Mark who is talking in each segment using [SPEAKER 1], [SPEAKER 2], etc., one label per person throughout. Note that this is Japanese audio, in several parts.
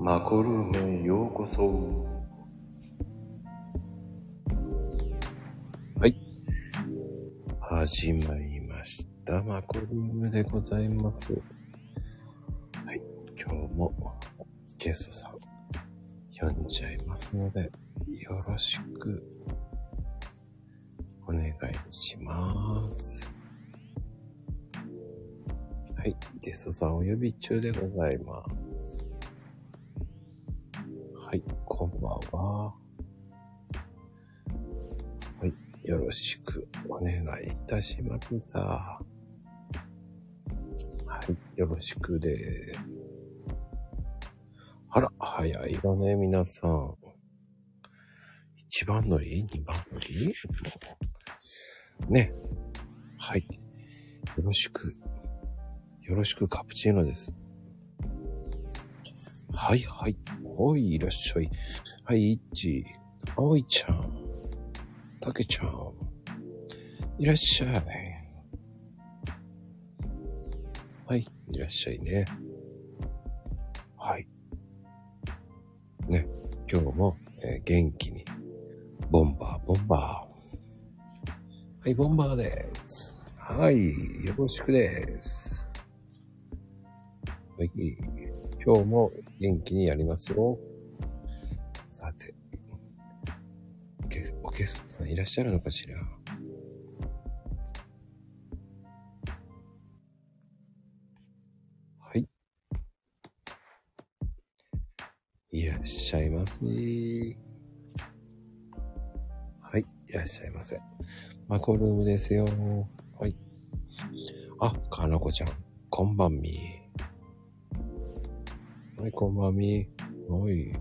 [SPEAKER 1] マコルームへようこそ。はい。始まりました。マコルームでございます。はい。今日もゲストさん呼んじゃいますので、よろしくお願いします。はい。ゲストさんお呼び中でございます。はい、こんばんは。はい、よろしくお願いいたしますさ。はい、よろしくで。あら、早いわね、皆さん。一番乗り二番乗りね。はい。よろしく。よろしく、カプチーノです。はいはい。おい、いらっしゃい。はい、いっち。あおいちゃん。たけちゃん。いらっしゃい。はい、いらっしゃいね。はい。ね、今日も、えー元気に。ボンバー、ボンバー。はい、ボンバーです。はい、よろしくです。はい、今日も元気にやりますよ。さて、ゲおゲストさんいらっしゃるのかしらはい。いらっしゃいませ。はい、いらっしゃいませ。マコルームですよ。はい。あ、かなこちゃん、こんばんみ。はい、こんばんみ。はい。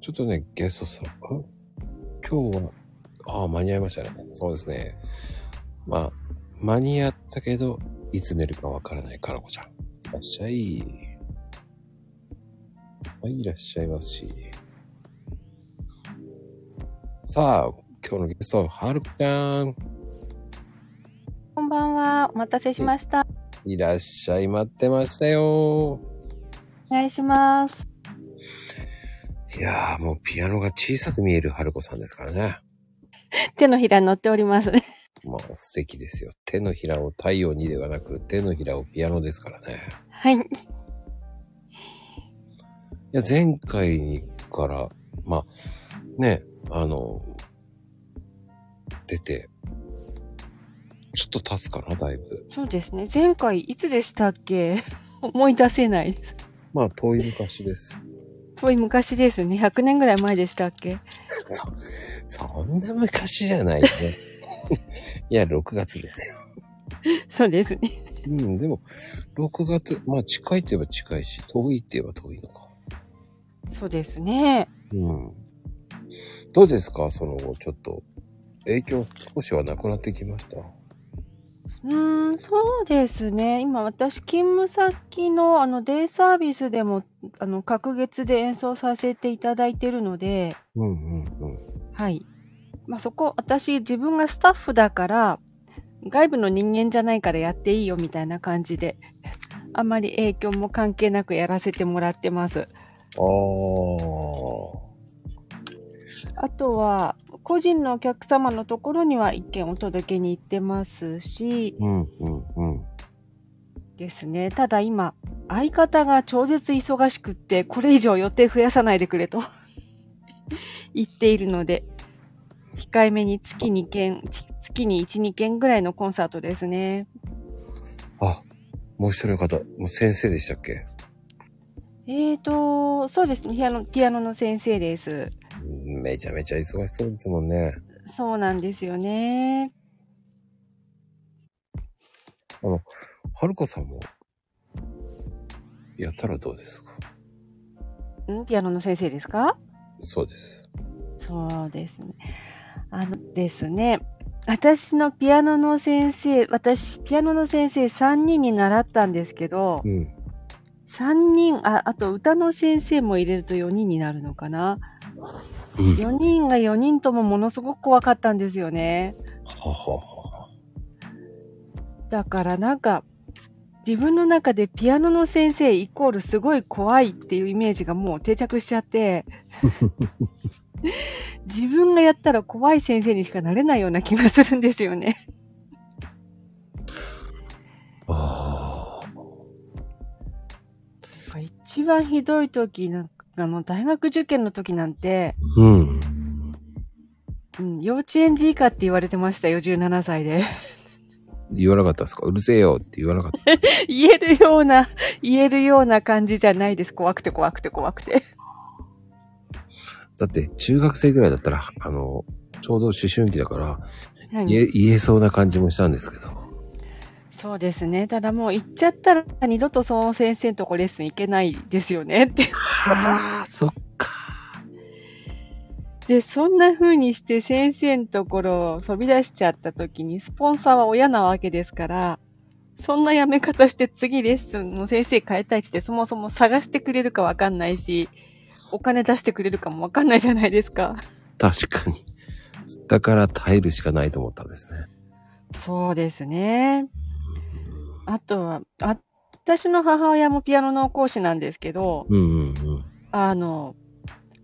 [SPEAKER 1] ちょっとね、ゲストさん、あ今日は、ああ、間に合いましたね。そうですね。まあ、間に合ったけど、いつ寝るかわからないカラコちゃん。いらっしゃい。はい、いらっしゃいますし。さあ、今日のゲスト、はるこちゃん。
[SPEAKER 2] こんばんは。お待たせしました。
[SPEAKER 1] いらっしゃい、待ってましたよ。
[SPEAKER 2] お願いします。
[SPEAKER 1] いやー、もうピアノが小さく見えるはるこさんですからね。
[SPEAKER 2] 手のひらに乗っておりますね。
[SPEAKER 1] もう素敵ですよ。手のひらを太陽にではなく、手のひらをピアノですからね。
[SPEAKER 2] はい。
[SPEAKER 1] いや、前回から、まあ、ね、あの、出て、ちょっと経つかな、だいぶ。
[SPEAKER 2] そうですね。前回いつでしたっけ 思い出せないです。
[SPEAKER 1] まあ、遠い昔です。
[SPEAKER 2] 遠い昔ですね。100年ぐらい前でしたっけ
[SPEAKER 1] そ、そんな昔じゃないよね。 いや、6月ですよ。
[SPEAKER 2] そうですね。
[SPEAKER 1] うん、でも、6月、まあ、近いといえば近いし、遠いといえば遠いのか。
[SPEAKER 2] そうですね。
[SPEAKER 1] うん。どうですかその後、ちょっと、影響少しはなくなってきました。
[SPEAKER 2] うーん、そうですね。今私、勤務先のあのデイサービスでも、あの、隔月で演奏させていただいてるので、
[SPEAKER 1] うんうんうん。
[SPEAKER 2] はい。まあ、そこ、私、自分がスタッフだから、外部の人間じゃないからやっていいよみたいな感じで、あまり影響も関係なくやらせてもらってます。
[SPEAKER 1] あー。
[SPEAKER 2] あとは、個人のお客様のところには一件お届けに行ってますし、
[SPEAKER 1] うんうんうん。
[SPEAKER 2] ですね。ただ今、相方が超絶忙しくって、これ以上予定増やさないでくれと 言っているので、控えめに月2件、ち月に1、2件ぐらいのコンサートですね。
[SPEAKER 1] あ、もう一人の方、もう先生でしたっけ
[SPEAKER 2] えーと、そうですね。ピアノ、ピアノの先生です。
[SPEAKER 1] うんめちゃめちゃ忙しそうですもんね。
[SPEAKER 2] そうなんですよね。
[SPEAKER 1] はるかさんも、やったらどうですか
[SPEAKER 2] んピアノの先生ですか
[SPEAKER 1] そうです。
[SPEAKER 2] そうですね。あのですね。私のピアノの先生、私、ピアノの先生3人に習ったんですけど、
[SPEAKER 1] うん。
[SPEAKER 2] 3人、あ、あと歌の先生も入れると4人になるのかな。
[SPEAKER 1] うん。は
[SPEAKER 2] 4人が4人ともものすごく怖かったんですよね。
[SPEAKER 1] ははは。
[SPEAKER 2] だからなんか、自分の中でピアノの先生イコールすごい怖いっていうイメージがもう定着しちゃって 自分がやったら怖い先生にしかなれないような気がするんですよね。
[SPEAKER 1] ああ。
[SPEAKER 2] なんか一番ひどい時なんかあの大学受験の時なんて、
[SPEAKER 1] うん。
[SPEAKER 2] うん、幼稚園児以下って言われてましたよ17歳で
[SPEAKER 1] 言わなかったですかうるせえよって言わなかった。
[SPEAKER 2] 言えるような言えるような感じじゃないです怖くて怖くて怖くて
[SPEAKER 1] だって、中学生ぐらいだったら、あの、ちょうど思春期だから、
[SPEAKER 2] はい
[SPEAKER 1] 言え、言えそうな感じもしたんですけど。
[SPEAKER 2] そうですね。ただもう行っちゃったら二度とその先生のとこレッスン行けないですよねって。
[SPEAKER 1] はあ、そっか。
[SPEAKER 2] で、そんな風にして先生のところを飛び出しちゃった時に、スポンサーは親なわけですから、そんなやめ方して次レッスンの先生変えたいって言って、そもそも探してくれるかわかんないし、お金出してくれるかもわかんないじゃないですか。
[SPEAKER 1] 確かに。だから耐えるしかないと思ったんですね。
[SPEAKER 2] そうですね。あとは、あ私の母親もピアノの講師なんですけど、
[SPEAKER 1] うんうんうん。
[SPEAKER 2] あの、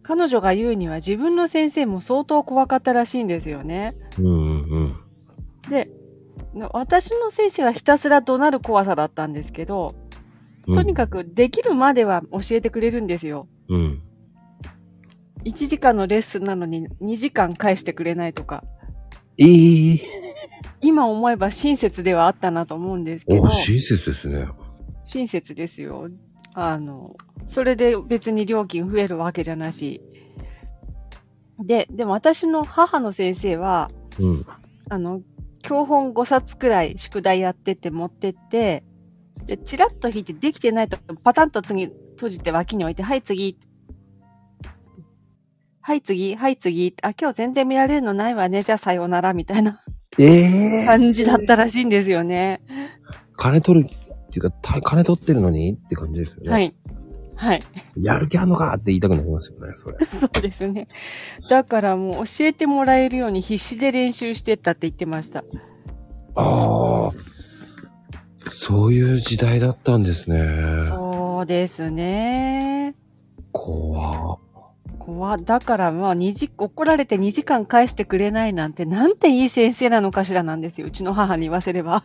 [SPEAKER 2] 彼女が言うには自分の先生も相当怖かったらしいんですよね。
[SPEAKER 1] うんうんうん。
[SPEAKER 2] で、な私の先生はひたすら怒鳴る怖さだったんですけど、
[SPEAKER 1] うん
[SPEAKER 2] とにかくできるまでは教えてくれるんですよ。
[SPEAKER 1] うん。
[SPEAKER 2] 1時間のレッスンなのに2時間返してくれないとか、
[SPEAKER 1] いい。
[SPEAKER 2] 今思えば親切ではあったなと思うんですけど
[SPEAKER 1] お、、親切ですね。
[SPEAKER 2] 親切ですよ。あの、それで別に料金増えるわけじゃなし。で、でも私の母の先生は、
[SPEAKER 1] うん。
[SPEAKER 2] あの、教本5冊くらい宿題やってて持ってって、で、チラッと引いてできてないと、パタンと次閉じて脇に置いて、はい次。はい次、はい次。あ、今日全然見られるのないわね。じゃあさようなら、みたいな
[SPEAKER 1] ええ
[SPEAKER 2] 感じだったらしいんですよね。
[SPEAKER 1] 金取るっていうか、た金取ってるのにって感じですよね。
[SPEAKER 2] はい。はい。
[SPEAKER 1] やる気あんのかって言いたくなりますよね、それ。
[SPEAKER 2] そうですね。だからもう教えてもらえるように必死で練習してったって言ってました。
[SPEAKER 1] ああ。そういう時代だったんですね。
[SPEAKER 2] そうですね。
[SPEAKER 1] 怖っ
[SPEAKER 2] 怖っだからまあ2時怒られて2時間返してくれないなんてなんていい先生なのかしらなんですようちの母に言わせれば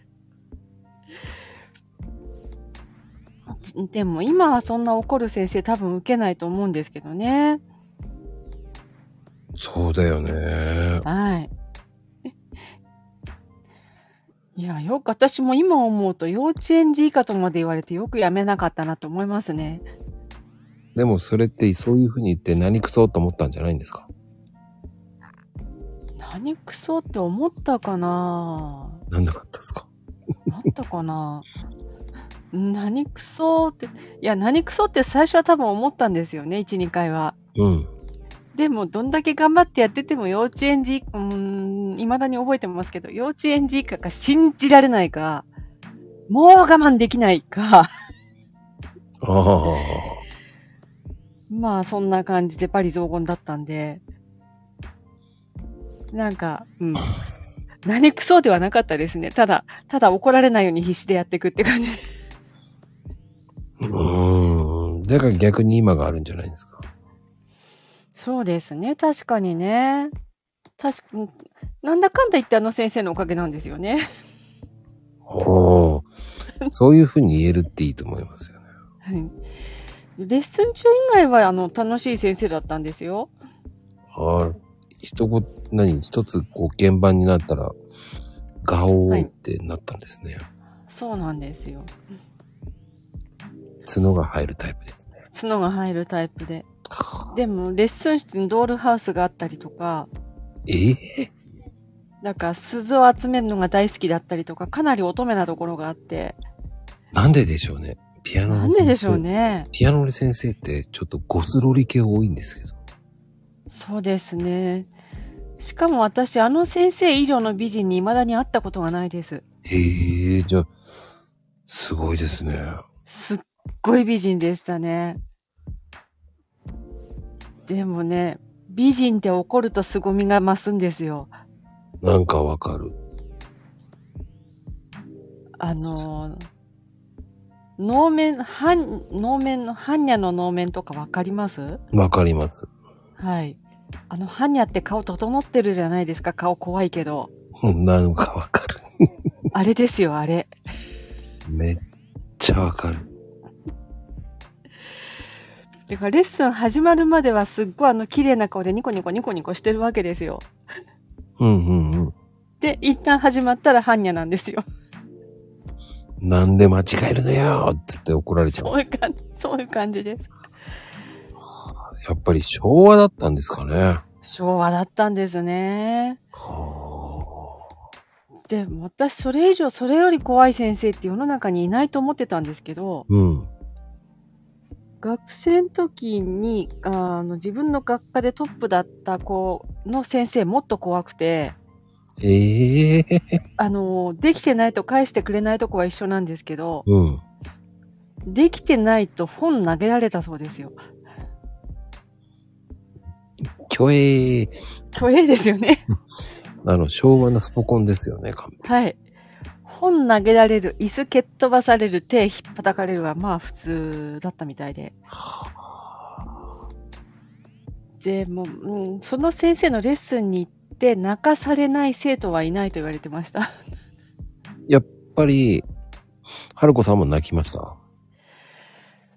[SPEAKER 2] でも今はそんな怒る先生多分受けないと思うんですけどね
[SPEAKER 1] そうだよね。
[SPEAKER 2] はいいやよく私も今思うと幼稚園児以下とまで言われてよくやめなかったなと思いますね
[SPEAKER 1] でもそれってそういう風に言って何くそと思ったんじゃないんですか
[SPEAKER 2] 何クソって思ったかな
[SPEAKER 1] なんなかったですか
[SPEAKER 2] なったかな何クソって、いや、何クソって最初は多分思ったんですよね、1、2回は。
[SPEAKER 1] うん。
[SPEAKER 2] でも、どんだけ頑張ってやってても幼稚園児、うーん、未だに覚えてますけど、幼稚園児以下か信じられないか、もう我慢できない
[SPEAKER 1] あ
[SPEAKER 2] か、
[SPEAKER 1] あ。
[SPEAKER 2] まあ、そんな感じでパリ雑言だったんで、なんか、うん。何クソではなかったですね。ただ、ただ怒られないように必死でやっていくって感じ
[SPEAKER 1] うーん。だから逆に今があるんじゃないですか。
[SPEAKER 2] そうですね、確かにね。確かに、なんだかんだ言ってあの先生のおかげなんですよね。
[SPEAKER 1] おお。そういう風に言えるっていいと思いますよね。
[SPEAKER 2] はいレッスン中以外は、あの、楽しい先生だったんですよ。
[SPEAKER 1] はい。一言、何一つ、こう、鍵盤になったら、ガオーってなったんですね。
[SPEAKER 2] そうなんですよ。
[SPEAKER 1] 角が入るタイプですね。
[SPEAKER 2] 角が入るタイプで。でも、レッスン室にドールハウスがあったりとか、
[SPEAKER 1] ええ
[SPEAKER 2] なんか、鈴を集めるのが大好きだったりとか、かなり乙女なところがあって、
[SPEAKER 1] なんででしょうね。ピアノ
[SPEAKER 2] な
[SPEAKER 1] の
[SPEAKER 2] ん
[SPEAKER 1] 先生。
[SPEAKER 2] ででしょう。ね。
[SPEAKER 1] ピアノの先生って、ちょっとゴスロリ系多いんですけど。
[SPEAKER 2] そうですね。しかも私、あの先生以上の美人に未だに会ったことがないです。
[SPEAKER 1] へえ、じゃあ、すごいですね。
[SPEAKER 2] すっごい美人でしたね。でもね、美人って怒ると凄みが増すんですよ。
[SPEAKER 1] なんかわかる。
[SPEAKER 2] あのー、能面、はん、能面の、般若の能面とかわかります
[SPEAKER 1] わかります。
[SPEAKER 2] はい。あの、般若って顔整ってるじゃないですか。顔怖いけど。
[SPEAKER 1] うんなんかわかる。
[SPEAKER 2] あれですよ、あれ。
[SPEAKER 1] めっちゃわかる。
[SPEAKER 2] てか、レッスン始まるまではすっごいあの、綺麗な顔でニコニコニコニコしてるわけですよ。
[SPEAKER 1] うんうんうん。
[SPEAKER 2] で、一旦始まったら般若なんですよ。
[SPEAKER 1] なんで間違えるのよっつって怒られちゃう。
[SPEAKER 2] そういう感じ、そういう感じです。
[SPEAKER 1] やっぱり昭和だったんですかね。
[SPEAKER 2] 昭和だったんですね。
[SPEAKER 1] は
[SPEAKER 2] でも私、それ以上、それより怖い先生って世の中にいないと思ってたんですけど、
[SPEAKER 1] あ。うん。
[SPEAKER 2] 学生の時にあの自分の学科でトップだった子の先生もっと怖くて
[SPEAKER 1] ええ
[SPEAKER 2] あのできてないと返してくれないとこは一緒なんですけど
[SPEAKER 1] うん。
[SPEAKER 2] できてないと本投げられたそうですよ。
[SPEAKER 1] きょえー。
[SPEAKER 2] 虚栄ですよね。
[SPEAKER 1] あの、昭和のスポコンですよね、完璧。
[SPEAKER 2] はい。本投げられる、椅子蹴っ飛ばされる、手ひっぱたかれるはまあ普通だったみたいで。でもう、うん、その先生のレッスンに行って泣かされない生徒はいないと言われてました。
[SPEAKER 1] やっぱり、はるこさんも泣きました。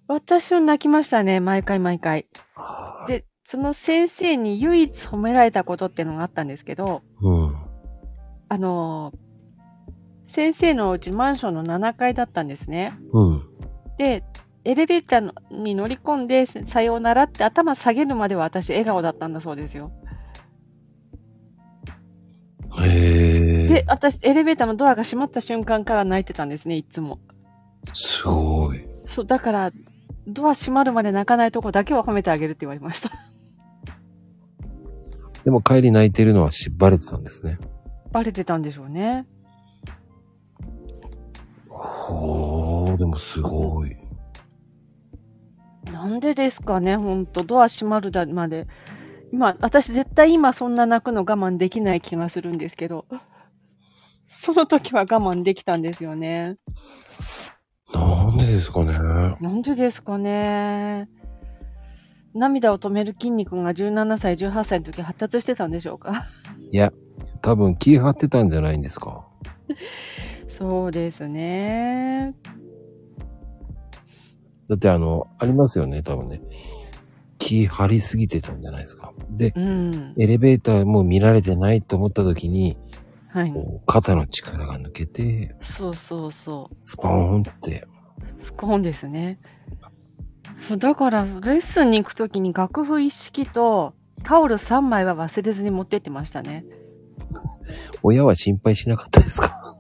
[SPEAKER 2] 私は泣きましたね、毎回毎回。
[SPEAKER 1] はあ
[SPEAKER 2] で、その先生に唯一褒められたことっていうのがあったんですけど、
[SPEAKER 1] うん。
[SPEAKER 2] あの、先生のうちマンションの7階だったんですね。
[SPEAKER 1] うん。
[SPEAKER 2] で、エレベーターに乗り込んで、さようならって頭下げるまでは私笑顔だったんだそうですよ。
[SPEAKER 1] へ
[SPEAKER 2] で
[SPEAKER 1] え。、
[SPEAKER 2] 私、エレベーターのドアが閉まった瞬間から泣いてたんですね、いつも。
[SPEAKER 1] すごい。
[SPEAKER 2] そう、だから、ドア閉まるまで泣かないとこだけは褒めてあげるって言われました。
[SPEAKER 1] でも帰り泣いてるのは縛れてたんですね。
[SPEAKER 2] バレてたんでしょうね。
[SPEAKER 1] ほー、でもすごい。
[SPEAKER 2] なんでですかね、ほんと、ドア閉まるだまで。今、私絶対今そんな泣くの我慢できない気がするんですけど、その時は我慢できたんですよね。
[SPEAKER 1] なんでですかね。
[SPEAKER 2] なんでですかね。涙を止める筋肉が17歳、18歳の時発達してたんでしょうか。
[SPEAKER 1] いや、多分気張ってたんじゃないんですか。
[SPEAKER 2] そうですね。
[SPEAKER 1] だってあの、ありますよね、多分ね。気張りすぎてたんじゃないですか。で、
[SPEAKER 2] うん。
[SPEAKER 1] エレベーターもう見られてないと思った時に、
[SPEAKER 2] はい。
[SPEAKER 1] こう肩の力が抜けて、
[SPEAKER 2] そうそうそう。
[SPEAKER 1] スポーンって。
[SPEAKER 2] スコーンですね。そうだから、レッスンに行くときに楽譜一式とタオル3枚は忘れずに持ってってましたね。
[SPEAKER 1] 親は心配しなかったですか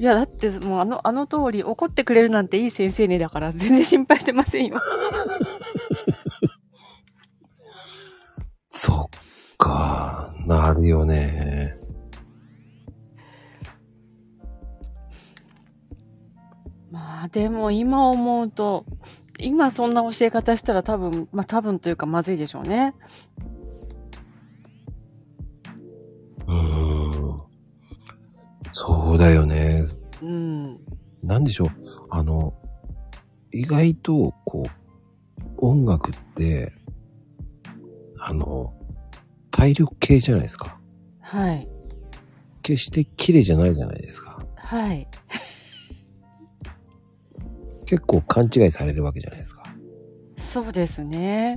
[SPEAKER 2] いや、だってもうあの、あの通り怒ってくれるなんていい先生ねだから全然心配してませんよ。
[SPEAKER 1] そっか、なるよね。
[SPEAKER 2] まあでも今思うと、今そんな教え方したら多分、まあ多分というかまずいでしょうね。
[SPEAKER 1] うーん。そうだよね。
[SPEAKER 2] うん。
[SPEAKER 1] なんでしょう、あの、意外と、こう、音楽って、あの、体力系じゃないですか。
[SPEAKER 2] はい。
[SPEAKER 1] 決して綺麗じゃないじゃないですか。
[SPEAKER 2] はい。
[SPEAKER 1] 結構勘違いされるわけじゃないですか。
[SPEAKER 2] そうですね。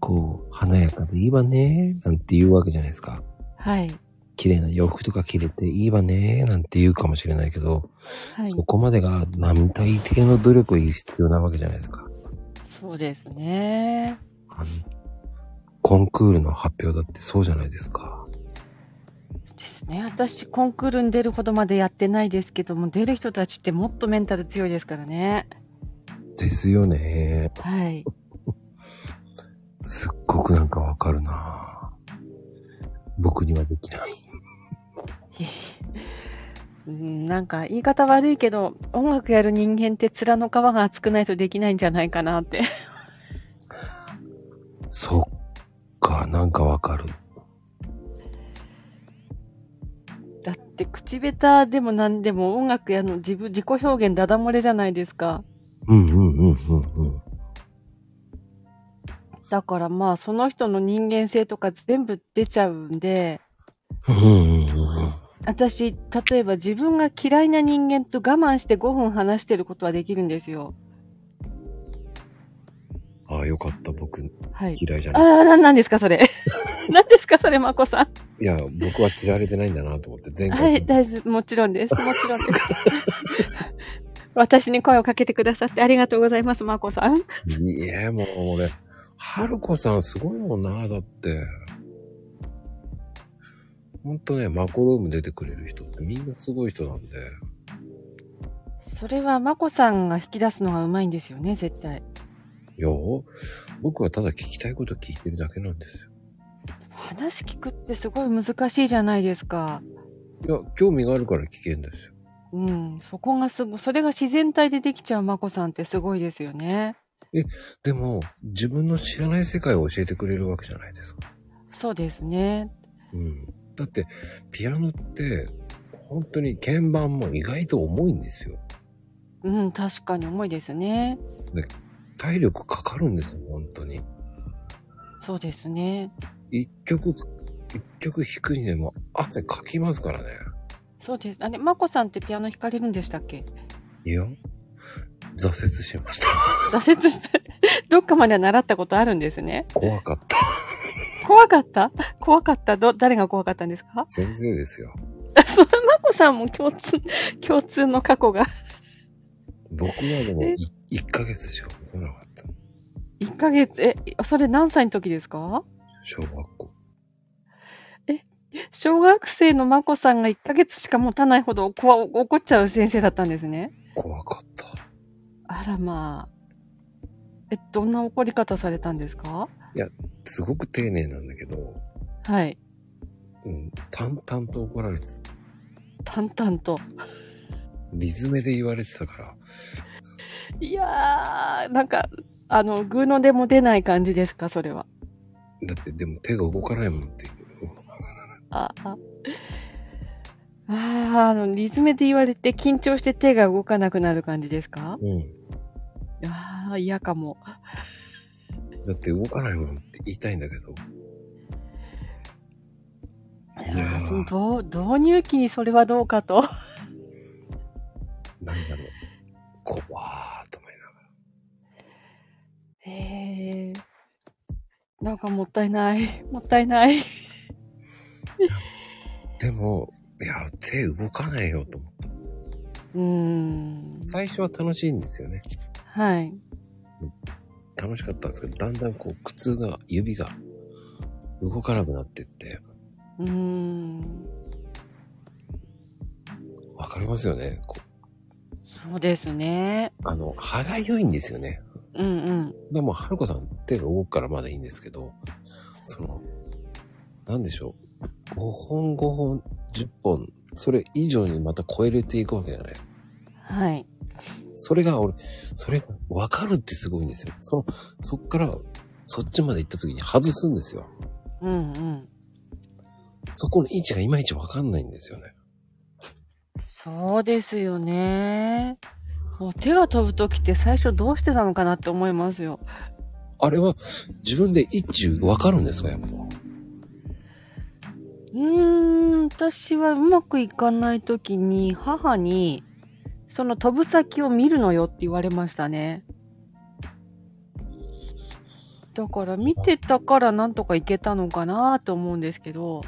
[SPEAKER 1] こう、華やかでいいわねなんて言うわけじゃないですか。
[SPEAKER 2] はい。
[SPEAKER 1] 綺麗な洋服とか着れていいわねなんて言うかもしれないけど、
[SPEAKER 2] はい。
[SPEAKER 1] そこまでが並大抵の努力を必要なわけじゃないですか。
[SPEAKER 2] そうですね。
[SPEAKER 1] あの、コンクールの発表だってそうじゃないですか。
[SPEAKER 2] ですね、私、コンクールに出るほどまでやってないですけども、出る人たちってもっとメンタル強いですからね。
[SPEAKER 1] ですよね。
[SPEAKER 2] はい。
[SPEAKER 1] すっごくなんかわかるな僕にはできない。
[SPEAKER 2] うんなんか、言い方悪いけど、音楽やる人間って面の皮が厚くないとできないんじゃないかなって。
[SPEAKER 1] そっか、なんかわかる。
[SPEAKER 2] だって、って口下手でも何でも音楽やの自分、自己表現ダダ漏れじゃないですか。
[SPEAKER 1] うんうんうんうんうん。
[SPEAKER 2] だからまあその人の人間性とか全部出ちゃうんで、
[SPEAKER 1] うんうんうんうん。
[SPEAKER 2] 私、例えば自分が嫌いな人間と我慢して5分話してることはできるんですよ。
[SPEAKER 1] ああ、よかった。僕、
[SPEAKER 2] はい。
[SPEAKER 1] 嫌いじゃ
[SPEAKER 2] あ
[SPEAKER 1] ない。
[SPEAKER 2] あ、な、なんですかそれ。 何ですかそれ、まこさん。
[SPEAKER 1] いや、僕は嫌われてないんだなと思って、前
[SPEAKER 2] は
[SPEAKER 1] 回
[SPEAKER 2] い、
[SPEAKER 1] ちゃんと、
[SPEAKER 2] 大丈夫。もちろんです。もちろんです。私に声をかけてくださってありがとうございます、まこさん。
[SPEAKER 1] いえ、もう俺、春子さんすごいもんな、だって。ほんとね、マコルーム出てくれる人ってみんなすごい人なんで。
[SPEAKER 2] それはまこさんが引き出すのがうまいんですよね、絶対。
[SPEAKER 1] いや、僕はただ聞きたいこと聞いてるだけなんですよ。
[SPEAKER 2] 話聞くってすごい難しいじゃないですか。
[SPEAKER 1] いや、興味があるから聞けんですよ。
[SPEAKER 2] うん、そこがすご、それが自然体でできちゃうまこさんってすごいですよね。
[SPEAKER 1] でも、自分の知らない世界を教えてくれるわけじゃないですか。
[SPEAKER 2] そうですね。
[SPEAKER 1] うん。だって、ピアノって、本当に鍵盤も意外と重いんですよ。
[SPEAKER 2] うん、確かに重いですね。
[SPEAKER 1] 体力かかるんですよ、本当に。
[SPEAKER 2] そうですね。
[SPEAKER 1] 一曲、一曲弾くにでも汗かきますからね。
[SPEAKER 2] そうです。あれ、まこさんってピアノ弾かれるんでしたっけ
[SPEAKER 1] いや、挫折しました。
[SPEAKER 2] 挫折して、 どっかまでは習ったことあるんですね。
[SPEAKER 1] 怖かった。
[SPEAKER 2] 怖かった怖かったど、誰が怖かったんですか
[SPEAKER 1] 先生ですよ。
[SPEAKER 2] そう、まこさんも共通、共通の過去が。
[SPEAKER 1] 僕はでも
[SPEAKER 2] え
[SPEAKER 1] い、1ヶ月しか持たなかった。
[SPEAKER 2] 1ヶ月、え、それ何歳の時ですか
[SPEAKER 1] 小学校。
[SPEAKER 2] 小学生のまこさんが1ヶ月しか持たないほどこわ怒っちゃう先生だったんですね。
[SPEAKER 1] 怖かった。
[SPEAKER 2] あらまあ。え、どんな怒り方されたんですか
[SPEAKER 1] すごく丁寧なんだけど、
[SPEAKER 2] はい。
[SPEAKER 1] うん、淡々と怒られてた、
[SPEAKER 2] 淡々と。
[SPEAKER 1] リズムで言われてたから、
[SPEAKER 2] いやー、なんか、あの、グーのでも出ない感じですか、それは。
[SPEAKER 1] だってでも手が動かないもんっていう。
[SPEAKER 2] あ、あ。あーあの、リズムで言われて緊張して手が動かなくなる感じですか
[SPEAKER 1] うん。
[SPEAKER 2] ああ、嫌かも。
[SPEAKER 1] だって動かないもんって言いたいんだけど。いや
[SPEAKER 2] あーそ
[SPEAKER 1] ー、
[SPEAKER 2] のどう導入期にそれはどうかと。
[SPEAKER 1] なんだろう。怖ーと思いながら。
[SPEAKER 2] えー、なんかもったいない。 もったいない。
[SPEAKER 1] でも、いや、手動かないよと思って。
[SPEAKER 2] うーん。
[SPEAKER 1] 最初は楽しいんですよね。
[SPEAKER 2] はい。
[SPEAKER 1] 楽しかったんですけど、だんだんこう、苦痛が、指が動かなくなってって、
[SPEAKER 2] うーん。
[SPEAKER 1] わかりますよね。こう
[SPEAKER 2] そうですね。
[SPEAKER 1] あの、歯がゆいんですよね。
[SPEAKER 2] うんうん。
[SPEAKER 1] でも、はるこさん手が動くからまだいいんですけど、その、なんでしょう。5本5本、10本、それ以上にまた超えれていくわけじゃない。
[SPEAKER 2] はい。
[SPEAKER 1] それが俺、それが分かるってすごいんですよ。その、そっから、そっちまで行った時に外すんですよ。
[SPEAKER 2] うんうん。
[SPEAKER 1] そこの位置がいまいち分かんないんですよね。
[SPEAKER 2] そうですよね。もう手が飛ぶときって最初どうしてたのかなって思いますよ。
[SPEAKER 1] あれは、自分で位置分かるんですか、やっぱ。
[SPEAKER 2] うーん、私はうまくいかないときに母に、その飛ぶ先を見るのよって言われましたね。だから見てたからなんとかいけたのかなと思うんですけど、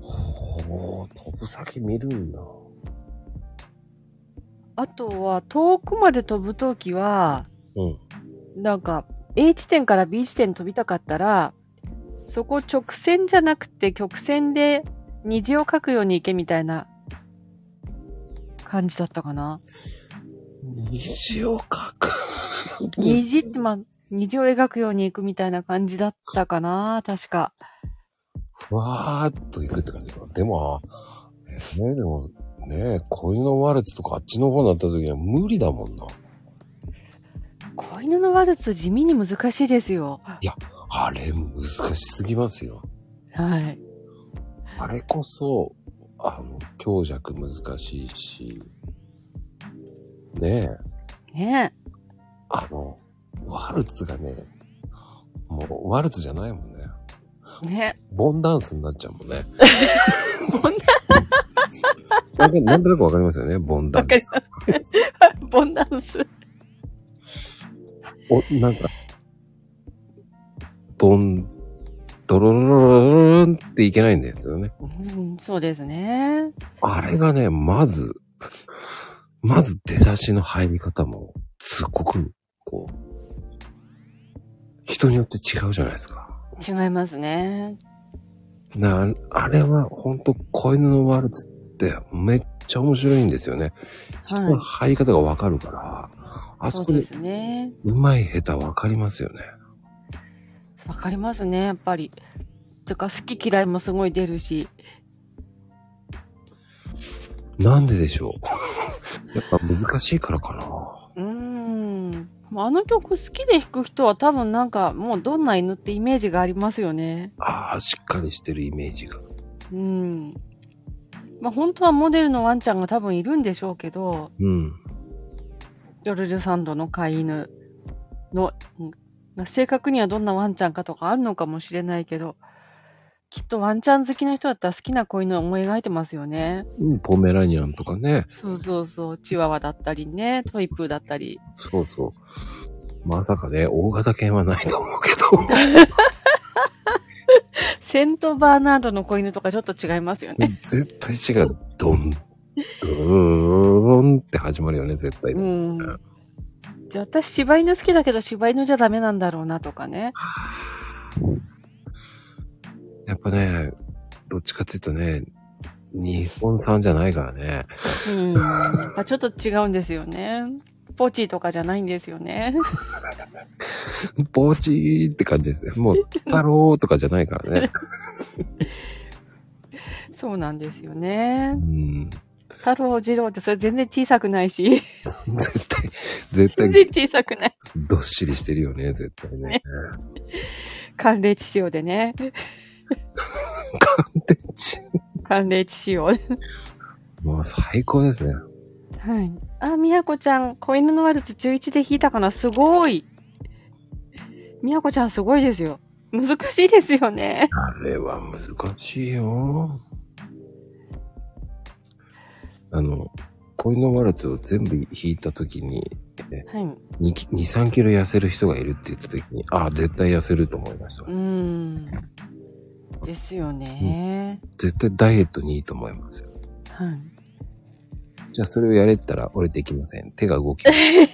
[SPEAKER 1] おー、飛ぶ先見るんだ。
[SPEAKER 2] あとは遠くまで飛ぶときは、
[SPEAKER 1] うん。
[SPEAKER 2] なんか A 地点から B 地点に飛びたかったら、そこ直線じゃなくて曲線で虹を描くように行けみたいな感じだったかな。
[SPEAKER 1] 虹を描く。
[SPEAKER 2] 虹って、まあ、虹を描くように行くみたいな感じだったかな、確か。
[SPEAKER 1] ふわーっと行くって感じか。でも、えーねでも、ね恋のワルツとかあっちの方になった時には無理だもんな。
[SPEAKER 2] 子犬のワルツ、地味に難しいですよ。
[SPEAKER 1] あれ、難しすぎますよ。
[SPEAKER 2] はい。
[SPEAKER 1] あれこそ、あの、強弱難しいし、ねえ、
[SPEAKER 2] ねえ。
[SPEAKER 1] あの、ワルツがね、もうワルツじゃないもんね。
[SPEAKER 2] ね
[SPEAKER 1] ボンダンスになっちゃうもんね。ボンダンスなんとなくわかりますよね、ボンダンス。
[SPEAKER 2] え。ボンダンス。
[SPEAKER 1] お、なんか、ドン、ドロロロロロロンっていけないんですよね。
[SPEAKER 2] うん、そうですね。
[SPEAKER 1] あれがね、まず、まず出だしの入り方も、すっごく、こう、人によって違うじゃないですか。
[SPEAKER 2] 違いますね。
[SPEAKER 1] な、あれは、ほんと、子犬のワルツって、めっちゃ面白いんですよね。人の入り方がわかるから、あ
[SPEAKER 2] そ
[SPEAKER 1] そうこ
[SPEAKER 2] で
[SPEAKER 1] です
[SPEAKER 2] ね。
[SPEAKER 1] うまい下手わかりますよね。
[SPEAKER 2] わかりますね、やっぱり。てか、好き嫌いもすごい出るし。
[SPEAKER 1] なんででしょう やっぱ難しいからかな。
[SPEAKER 2] うーん。まああの曲好きで弾く人は多分なんかもうどんな犬ってイメージがありますよね。
[SPEAKER 1] ああ、しっかりしてるイメージが。
[SPEAKER 2] うん。まあ本当はモデルのワンちゃんが多分いるんでしょうけど、
[SPEAKER 1] うん。
[SPEAKER 2] ジョルジュサンドの飼い犬の、うん正確にはどんなワンちゃんかとかあるのかもしれないけど、きっとワンちゃん好きな人だったら好きな子犬を思い描いてますよね。
[SPEAKER 1] うんポメラニアンとかね。
[SPEAKER 2] そうそうそう。チワワだったりね、トイプーだったり。
[SPEAKER 1] そうそう。まさかね、大型犬はないと思うけ ど。
[SPEAKER 2] セントバーナードの子犬とかちょっと違いますよね。
[SPEAKER 1] 絶対違う。ドン、ドロンって始まるよね、絶対
[SPEAKER 2] う
[SPEAKER 1] ね。
[SPEAKER 2] ん。じゃあ私柴犬好きだけど柴犬じゃダメなんだろうなとかね。
[SPEAKER 1] やっぱね、どっちかっていうとね、日本産じゃないからね。
[SPEAKER 2] うん。やっぱちょっと違うんですよね。ポチとかじゃないんですよね。
[SPEAKER 1] ポーチーって感じですね。もう、太郎とかじゃないから ね。
[SPEAKER 2] そうなんですよ
[SPEAKER 1] う
[SPEAKER 2] ね。
[SPEAKER 1] ん。
[SPEAKER 2] 太郎次郎ってそれ全然小さくないし、
[SPEAKER 1] 絶対、絶
[SPEAKER 2] 全
[SPEAKER 1] 対、
[SPEAKER 2] 然小さくない。
[SPEAKER 1] どっしりしてるよね、絶対ね。
[SPEAKER 2] 寒冷地仕様でね。
[SPEAKER 1] でち
[SPEAKER 2] 寒冷地仕様。はい。
[SPEAKER 1] もう最高ですね。
[SPEAKER 2] あ、みやこちゃん、子犬のワルツ11で弾いたかなすごい。みやこちゃんすごいですよ。難しいですよね。
[SPEAKER 1] あれは難しいよ。あの、コインのワルツを全部弾いたときに、
[SPEAKER 2] はい。う
[SPEAKER 1] 2、3キロ痩せる人がいるって言ったときに、ああ、絶対痩せると思いました
[SPEAKER 2] ー。ん。ですよね。
[SPEAKER 1] 絶対ダイエットにいいと思いますよ。
[SPEAKER 2] はい。
[SPEAKER 1] じゃあそれをやれったら、俺できません。手が動きない。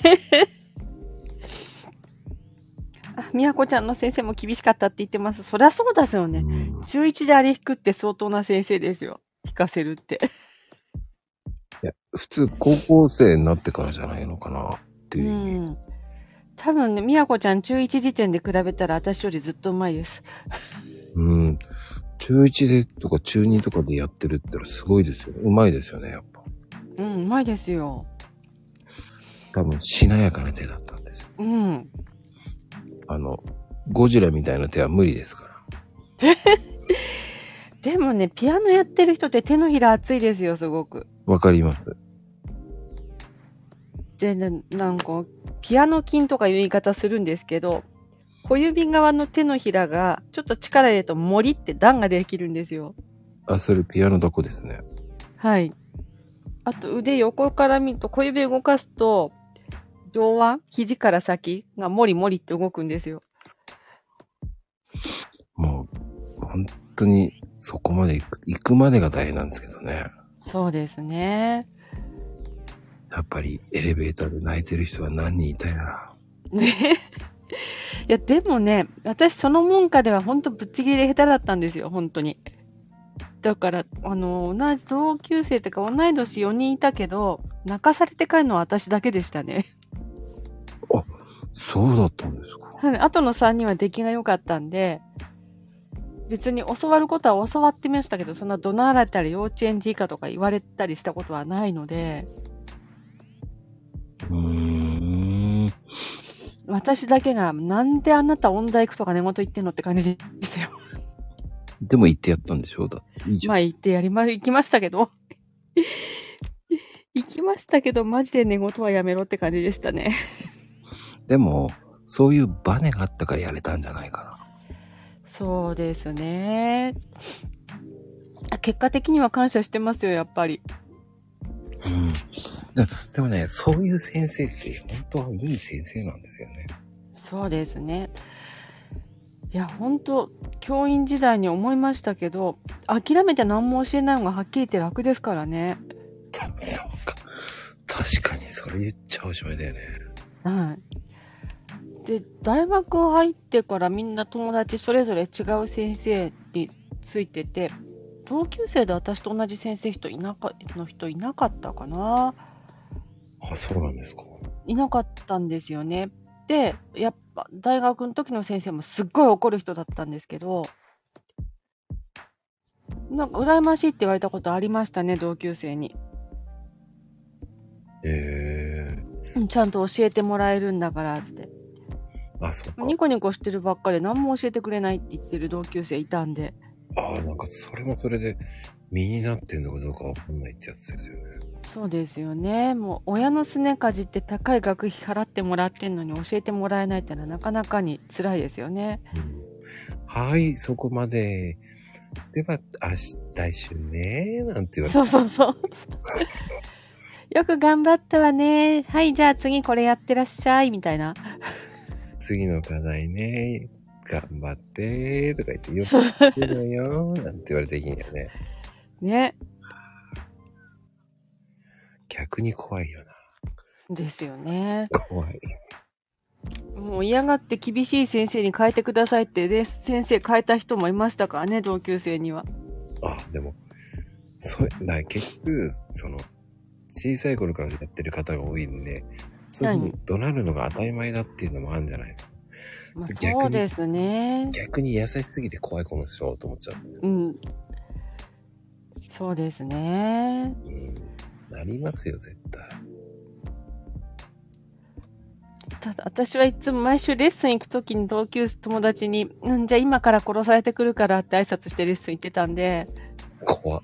[SPEAKER 2] あ、みやこちゃんの先生も厳しかったって言ってます。そりゃそうですよ
[SPEAKER 1] う
[SPEAKER 2] ね。
[SPEAKER 1] ん
[SPEAKER 2] 中1であれ弾くって相当な先生ですよ。弾かせるって。
[SPEAKER 1] 普通、高校生になってからじゃないのかなって
[SPEAKER 2] う
[SPEAKER 1] いう意味。
[SPEAKER 2] ん。多分ね、みやこちゃん中1時点で比べたら私よりずっと上手いです。
[SPEAKER 1] うん。中1でとか中2とかでやってるったらすごいですよね。うまいですよね、やっぱ。
[SPEAKER 2] うん、上手いですよ。
[SPEAKER 1] 多分、しなやかな手だったんですよ。
[SPEAKER 2] うん。
[SPEAKER 1] あの、ゴジラみたいな手は無理ですから。
[SPEAKER 2] でもね、ピアノやってる人って手のひら熱いですよ、すごく。
[SPEAKER 1] わかります。
[SPEAKER 2] で、ね、なんか、ピアノ筋とかいう言い方するんですけど、小指側の手のひらが、ちょっと力入れると森って段ができるんですよ。
[SPEAKER 1] あ、それピアノどこですね。
[SPEAKER 2] はい。あと腕横から見ると、小指動かすと、上腕、肘から先がもりもりって動くんですよ。
[SPEAKER 1] もう、本当にそこまで行く、行くまでが大変なんですけどね。
[SPEAKER 2] そうですね。
[SPEAKER 1] やっぱりエレベーターで泣いてる人は何人いたやら。
[SPEAKER 2] ね。 いや、でもね、私その門下では本当ぶっちぎりで下手だったんですよ、本当に。だから、あの、同じ同級生とか同い年4人いたけど、泣かされて帰るのは私だけでしたね。
[SPEAKER 1] そうだったんですか。
[SPEAKER 2] はい後の3人は出来が良かったんで、別に教わることは教わってましたけど、そんな怒鳴られたり幼稚園児以下とか言われたりしたことはないので、
[SPEAKER 1] うーん。
[SPEAKER 2] 私だけがなんであなた音大行くとか寝言言ってんのって感じでしたよ。
[SPEAKER 1] でも行ってやったんでしょうだって。いいじゃん。
[SPEAKER 2] まあ行ってやりま、行きましたけど。 行きましたけど、マジで寝言はやめろって感じでしたね。
[SPEAKER 1] でも、そういうバネがあったからやれたんじゃないかな。
[SPEAKER 2] そうですね。結果的には感謝してますよ、やっぱり。
[SPEAKER 1] うん。ででもね、そういう先生って本当はいい先生なんですよね。
[SPEAKER 2] そうですね。いや、本当教員時代に思いましたけど、諦めて何も教えない方がはっきり言って楽ですからね。
[SPEAKER 1] たそうか。確かにそれ言っちゃおしまいだよね。
[SPEAKER 2] はい。で、大学入ってからみんな友達それぞれ違う先生についてて、同級生で私と同じ先生人いなかの人いなかったかな。
[SPEAKER 1] あ、そうなんですか。
[SPEAKER 2] いなかったんですよね。で、やっぱ大学の時の先生もすっごい怒る人だったんですけど、なんか羨ましいって言われたことありましたね、同級生に。
[SPEAKER 1] え
[SPEAKER 2] うんちゃんと教えてもらえるんだからって。
[SPEAKER 1] ー、あ、そっか。
[SPEAKER 2] ニコニコしてるばっかり何も教えてくれないって言ってる同級生いたんで、
[SPEAKER 1] ああ、なんかそれもそれで身になってんのかどうかわかんないってやつですよね。
[SPEAKER 2] そうですよね。もう親のすねかじって高い学費払ってもらってんのに教えてもらえないってのはなかなかに辛いですよね。
[SPEAKER 1] うんはい、そこまで。では、明日、来週ね、なんて言われて。
[SPEAKER 2] そうそ うそう。よく頑張ったわね。はい、じゃあ次これやってらっしゃい、みたいな。
[SPEAKER 1] 次の課題ね、頑張って、とか言って、よくやってるのよ、なんて言われていいんだよね。
[SPEAKER 2] ね。
[SPEAKER 1] 逆に怖いよな。
[SPEAKER 2] ですよね。
[SPEAKER 1] 怖い。
[SPEAKER 2] もう嫌がって厳しい先生に変えてくださいって、で、先生変えた人もいましたからね、同級生には。
[SPEAKER 1] あ、でも、そう、な、結局、その、小さい頃からやってる方が多いんで、そういうふうに怒鳴るのが当たり前だっていうのもあるんじゃないですか。
[SPEAKER 2] まあ
[SPEAKER 1] そう逆に
[SPEAKER 2] そうですね。
[SPEAKER 1] 逆に優しすぎて怖いこの人と思っちゃう。
[SPEAKER 2] うん。そうですね。
[SPEAKER 1] うん。なりますよ、絶対。
[SPEAKER 2] ただ、私はいつも毎週レッスン行くときに同級友達に、うん、じゃあ今から殺されてくるからって挨拶してレッスン行ってたんで、
[SPEAKER 1] 怖っ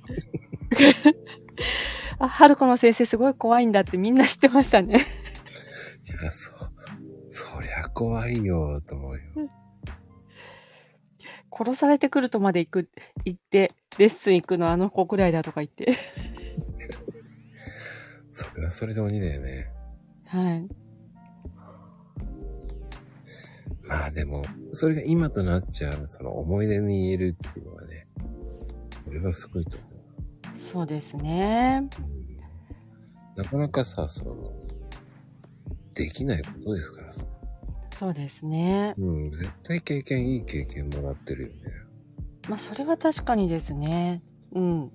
[SPEAKER 2] あ、春子の先生すごい怖いんだってみんな知ってましたね。
[SPEAKER 1] いや、そう。そりゃ怖いよ、と思うよ。
[SPEAKER 2] 殺されてくるとまで行く、行って、レッスン行くのあの子くらいだとか言って。
[SPEAKER 1] それはそれで鬼だよね。
[SPEAKER 2] はい。
[SPEAKER 1] まあでも、それが今となっちゃう、その思い出に言えるっていうのはね、これはすごいと思う。
[SPEAKER 2] そうですね。
[SPEAKER 1] うんなかなかさ、その、できないことですからさ。
[SPEAKER 2] そうですね。
[SPEAKER 1] うん、絶対経験、いい経験もらってるよね。
[SPEAKER 2] まあ、それは確かにですね。うん。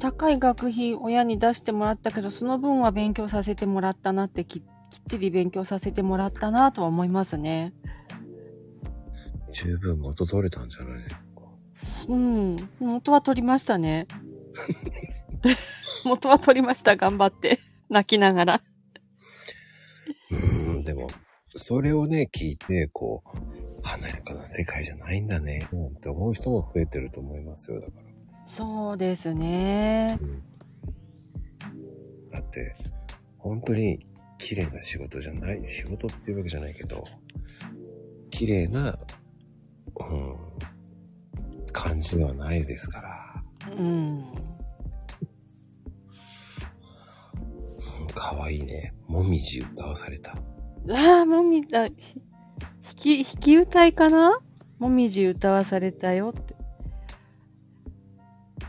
[SPEAKER 2] 高い学費親に出してもらったけど、その分は勉強させてもらったなってき、きっちり勉強させてもらったなとは思いますね。
[SPEAKER 1] 十分元取れたんじゃないですか。
[SPEAKER 2] うん。元は取りましたね。元は取りました。頑張って。泣きながら。
[SPEAKER 1] うん、でも、それをね、聞いて、こう、華やかな世界じゃないんだね、なんて思う人も増えてると思いますよ、だから。
[SPEAKER 2] そうですね。
[SPEAKER 1] うんだって、本当に綺麗な仕事じゃない、仕事っていうわけじゃないけど、綺麗な、うん、感じではないですから、
[SPEAKER 2] うん。
[SPEAKER 1] うん、かわいいね。もみじ歌わされた。
[SPEAKER 2] ああ、もみあ、ひ弾き、弾き歌いかなもみじ歌わされたよって。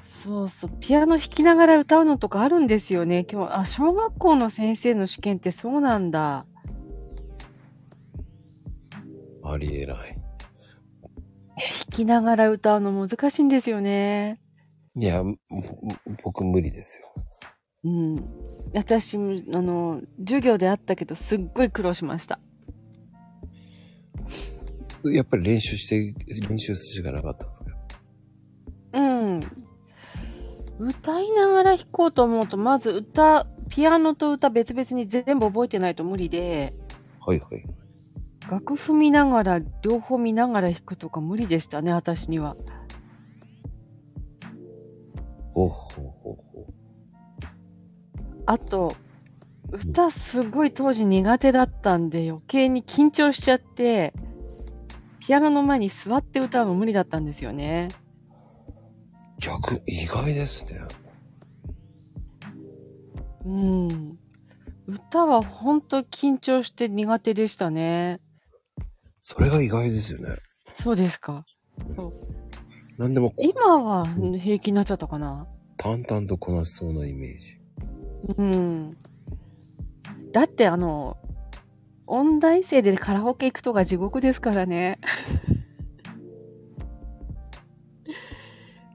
[SPEAKER 2] そうそう、ピアノ弾きながら歌うのとかあるんですよね。今日、あ、小学校の先生の試験ってそうなんだ。
[SPEAKER 1] ありえない。
[SPEAKER 2] 弾きながら歌うの難しいんですよね。
[SPEAKER 1] いや、もも僕無理ですよ。
[SPEAKER 2] うん、私もあの授業であったけどすっごい苦労しました
[SPEAKER 1] やっぱり練習して、練習するしかなかったんですか
[SPEAKER 2] うん歌いながら弾こうと思うとまず歌ピアノと歌別々に全部覚えてないと無理で
[SPEAKER 1] はいはい。
[SPEAKER 2] 楽譜見ながら両方見ながら弾くとか無理でしたね私には
[SPEAKER 1] ほうほうほうほう。
[SPEAKER 2] あと、歌すごい当時苦手だったんで余計に緊張しちゃって、ピアノの前に座って歌うの無理だったんですよね。
[SPEAKER 1] 逆、意外ですね。
[SPEAKER 2] うん。歌は本当緊張して苦手でしたね。
[SPEAKER 1] それが意外ですよね。
[SPEAKER 2] そうですか。
[SPEAKER 1] なんでもこう
[SPEAKER 2] 今は平気になっちゃったかな。
[SPEAKER 1] 淡々とこなしそうなイメージ。
[SPEAKER 2] うん。だってあの、音大生でカラオケ行くとか地獄ですからね。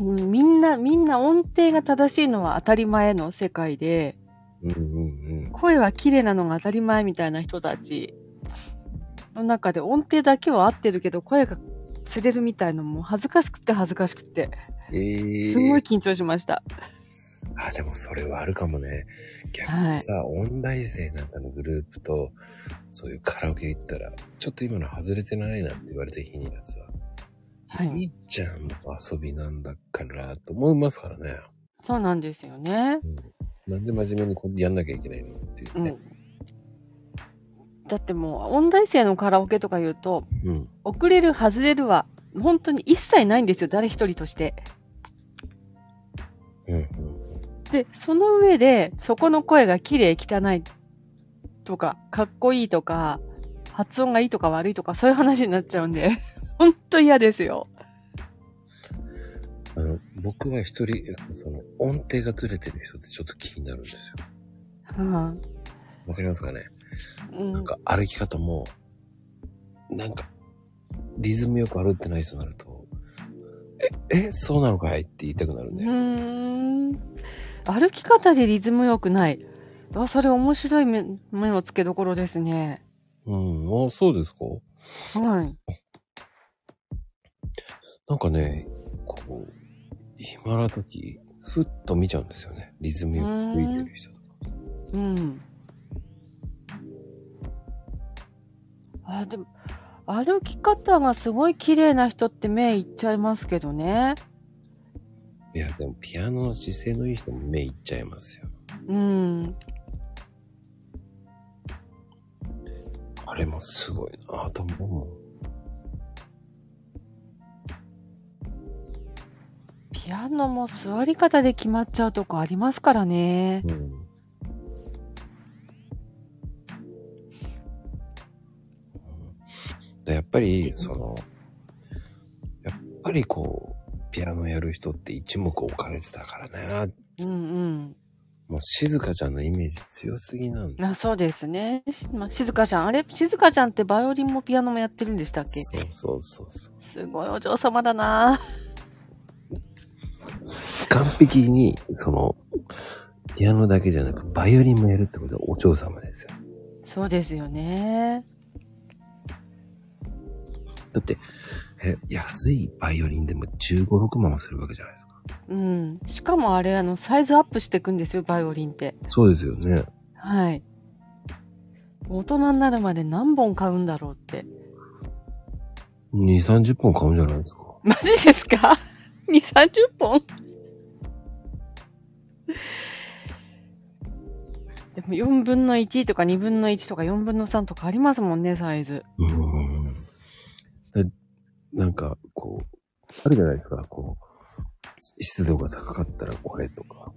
[SPEAKER 2] うんみんな、みんな音程が正しいのは当たり前の世界で、
[SPEAKER 1] うんうんうん。
[SPEAKER 2] 声が綺麗なのが当たり前みたいな人たちの中で音程だけは合ってるけど声が釣れるみたいのも恥ずかしくて恥ずかしくて、
[SPEAKER 1] ええ
[SPEAKER 2] すごい緊張しました。
[SPEAKER 1] あ、でもそれはあるかもね。逆
[SPEAKER 2] はい
[SPEAKER 1] に。さ、音大生なんかのグループと、そういうカラオケ行ったら、ちょっと今の外れてないなって言われた日にはさ、
[SPEAKER 2] はい
[SPEAKER 1] いっちゃんの遊びなんだからと思いますからね。
[SPEAKER 2] そうなんですよね。
[SPEAKER 1] なんで真面目にこうやんなきゃいけないのっていうね。
[SPEAKER 2] だってもう、音大生のカラオケとか言うと、
[SPEAKER 1] うん。
[SPEAKER 2] 遅れる、外れるは、本当に一切ないんですよ、誰一人として。
[SPEAKER 1] うん。うん。
[SPEAKER 2] で、その上で、そこの声が綺麗、汚いとか、かっこいいとか、発音がいいとか悪いとか、そういう話になっちゃうんで、 本当嫌ですよ。
[SPEAKER 1] あの、僕は一人、その、音程がずれてる人ってちょっと気になるんですよ。
[SPEAKER 2] うん
[SPEAKER 1] わかりますかね
[SPEAKER 2] うん
[SPEAKER 1] なんか歩き方も、なんか、リズムよく歩いてない人になると、え、え、そうなのかいって言いたくなる
[SPEAKER 2] う
[SPEAKER 1] ね。
[SPEAKER 2] ーん歩き方でリズム良くない。あ、それ面白い目目の付けどころですね。
[SPEAKER 1] うん、あ、そうですか
[SPEAKER 2] はい。
[SPEAKER 1] なんかね、こう、暇な時、ふっと見ちゃうんですよね。リズムよく歩いてる人とか。
[SPEAKER 2] うん。あ、でも、歩き方がすごい綺麗な人って目いっちゃいますけどね。
[SPEAKER 1] いや、でもピアノの姿勢のいい人も目いっちゃいますよ。
[SPEAKER 2] うん。
[SPEAKER 1] あれもすごいなと思うもん。
[SPEAKER 2] ピアノも座り方で決まっちゃうとこありますからね。
[SPEAKER 1] うんでやっぱり、その、やっぱりこう、ピアノやる人って一目置かれてたからね。
[SPEAKER 2] うん
[SPEAKER 1] もう静香ちゃんのイメージ強すぎなん
[SPEAKER 2] う
[SPEAKER 1] だ。
[SPEAKER 2] ん。あそうですね。しまあ、静香ちゃん。あれ静香ちゃんってバイオリンもピアノもやってるんでしたっけ
[SPEAKER 1] そうそうそうそう。
[SPEAKER 2] すごいお嬢様だな
[SPEAKER 1] 完璧に、その、ピアノだけじゃなく、バイオリンもやるってことはお嬢様ですよ。
[SPEAKER 2] そうですよね。
[SPEAKER 1] だって、え安いバイオリンでも15、6万もするわけじゃないですか。
[SPEAKER 2] うん。しかもあれ、あの、サイズアップしていくんですよ、バイオリンって。
[SPEAKER 1] そうですよね。
[SPEAKER 2] はい。大人になるまで何本買うんだろうって。
[SPEAKER 1] 2、30本買うんじゃないですか。
[SPEAKER 2] マジですか ?2、30本 でも4分の1とか2分の1とか4分の3とかありますもんね、サイズ。
[SPEAKER 1] うーん。でなんか、こう、あるじゃないですか、こう、湿度が高かったらこれとか。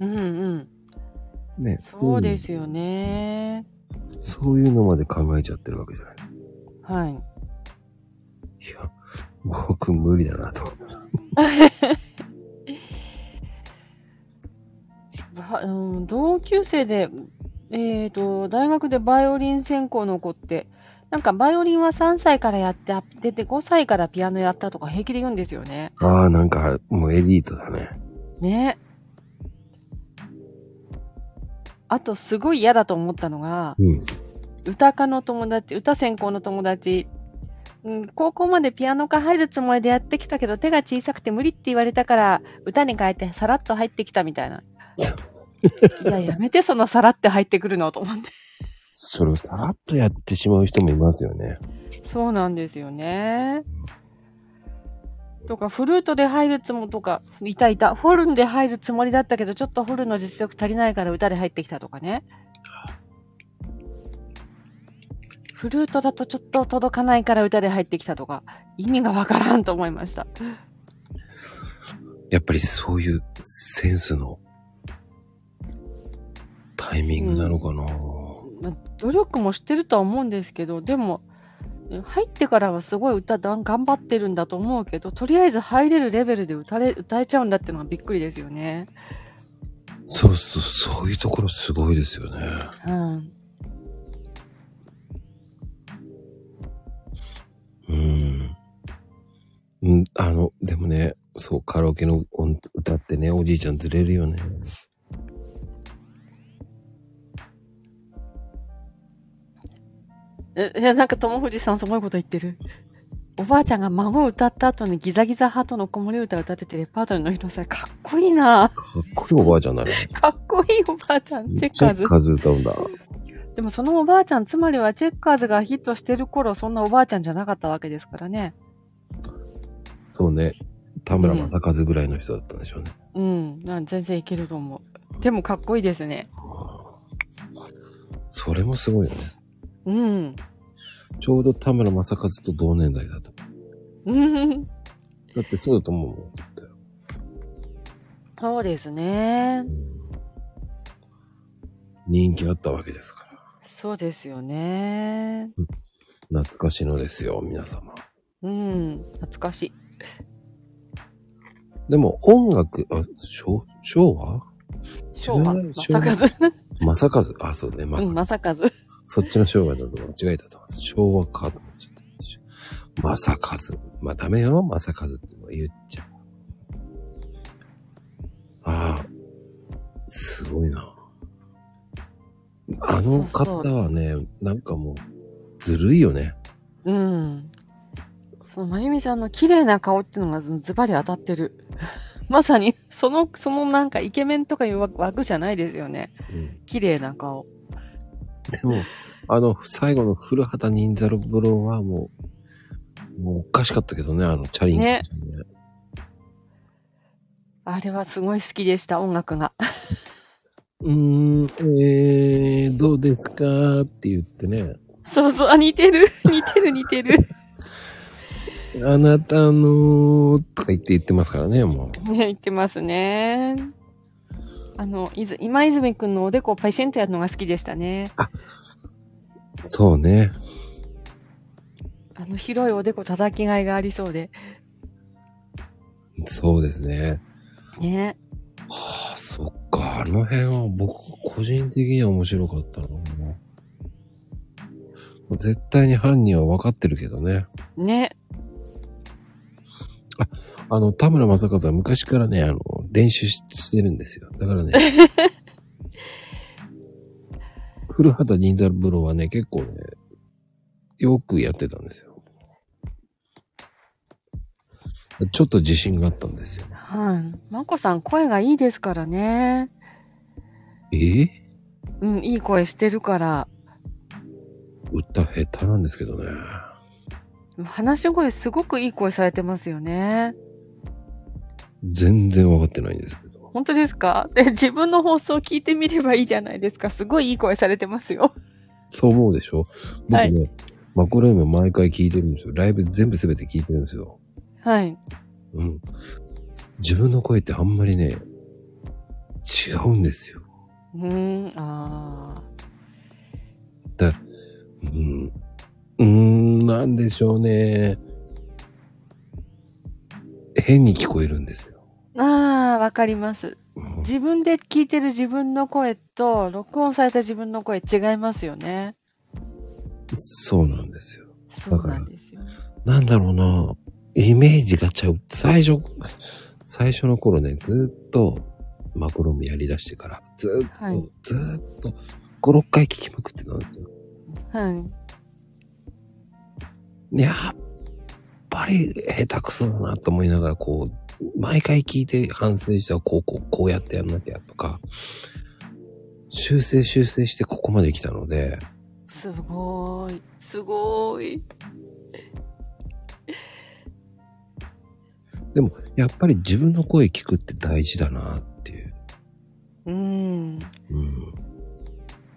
[SPEAKER 2] うんうん。
[SPEAKER 1] ね。
[SPEAKER 2] そうですよね。
[SPEAKER 1] そういう。そういうのまで考えちゃってるわけじゃない。
[SPEAKER 2] はい。
[SPEAKER 1] いや、僕無理だなと思ってた。
[SPEAKER 2] ばうん、同級生で、えー、と大学でバイオリン専攻の子ってなんかバイオリンは3歳からやってあ出て5歳からピアノやったとか平気で言うんですよね。
[SPEAKER 1] ああ、なんか、もうエリートだね。
[SPEAKER 2] ねあとすごい嫌だと思ったのが
[SPEAKER 1] うん。
[SPEAKER 2] 歌科の友達歌専攻の友達、うん、高校までピアノ科入るつもりでやってきたけど手が小さくて無理って言われたから歌に変えてさらっと入ってきたみたいな。いややめてそのさらって入ってくるのと思って
[SPEAKER 1] それをさらっとやってしまう人もいますよね。
[SPEAKER 2] そうなんですよね。
[SPEAKER 1] う
[SPEAKER 2] とか、フルートで入るつもりとか、いたいた、ホルンで入るつもりだったけど、ちょっとホルンの実力足りないから歌で入ってきたとかね。フルートだとちょっと届かないから歌で入ってきたとか、意味がわからんと思いました。
[SPEAKER 1] やっぱりそういうセンスのタイミングなのかな、
[SPEAKER 2] まあ努力もしてるとは思うんですけど、でも、入ってからはすごい歌だん頑張ってるんだと思うけど、とりあえず入れるレベルで歌れ歌えちゃうんだってのはびっくりですよね。
[SPEAKER 1] そうそう、そういうところすごいですよね。
[SPEAKER 2] うん。
[SPEAKER 1] うん。うん、あの、でもね、そう、カラオケの音歌ってね、おじいちゃんずれるよね。
[SPEAKER 2] えいや、なんか友藤さんすごいこと言ってる。おばあちゃんが孫を歌った後にギザギザハートの子守歌を歌っててレパートリーの広さ、かっこいいな
[SPEAKER 1] かっこいいおばあちゃんだね。
[SPEAKER 2] かっこいいおばあちゃん、チェッカーズ
[SPEAKER 1] チェッ。カーズ歌うんだ。
[SPEAKER 2] でもそのおばあちゃん、つまりはチェッカーズがヒットしてる頃、そんなおばあちゃんじゃなかったわけですからね。
[SPEAKER 1] そうね。田村正和ぐらいの人だったんでしょうね。
[SPEAKER 2] うん、なん全然いけると思う。でもかっこいいですね。
[SPEAKER 1] それもすごいよね。
[SPEAKER 2] うん。
[SPEAKER 1] ちょうど田村正和と同年代だと。
[SPEAKER 2] うん。
[SPEAKER 1] だってそうだと思うもん。だって
[SPEAKER 2] そうですね。
[SPEAKER 1] 人気あったわけですから。
[SPEAKER 2] そうですよね。
[SPEAKER 1] 懐かしのですよ、皆様。
[SPEAKER 2] うん。懐かしい。
[SPEAKER 1] でも音楽、あ、昭昭和
[SPEAKER 2] 昭和。ま
[SPEAKER 1] 自
[SPEAKER 2] さ
[SPEAKER 1] 分
[SPEAKER 2] か
[SPEAKER 1] は
[SPEAKER 2] ず。
[SPEAKER 1] 正和。あ、そうね、正
[SPEAKER 2] う
[SPEAKER 1] 和。
[SPEAKER 2] ん、まさかず。
[SPEAKER 1] そっちの昭和だと間違えたと思います。昭和かと思っちゃった。正和。まあダメよ、正和って言っちゃう。ああ、すごいな。あの方はね、なんかもう、ずるいよね。
[SPEAKER 2] うん。その、まゆみさんの綺麗な顔ってのがずズバリ当たってる。 まさに、その、そのなんかイケメンとかいう枠枠じゃないですよね。
[SPEAKER 1] うん、
[SPEAKER 2] 綺麗な顔。
[SPEAKER 1] でも、あの、最後の古畑任三郎はもう、もうおかしかったけどね、あの、チャリンコ、
[SPEAKER 2] ねあれはすごい好きでした、音楽が。
[SPEAKER 1] うーん、えー、どうですかって言ってね。
[SPEAKER 2] そうそう、あ、似てる。 似てる、似てる。
[SPEAKER 1] あなたの、とか言って言ってますからね、も
[SPEAKER 2] ね、言ってますね。あの、いず今泉くんのおでこをパシンとやるのが好きでしたね。
[SPEAKER 1] う。そうね。
[SPEAKER 2] あの広いおでこ叩きがいがありそうで。
[SPEAKER 1] そうですね。
[SPEAKER 2] ね。
[SPEAKER 1] はあ、そっか。あの辺は僕、個人的には面白かったな。もう絶対に犯人は分かってるけどね。
[SPEAKER 2] ね。
[SPEAKER 1] あの、田村正和は昔からね、あの、練習ししてるんですよ。だからね。 古畑任三郎はね、結構ね、よくやってたんですよ。ちょっと自信があったんですよ。
[SPEAKER 2] はい。まこさん、声がいいですからね。
[SPEAKER 1] えー
[SPEAKER 2] うん、いい声してるから。
[SPEAKER 1] 歌下手なんですけどね。
[SPEAKER 2] 話し声すごくいい声されてますよね。
[SPEAKER 1] 全然分かってないんですけど。
[SPEAKER 2] 本当ですか で、自分の放送聞いてみればいいじゃないですか。すごいいい声されてますよ。
[SPEAKER 1] そう思うでしょ僕ね、
[SPEAKER 2] はい
[SPEAKER 1] マコルーム毎回聞いてるんですよ。ライブ全部すべて聞いてるんですよ。
[SPEAKER 2] はい。
[SPEAKER 1] うん。自分の声ってあんまりね、違うんですよ。
[SPEAKER 2] うーん、あ
[SPEAKER 1] うん。うーん、なんでしょうね。変に聞こえるんですよ。
[SPEAKER 2] ー。あー、わかります。
[SPEAKER 1] うん
[SPEAKER 2] 自分で聞いてる自分の声と、録音された自分の声違いますよね。
[SPEAKER 1] そうなんですよ。
[SPEAKER 2] そうなんですよ。
[SPEAKER 1] なんだろうな。イメージがちゃう。最初、最初の頃ね、ずーっと、マクロムやり出してから、ずーっと、
[SPEAKER 2] はい
[SPEAKER 1] ずーっと、5、6回聞きまくってたんですよ。
[SPEAKER 2] はい。
[SPEAKER 1] やっぱり下手くそだなと思いながら、こう、毎回聞いて反省しては、こう、こう、こうやってやんなきゃとか、修正修正してここまで来たので、
[SPEAKER 2] すごーい。すごーい。
[SPEAKER 1] でも、やっぱり自分の声聞くって大事だなっていう。
[SPEAKER 2] うん。
[SPEAKER 1] うん。だか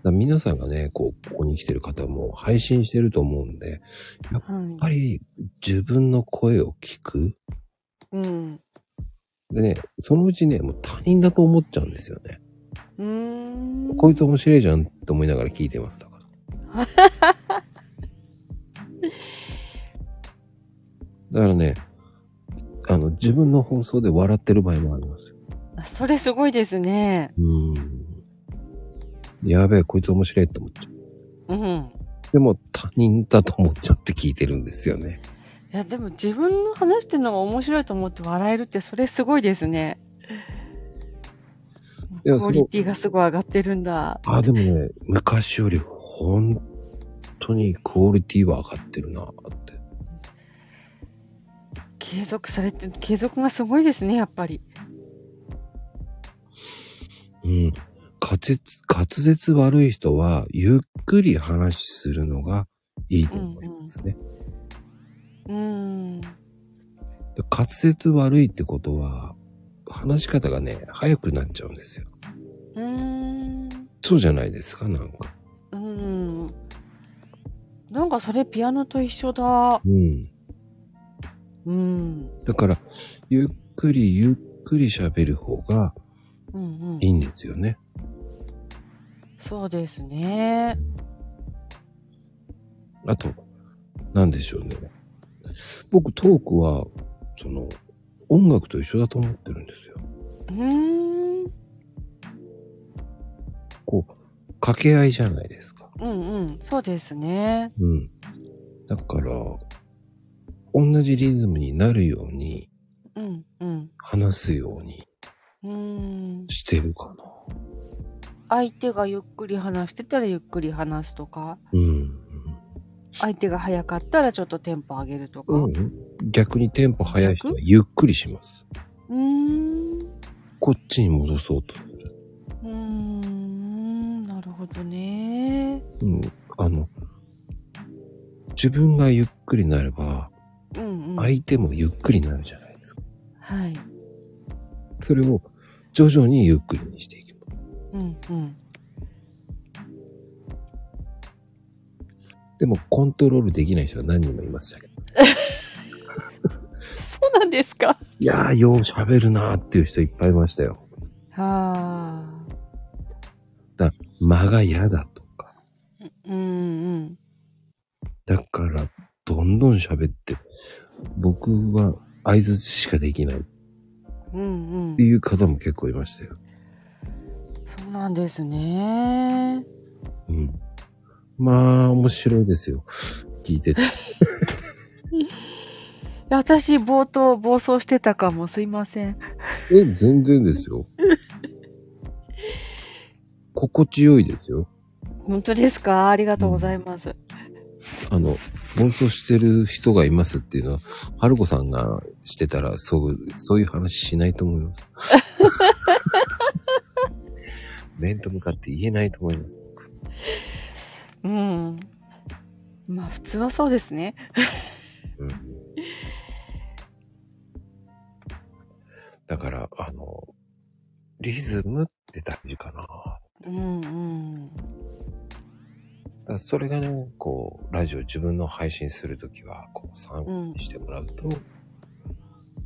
[SPEAKER 1] ら皆さんがね、こう、ここに来てる方も配信してると思うんで、やっ
[SPEAKER 2] は
[SPEAKER 1] ぱ
[SPEAKER 2] い。
[SPEAKER 1] り自分の声を聞く。
[SPEAKER 2] うん。
[SPEAKER 1] でね、そのうちね、もう他人だと思っちゃうんですよね。
[SPEAKER 2] うーん。
[SPEAKER 1] こいつ面白いじゃんって思いながら聞いてます、だから。だからね、あの、自分の放送で笑ってる場合もありますよ。
[SPEAKER 2] あそれすごいですね。
[SPEAKER 1] うん。やべえ、こいつ面白いって思っちゃう。
[SPEAKER 2] うん。
[SPEAKER 1] でも他人だと思っちゃって聞いてるんですよね。
[SPEAKER 2] いや、でも自分の話してるのが面白いと思って笑えるって、それすごいですね。
[SPEAKER 1] いや
[SPEAKER 2] クオリティがすごい上がってるんだ。
[SPEAKER 1] あ、でもね、昔より本当にクオリティは上がってるなって。
[SPEAKER 2] 継続されて、継続がすごいですね、やっぱり。
[SPEAKER 1] うん。滑舌、滑舌悪い人は、ゆっくり話するのがいいと思いますね。
[SPEAKER 2] うーん。
[SPEAKER 1] で滑舌悪いってことは、話し方がね、早くなっちゃうんですよ。
[SPEAKER 2] うーん。
[SPEAKER 1] そうじゃないですか、なんか。
[SPEAKER 2] うん。なんかそれピアノと一緒だ。
[SPEAKER 1] うん。
[SPEAKER 2] うん。
[SPEAKER 1] だから、ゆっくりゆっくり喋る方が
[SPEAKER 2] うんうん
[SPEAKER 1] い。いんですよね。
[SPEAKER 2] そうですね。
[SPEAKER 1] あと、なんでしょうね。僕、トークは、その、音楽と一緒だと思ってるんですよ。
[SPEAKER 2] うーん。
[SPEAKER 1] こう、掛け合いじゃないですか。
[SPEAKER 2] うんうん。そうですね。
[SPEAKER 1] うん。だから、同じリズムになるように、
[SPEAKER 2] うんうん。
[SPEAKER 1] 話すように
[SPEAKER 2] うーん。
[SPEAKER 1] してるかな。
[SPEAKER 2] 相手がゆっくり話してたらゆっくり話すとか、
[SPEAKER 1] うん。
[SPEAKER 2] 相手が早かったらちょっとテンポ上げるとか。
[SPEAKER 1] う。
[SPEAKER 2] うん
[SPEAKER 1] 逆にテンポ速い人はゆっくりします。
[SPEAKER 2] ーん。
[SPEAKER 1] こっちに戻そうとする。
[SPEAKER 2] うーん。なるほどね。
[SPEAKER 1] うん、あの、自分がゆっくりなれば、
[SPEAKER 2] うんうん。はい。
[SPEAKER 1] 相手もゆっくりになるじゃないですか。
[SPEAKER 2] はい。
[SPEAKER 1] それを徐々にゆっくりにしていきます。
[SPEAKER 2] うんうん。
[SPEAKER 1] でも、コントロールできない人は何人もいましたけど。
[SPEAKER 2] そうなんですか。
[SPEAKER 1] いやー、よう喋るなーっていう人いっぱいいましたよ。
[SPEAKER 2] はあ。
[SPEAKER 1] 間が嫌だとか。
[SPEAKER 2] うんうん。
[SPEAKER 1] だから、どんどん喋って、僕は合図しかできないっ
[SPEAKER 2] うんうん
[SPEAKER 1] て。いう方も結構いましたよ。
[SPEAKER 2] そうなんですね。
[SPEAKER 1] うん。まあ、面白いですよ。聞いてて。
[SPEAKER 2] いや私、冒頭、暴走してたかも、すいません。
[SPEAKER 1] え、全然ですよ。心地よいですよ。
[SPEAKER 2] 本当ですかありがとうございます。
[SPEAKER 1] あの、暴走してる人がいますっていうのは、春子さんがしてたら、そう、そういう話しないと思います。面と向かって言えないと思います。
[SPEAKER 2] うん。まあ、普通はそうですね。
[SPEAKER 1] うん。だから、あの、リズムって大事かな。だか
[SPEAKER 2] うんうん。
[SPEAKER 1] らそれがね、こう、ラジオ自分の配信するときは、こう、参考にしてもらうと、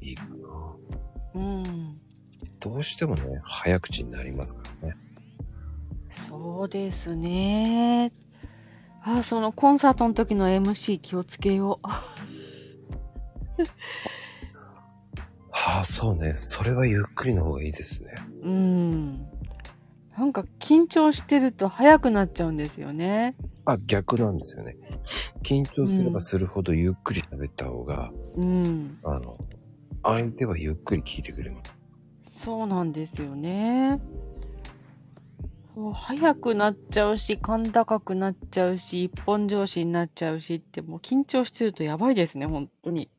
[SPEAKER 1] いいかな。
[SPEAKER 2] うん。
[SPEAKER 1] どうしてもね、早口になりますからね。
[SPEAKER 2] そうですね。あ、そのコンサートの時の MC 気をつけよう。
[SPEAKER 1] はあ、そうね。それはゆっくりの方がいいですね。
[SPEAKER 2] うん。なんか緊張してると早くなっちゃうんですよね。
[SPEAKER 1] あ、逆なんですよね。緊張すればするほどゆっくり喋った方が、
[SPEAKER 2] うん。
[SPEAKER 1] あの、相手はゆっくり聞いてくれます。
[SPEAKER 2] そうなんですよね。そう早くなっちゃうし、甲高くなっちゃうし、一本上司になっちゃうしって、もう緊張してるとやばいですね、本当に。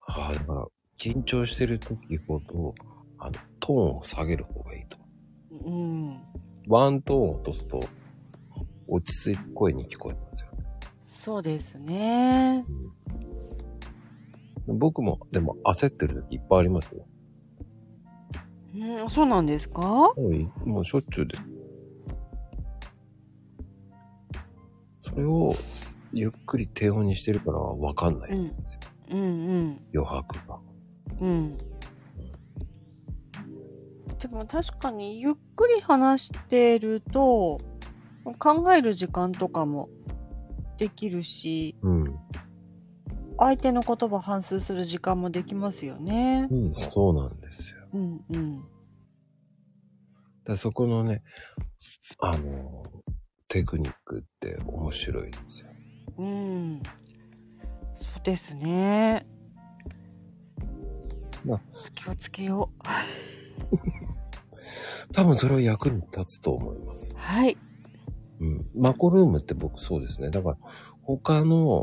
[SPEAKER 1] はあ、だから、緊張してる時ほど、あの、トーンを下げる方がいいと。
[SPEAKER 2] うん。
[SPEAKER 1] ワントーンを落とすと、落ち着いて声に聞こえますよ。
[SPEAKER 2] そうですね。
[SPEAKER 1] 僕も、でも焦ってる時いっぱいありますよ。
[SPEAKER 2] うん、そうなんですか
[SPEAKER 1] もうい、もうしょっちゅうです。それを、ゆっくり低音にしてるからわかんない。
[SPEAKER 2] うん。うんうん。
[SPEAKER 1] 余白が。
[SPEAKER 2] うん。でも確かにゆっくり話してると考える時間とかもできるし
[SPEAKER 1] うん。
[SPEAKER 2] 相手の言葉反芻する時間もできますよね。
[SPEAKER 1] うん、そうなんですよ。
[SPEAKER 2] うんうん。
[SPEAKER 1] だからそこのね、あの、テクニックって面白いですよ。
[SPEAKER 2] うん。そうですね
[SPEAKER 1] まあ。
[SPEAKER 2] 気をつけよう。
[SPEAKER 1] 多分それは役に立つと思います。
[SPEAKER 2] はい。
[SPEAKER 1] うん。マコルームって僕そうですね。だから、他の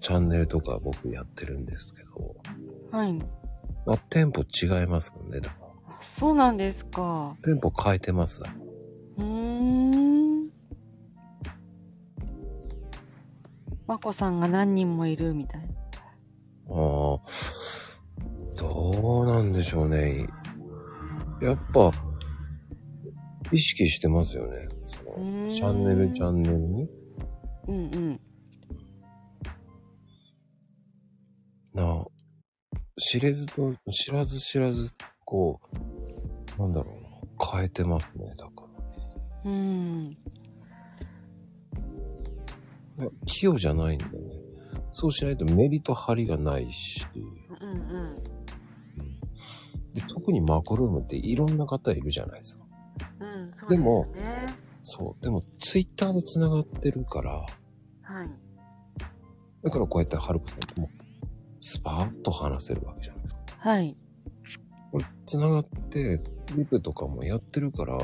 [SPEAKER 1] チャンネルとか僕やってるんですけど、
[SPEAKER 2] はい。
[SPEAKER 1] まあ、テンポ違いますもんね。だから、
[SPEAKER 2] そうなんですか。
[SPEAKER 1] テンポ変えてます。だから
[SPEAKER 2] うーん。まこさんが何人もいるみたいな。
[SPEAKER 1] ああ、どうなんでしょうね。やっぱ、意識してますよね。そうの
[SPEAKER 2] ーん
[SPEAKER 1] チャンネルチャンネルに。
[SPEAKER 2] うんうん。
[SPEAKER 1] なあ、知れずと、知らず知らず、こう、なんだろうな。変えてますね、だか
[SPEAKER 2] うん。
[SPEAKER 1] ら。いや器用じゃないんだよね。そうしないとメリと張りがないし。
[SPEAKER 2] うんうん。
[SPEAKER 1] で特にマコルームっていろんな方いるじゃないですか。
[SPEAKER 2] うん、そう
[SPEAKER 1] でも
[SPEAKER 2] すよね。
[SPEAKER 1] そう。でも、ツイッターで繋がってるから、
[SPEAKER 2] はい。
[SPEAKER 1] だからこうやってハルコさんともスパーッと話せるわけじゃないですか。
[SPEAKER 2] はい。
[SPEAKER 1] これ繋がって、リプとかもやってるから、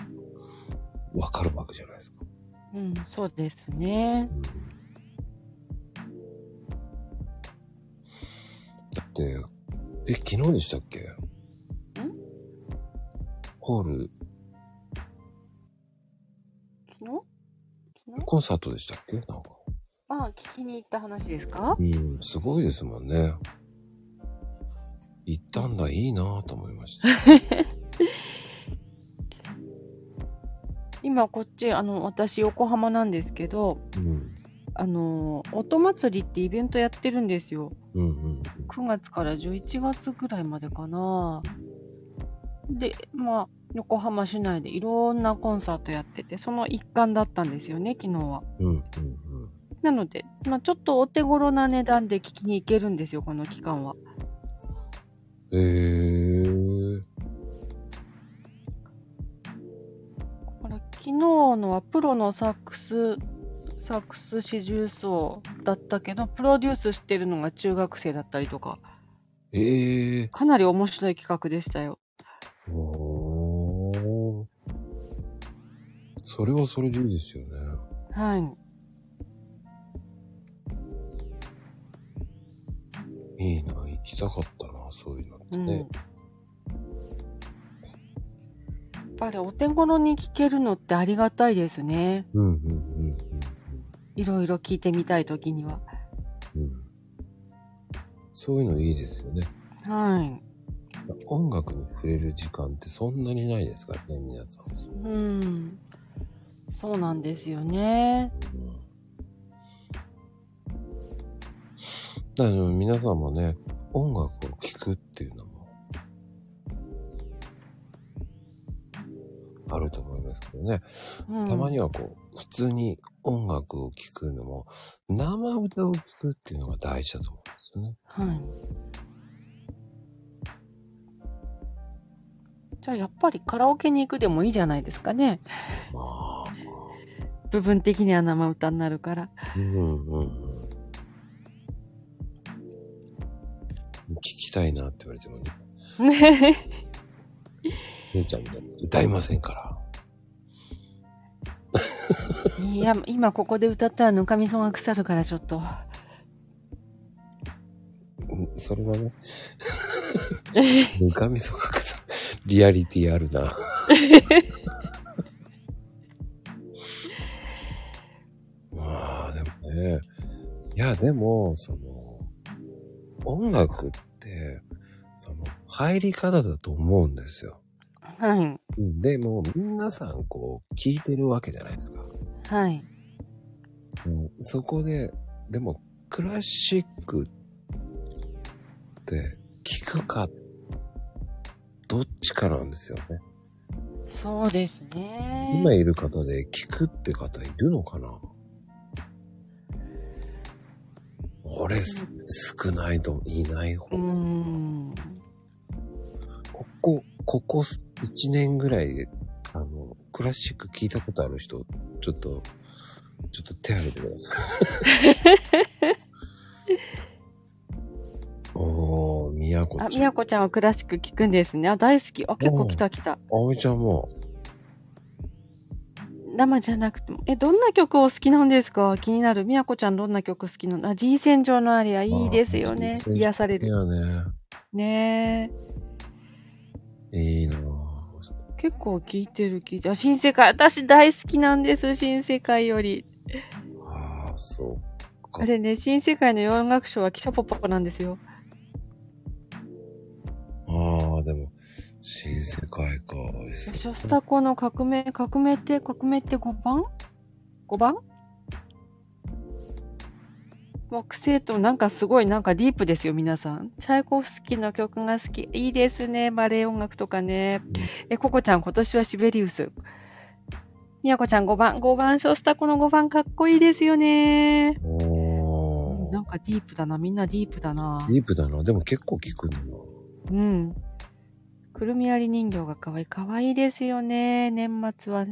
[SPEAKER 1] わかるわけじゃないですか。
[SPEAKER 2] うん、そうですね。
[SPEAKER 1] うん、だって、え、昨日でしたっけホール、
[SPEAKER 2] 昨日昨日
[SPEAKER 1] コンサートでしたっけなんか。
[SPEAKER 2] あ、聞きに行った話ですか
[SPEAKER 1] うん、すごいですもんね。行ったんだ、いいなぁと思いました。
[SPEAKER 2] 今こっち、あの、私横浜なんですけど、
[SPEAKER 1] うん、
[SPEAKER 2] あの、音祭りってイベントやってるんですよ。
[SPEAKER 1] うん、うん。
[SPEAKER 2] 9月から11月ぐらいまでかな。で、まあ、横浜市内でいろんなコンサートやってて、その一環だったんですよね、昨日は。
[SPEAKER 1] うん、うん、うん。
[SPEAKER 2] なので、まあ、ちょっとお手頃な値段で聞きに行けるんですよ、この期間は。
[SPEAKER 1] えー、
[SPEAKER 2] これ昨日のはプロのサックス、サックス四重奏だったけど、プロデュースしてるのが中学生だったりとか、
[SPEAKER 1] えー、
[SPEAKER 2] かなり面白い企画でしたよ。
[SPEAKER 1] おーそれはそれでいいですよね。
[SPEAKER 2] はい。
[SPEAKER 1] いいな、行きたかったな、そういうのって
[SPEAKER 2] うん、や
[SPEAKER 1] ね
[SPEAKER 2] っ。ぱりお手頃に聞けるのってありがたいですね。
[SPEAKER 1] うん、うん、うん、
[SPEAKER 2] いろいろ聞いてみたいときには。
[SPEAKER 1] うん、うん。そういうのいいですよね。
[SPEAKER 2] はい。
[SPEAKER 1] 音楽に触れる時間ってそんなにないですからね、皆さん。
[SPEAKER 2] うん。そうなんですよね。
[SPEAKER 1] だから皆さんもね、音楽を聴くっていうのも、あると思いますけどね。
[SPEAKER 2] うん、
[SPEAKER 1] たまにはこう、普通に音楽を聴くのも、生歌を聴くっていうのが大事だと思うんです
[SPEAKER 2] はい。じゃあやっぱりカラオケに行くでもいいじゃないですかね。
[SPEAKER 1] よね。まあ、
[SPEAKER 2] 部分的には生歌になるから。
[SPEAKER 1] うんうんうん。聞きたいなって言われてもね、
[SPEAKER 2] ね
[SPEAKER 1] 姉ちゃんみたいに歌いませんから。
[SPEAKER 2] いや、今ここで歌ったらぬかみそが腐るからちょっと。
[SPEAKER 1] うんそれはね、ぬかみそがくさ、リアリティあるな。まあ、でもね。いや、でも、その、音楽っ入り方だと思うんですよ。
[SPEAKER 2] はい。
[SPEAKER 1] うんで、もう皆さんこう聞いてるわけじゃないですか。
[SPEAKER 2] はい。
[SPEAKER 1] うんそこで、でもクラシックって聞くか、どっちかなんですよね。
[SPEAKER 2] そうですね。
[SPEAKER 1] 今いる方で聞くって方いるのかな俺、す少ないと思う、いない方。
[SPEAKER 2] うーん。
[SPEAKER 1] ここ、ここ1年ぐらいで、あの、クラシック聞いたことある人、ちょっと、ちょっと手挙げてくださ い。おー、みやこ
[SPEAKER 2] あ、み
[SPEAKER 1] ちゃん。
[SPEAKER 2] やこちゃんはクラシック聞くんですね。あ、大好き。あ、結構来た来た。
[SPEAKER 1] あおいちゃんも、
[SPEAKER 2] 生じゃなくても。え、どんな曲を好きなんですか気になる。みやこちゃんどんな曲好きなのあ、G 戦場のアリア、いいですよね
[SPEAKER 1] あー。
[SPEAKER 2] 癒され
[SPEAKER 1] い
[SPEAKER 2] る。
[SPEAKER 1] やね、
[SPEAKER 2] ね
[SPEAKER 1] いいなぁ
[SPEAKER 2] え。結構聞いてる、聞いてる。あ、新世界。私大好きなんです、新世界より。
[SPEAKER 1] ああ、そう。
[SPEAKER 2] あれね、新世界の洋楽賞は記者ポッポなんですよ。
[SPEAKER 1] ああ、でも、新世界か。
[SPEAKER 2] ショスタコの革命、革命って、革命って5番 ?5 番木星となんかすごいなんかディープですよ、皆さん。チャイコフスキーの曲が好き。いいですね、バレエ音楽とかね。え、ココちゃん、今年はシベリウス。みやこちゃん5番、5番、ショスタコの5番かっこいいですよね。
[SPEAKER 1] お
[SPEAKER 2] な
[SPEAKER 1] ー
[SPEAKER 2] んかディープだな、みんなディープだな。
[SPEAKER 1] ディープだな。でも結構聞くんだな。
[SPEAKER 2] うん。くるみ割り人形が可愛い。可愛いですよね。年末は。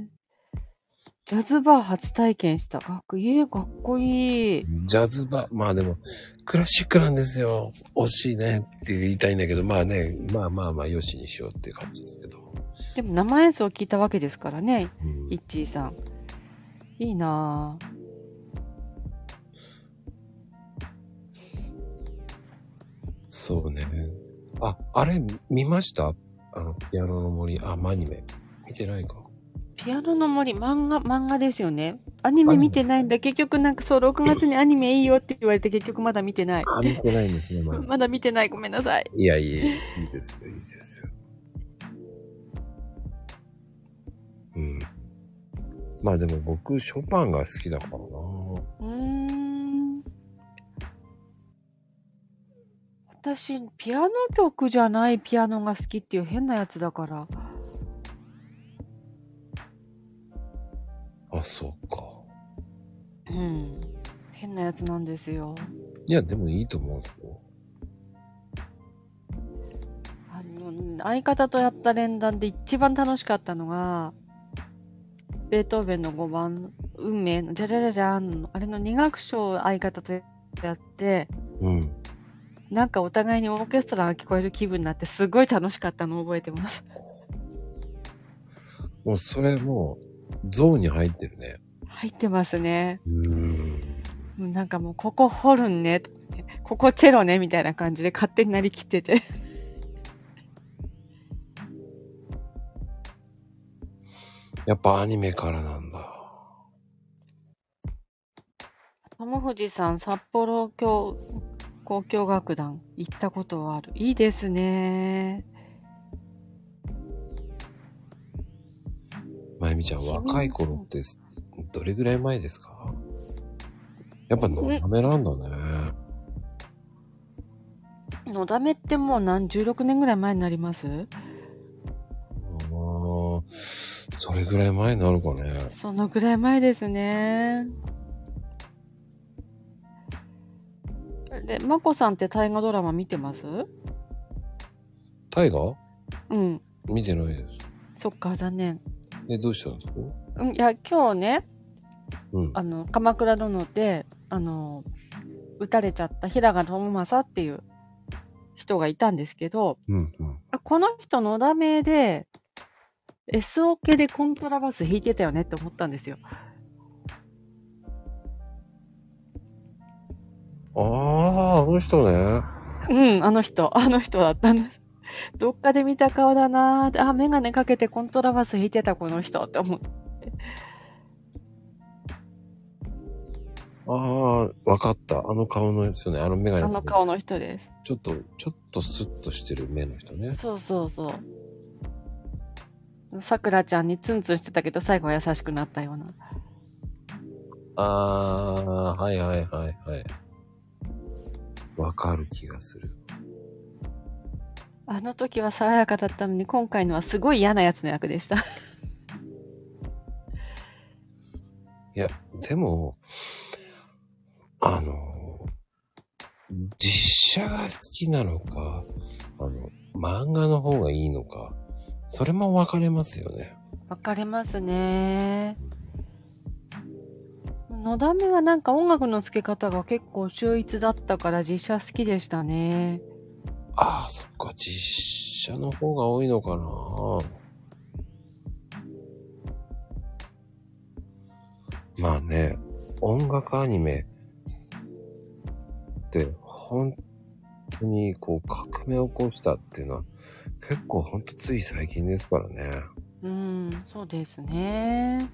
[SPEAKER 2] ジャズバー初体験した。かっこいい。かっこいい。
[SPEAKER 1] ジャズバ、まあでも、クラシックなんですよ。惜しいねって言いたいんだけど、まあね、まあまあまあ、よしにしようっていう感じですけど。
[SPEAKER 2] でも生演奏を聞いたわけですからね。
[SPEAKER 1] うん
[SPEAKER 2] イッチーさん。いいなぁ。
[SPEAKER 1] そうね。あ、あれ、見ましたあの、ピアノの森、あ、アニメ。見てないか。
[SPEAKER 2] ピアノの森、漫画、漫画ですよね。アニメ見てないんだ。結局なんかそう、6月にアニメいいよって言われて結局まだ見てない。
[SPEAKER 1] あ、見てないんですね、まだ。
[SPEAKER 2] まだ見てない。ごめんなさい。
[SPEAKER 1] いやいや、いいですよ、いいですよ。うん。まあでも僕、ショパンが好きだからな。
[SPEAKER 2] うーん私、ピアノ曲じゃないピアノが好きっていう変なやつだから。
[SPEAKER 1] あ、そうか。
[SPEAKER 2] うん。変なやつなんですよ。
[SPEAKER 1] いや、でもいいと思うんですよ。
[SPEAKER 2] あの、相方とやった連弾で一番楽しかったのが、ベートーベンの5番、運命の、じゃじゃじゃじゃーんの、あれの2楽章を相方とやって、
[SPEAKER 1] うん。
[SPEAKER 2] なんかお互いにオーケストラが聞こえる気分になって、すごい楽しかったのを覚えてます。
[SPEAKER 1] もうそれもう、ゾーンに入ってるね。
[SPEAKER 2] 入ってますね。
[SPEAKER 1] うん。
[SPEAKER 2] もうなんかもう、ここ掘るんね、ここチェロね、みたいな感じで勝手になりきって て。
[SPEAKER 1] やっぱアニメからなんだ。
[SPEAKER 2] 友藤さん、札幌教、交響楽団、行ったことはある。いいですね。
[SPEAKER 1] まゆみちゃん、若い頃って、どれぐらい前ですかやっぱ、のためなんだね。
[SPEAKER 2] のだめってもう何、16年ぐらい前になります
[SPEAKER 1] うん。それぐらい前になるかね。
[SPEAKER 2] そのぐらい前ですね。で、まこさんって大河ドラマ見てます
[SPEAKER 1] タイガー
[SPEAKER 2] うん。
[SPEAKER 1] 見てないです。
[SPEAKER 2] そっか、残念。
[SPEAKER 1] え、どうしたんですか
[SPEAKER 2] うんいや、今日ね、
[SPEAKER 1] うん。
[SPEAKER 2] あの、鎌倉殿で、あの、撃たれちゃった平賀智正っていう人がいたんですけど、
[SPEAKER 1] うん、うん。
[SPEAKER 2] あこの人のだめで、S オケでコントラバス弾いてたよねって思ったんですよ。
[SPEAKER 1] ああ、あの人ね。
[SPEAKER 2] うん、あの人、あの人だったんです。どっかで見た顔だなーって、あ、メガネかけてコントラバス弾いてたこの人って思う。
[SPEAKER 1] ああ、わかった。あの顔の人ね。あのメガネ。
[SPEAKER 2] あの。顔の人です。
[SPEAKER 1] ちょっと、ちょっとスッとしてる目の人ね。
[SPEAKER 2] そうそうそう。さくらちゃんにツンツンしてたけど、最後は優しくなったような。
[SPEAKER 1] あー、はいはいはいはい。わかる気がする。
[SPEAKER 2] あの時は爽やかだったのに、今回のはすごい嫌なやつの役でした。
[SPEAKER 1] いや、でも、あの、実写が好きなのか、あの、漫画の方がいいのか、それも分かれますよね。
[SPEAKER 2] わかりますね。のだめはなんか音楽の付け方が結構秀逸だったから実写好きでしたね。
[SPEAKER 1] ああ、そっか、実写の方が多いのかな。まあね、音楽アニメって本当にこう革命を起こしたっていうのは結構本当つい最近ですからね。
[SPEAKER 2] うん、そうですね。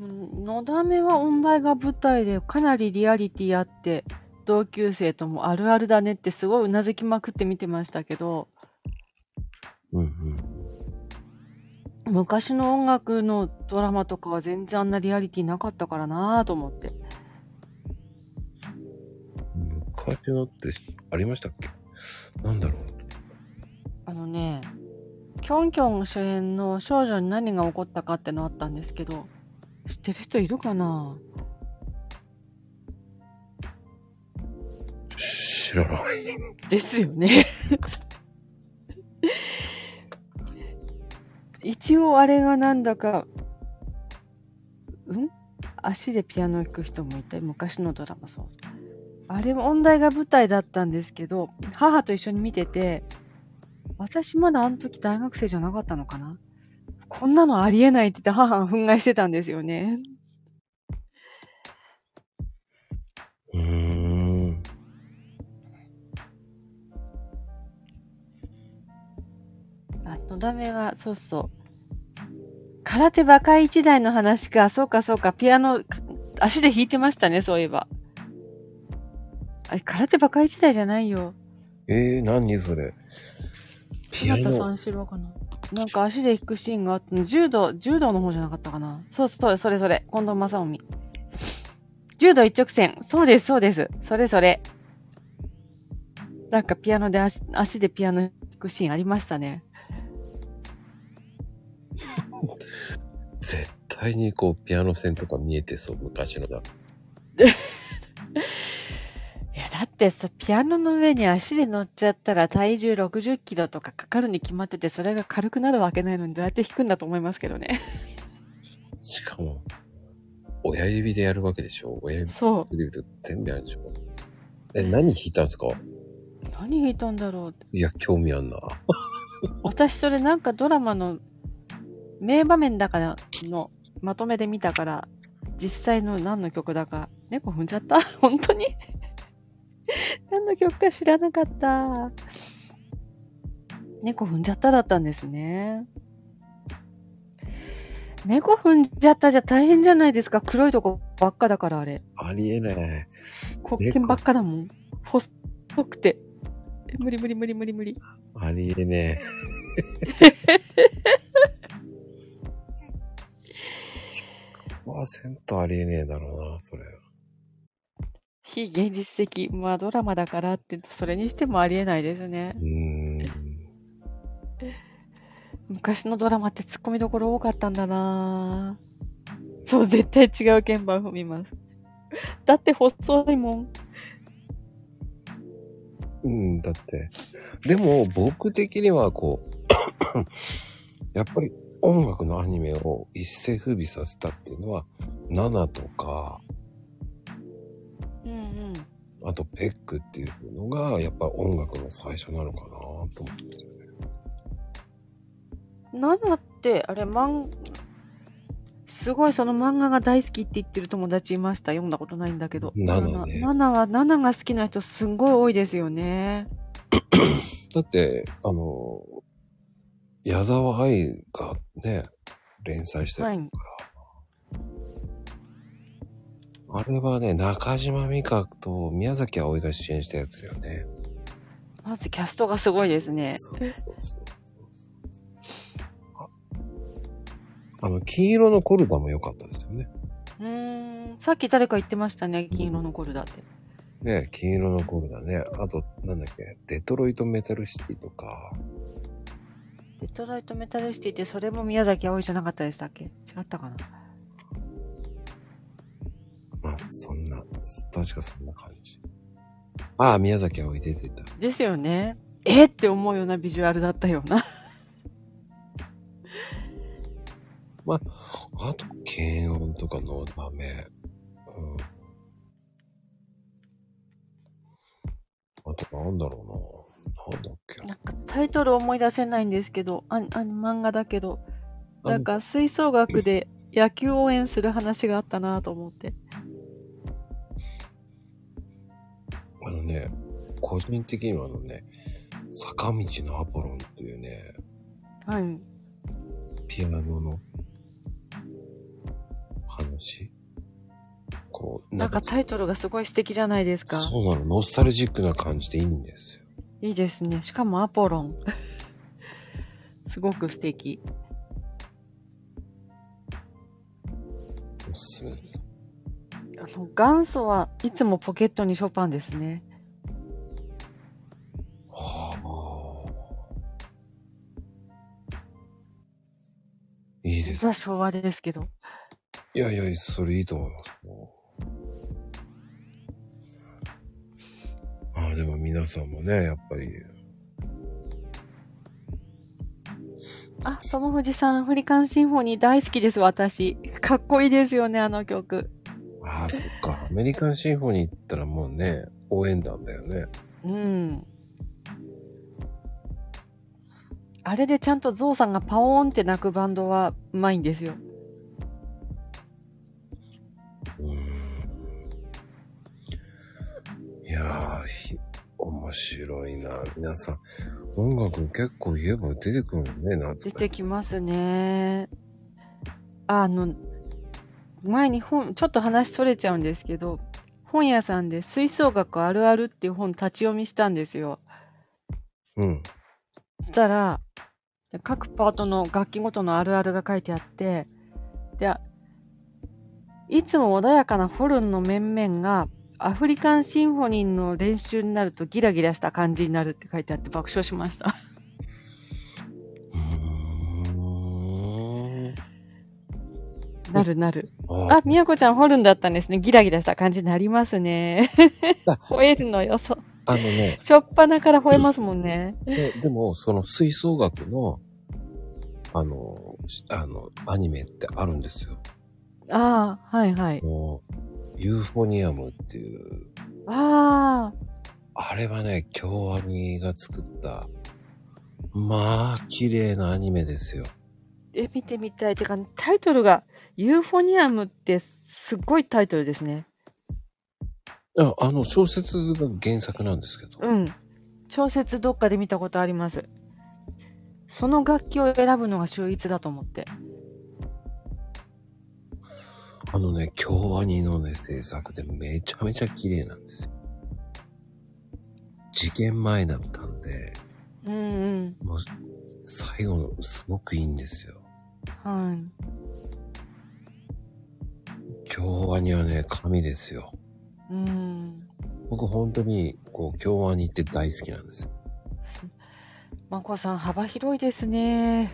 [SPEAKER 2] うんのだめは音大が舞台でかなりリアリティあって、同級生ともあるあるだねってすごいうなずきまくって見てましたけど、
[SPEAKER 1] うんうん。
[SPEAKER 2] 昔の音楽のドラマとかは全然あんなリアリティなかったからなぁと思って。
[SPEAKER 1] 昔のってありましたっけなんだろう。
[SPEAKER 2] あのね、キョンキョン主演の少女に何が起こったかってのあったんですけど、知ってる人いるかな
[SPEAKER 1] 知らない。
[SPEAKER 2] ですよね。 一応あれがなんだか、うん足でピアノを弾く人もいて、昔のドラマそう。あれも音大が舞台だったんですけど、母と一緒に見てて、私まだあの時大学生じゃなかったのかなこんなのありえないって言って母が憤慨してたんですよね。
[SPEAKER 1] うーん。
[SPEAKER 2] あのだめは、そうそう。空手バカ一代の話か、そうかそうか、ピアノ、か足で弾いてましたね、そういえば。あれ、空手バカ一代じゃないよ。
[SPEAKER 1] えー、何それ。ピア
[SPEAKER 2] 日向
[SPEAKER 1] ノ。
[SPEAKER 2] 三四郎かな。なんか足で弾くシーンがあったの柔道、柔道の方じゃなかったかな。そうそう、それそれ、近藤正臣。柔道一直線。そうです、そうです。それそれ。なんかピアノで足、足でピアノ弾くシーンありましたね。
[SPEAKER 1] 絶対にこう、ピアノ線とか見えてそう、昔のだ。
[SPEAKER 2] いや、だってさ、ピアノの上に足で乗っちゃったら体重60キロとかかかるに決まってて、それが軽くなるわけないのに、どうやって弾くんだと思いますけどね。
[SPEAKER 1] しかも、親指でやるわけでしょ親指、
[SPEAKER 2] そう。
[SPEAKER 1] 薬指で全部やるでしょえ、何弾いたんですか
[SPEAKER 2] 何弾いたんだろう。
[SPEAKER 1] いや、興味あんな。
[SPEAKER 2] 私それなんかドラマの名場面だからのまとめで見たから、実際の何の曲だか、猫踏んじゃった 本当に何の曲か知らなかった。猫踏んじゃっただったんですね。猫踏んじゃったじゃ大変じゃないですか。黒いとこばっかだからあれ。
[SPEAKER 1] ありえない。
[SPEAKER 2] 黒剣ばっかだもん。細くて。え無理無理無理無理無理。
[SPEAKER 1] ありえ ねえ。100%ありえねえだろうな、それ。
[SPEAKER 2] 非現実的、まあドラマだからって、それにしてもありえないですね
[SPEAKER 1] う。ーん。
[SPEAKER 2] 昔のドラマって突っ込みどころ多かったんだなぁそう、絶対違う鍵盤踏みます。だって細いもん。
[SPEAKER 1] うん、だって。でも、僕的にはこう、 やっぱり音楽のアニメを一世風靡させたっていうのは、ナナとか、
[SPEAKER 2] うんうん。
[SPEAKER 1] あとペックっていうのが、やっぱ音楽の最初なのかなと思って。
[SPEAKER 2] 7って、あれ、漫、すごいその漫画が大好きって言ってる友達いました。読んだことないんだけど。
[SPEAKER 1] ナナね
[SPEAKER 2] ナナは、ナナが好きな人すんごい多いですよね。
[SPEAKER 1] だって、あの、矢沢愛がね、連載してる、
[SPEAKER 2] はい。
[SPEAKER 1] あれはね、中島美嘉と宮崎葵が主演したやつよね。
[SPEAKER 2] まずキャストがすごいですね。
[SPEAKER 1] そうそうそうそうああの、黄色のコルダも良かったですよね。
[SPEAKER 2] うーん。さっき誰か言ってましたね、金色のコルダって。
[SPEAKER 1] ね黄色のコルダね。あと、なんだっけ、デトロイトメタルシティとか。
[SPEAKER 2] デトロイトメタルシティって、それも宮崎葵じゃなかったでしたっけ違ったかな
[SPEAKER 1] まあ、そんな、確かそんな感じ。ああ、宮崎葵出てた。
[SPEAKER 2] ですよね。えーって思うようなビジュアルだったよ うな。
[SPEAKER 1] あと、軽音とかのダメ。うん。あと、なんだろうな。なんだっけ。
[SPEAKER 2] なんかタイトル思い出せないんですけど、あ、あ漫画だけど、
[SPEAKER 1] あの
[SPEAKER 2] なんか吹奏楽で野球応援する話があったなと思って。
[SPEAKER 1] あのね、個人的にはあのね、坂道のアポロンっていうね、
[SPEAKER 2] はい。
[SPEAKER 1] ピアノの話こう、
[SPEAKER 2] なんかタイトルがすごい素敵じゃないですか。
[SPEAKER 1] そうなの、ノスタルジックな感じでいいんですよ。
[SPEAKER 2] いいですね。しかもアポ ロン。すごく素敵。
[SPEAKER 1] おすすめです。
[SPEAKER 2] あの、元祖はいつもポケットにショパンですね。
[SPEAKER 1] はあ。いいです。
[SPEAKER 2] 実は昭和ですけど。
[SPEAKER 1] いやいや、それいいと思います。ああ、でも皆さんもね、やっぱり、
[SPEAKER 2] あ、友藤さん、フリカンシンフォニー大好きです、私。かっこいいですよね、あの曲。
[SPEAKER 1] ああ、そっか。アメリカンシンフォニー行ったらもうね、応援団だよね。
[SPEAKER 2] うん。あれでちゃんとゾウさんがパオーンって鳴くバンドはうまいんですよ。
[SPEAKER 1] うーん。いやー、ひ面白いな。皆さん、音楽結構言えば出てくるね、なんと
[SPEAKER 2] 出
[SPEAKER 1] か。
[SPEAKER 2] てきますね。あの、前に本、ちょっと話それちゃうんですけど、本屋さんで吹奏楽あるあるっていう本立ち読みしたんですよ。
[SPEAKER 1] うん。
[SPEAKER 2] そしたら、各パートの楽器ごとのあるあるが書いてあって、で、いつも穏やかなホルンの面々が、アフリカンシンフォニーの練習になるとギラギラした感じになるって書いてあって爆笑しました。
[SPEAKER 1] うーん。
[SPEAKER 2] なるなる。
[SPEAKER 1] あ
[SPEAKER 2] あ、みやこちゃんホルンだったんですね。ギラギラした感じになりますね。
[SPEAKER 1] あ
[SPEAKER 2] 吠えるのよ、そう。
[SPEAKER 1] あのね、
[SPEAKER 2] しょっぱなから吠えますもんね。
[SPEAKER 1] ででも、その吹奏楽の、あの、しあの、アニメってあるんですよ。
[SPEAKER 2] ああ、はいはい。
[SPEAKER 1] もう、ユーフォニアムっていう、
[SPEAKER 2] ああ、
[SPEAKER 1] あれはね、京アニが作った、まあ、綺麗なアニメですよ。
[SPEAKER 2] え、見てみたい。てか、タイトルが、ユーフォニアムってすっごいタイトルですね。
[SPEAKER 1] いや、あの、小説が原作なんですけど。
[SPEAKER 2] うん。小説どっかで見たことあります。その楽器を選ぶのが秀逸だと思って。
[SPEAKER 1] あのね、京アニのね、制作でめちゃめちゃ綺麗なんですよ。事件前だったんで、
[SPEAKER 2] うんうん。
[SPEAKER 1] もう、最後の、すごくいいんですよ。
[SPEAKER 2] はい。
[SPEAKER 1] 京アニはね、神ですよ。
[SPEAKER 2] うん。
[SPEAKER 1] 僕本当に、こう、京アニって大好きなんですよ。
[SPEAKER 2] まこさん、幅広いです ね。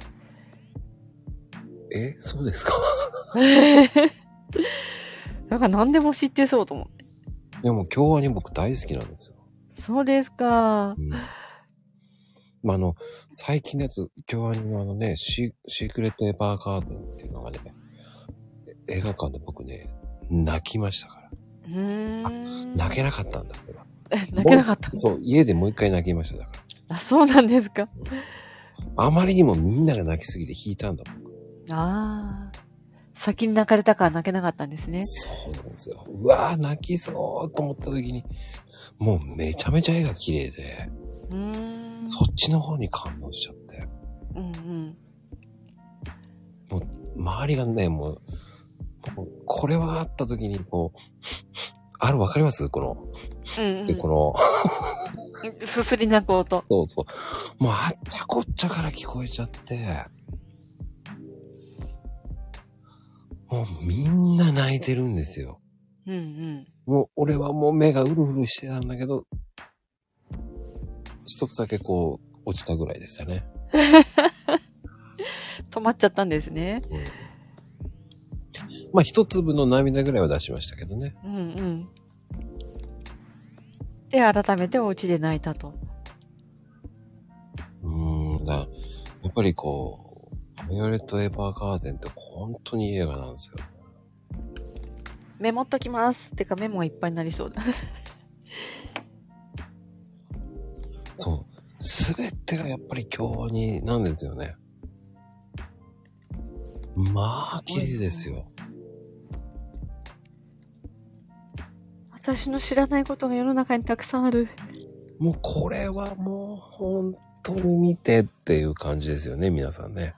[SPEAKER 1] え、そうですか
[SPEAKER 2] なんか何でも知ってそうと思って。
[SPEAKER 1] いや、もう京アニ僕大好きなんですよ。
[SPEAKER 2] そうですか
[SPEAKER 1] う。ん。まあ、あの、最近だと、京アニのあのね、シーシークレットエヴァーガーデンっていうのがね、映画館で僕ね、泣きましたから。
[SPEAKER 2] うーん。
[SPEAKER 1] 泣けなかったんだけど。
[SPEAKER 2] え泣けなかった。
[SPEAKER 1] そう、家でもう一回泣きました。だから。
[SPEAKER 2] あ、そうなんですか。
[SPEAKER 1] あまりにもみんなが泣きすぎて引いたんだもん。
[SPEAKER 2] ああ。先に泣かれたから泣けなかったんですね。
[SPEAKER 1] そうなんですよ。うわぁ、泣きそうと思った時に、もうめちゃめちゃ絵が綺麗で、
[SPEAKER 2] うーん。
[SPEAKER 1] そっちの方に感動しちゃって。
[SPEAKER 2] うんうん。
[SPEAKER 1] 周りがね、もう、こうこれはあった時に、こう、あれわかりますこの、
[SPEAKER 2] うん、うん
[SPEAKER 1] で、この、
[SPEAKER 2] すすり泣く音。
[SPEAKER 1] そうそう。もうあっちゃこっちゃから聞こえちゃって、もうみんな泣いてるんですよ。
[SPEAKER 2] うんうん。
[SPEAKER 1] もう俺はもう目がうるうるしてたんだけど、一つだけこう、落ちたぐらいでしたね。
[SPEAKER 2] 止まっちゃったんですね。
[SPEAKER 1] うん、まあ一粒の涙ぐらいは出しましたけどね。
[SPEAKER 2] うんうん。で、改めてお家で泣いたと。
[SPEAKER 1] うーん、だやっぱりこう、アミオレット・エヴァーガーデンって本当にいい映画なんですよ。
[SPEAKER 2] メモっときます。てかメモがいっぱいになりそうだ。
[SPEAKER 1] そう。すべてがやっぱり京アニなんですよね。まあ、綺麗ですよ。
[SPEAKER 2] 私の知らないことが世の中にたくさんある。
[SPEAKER 1] もうこれはもう本当に見てっていう感じですよね、皆さんね。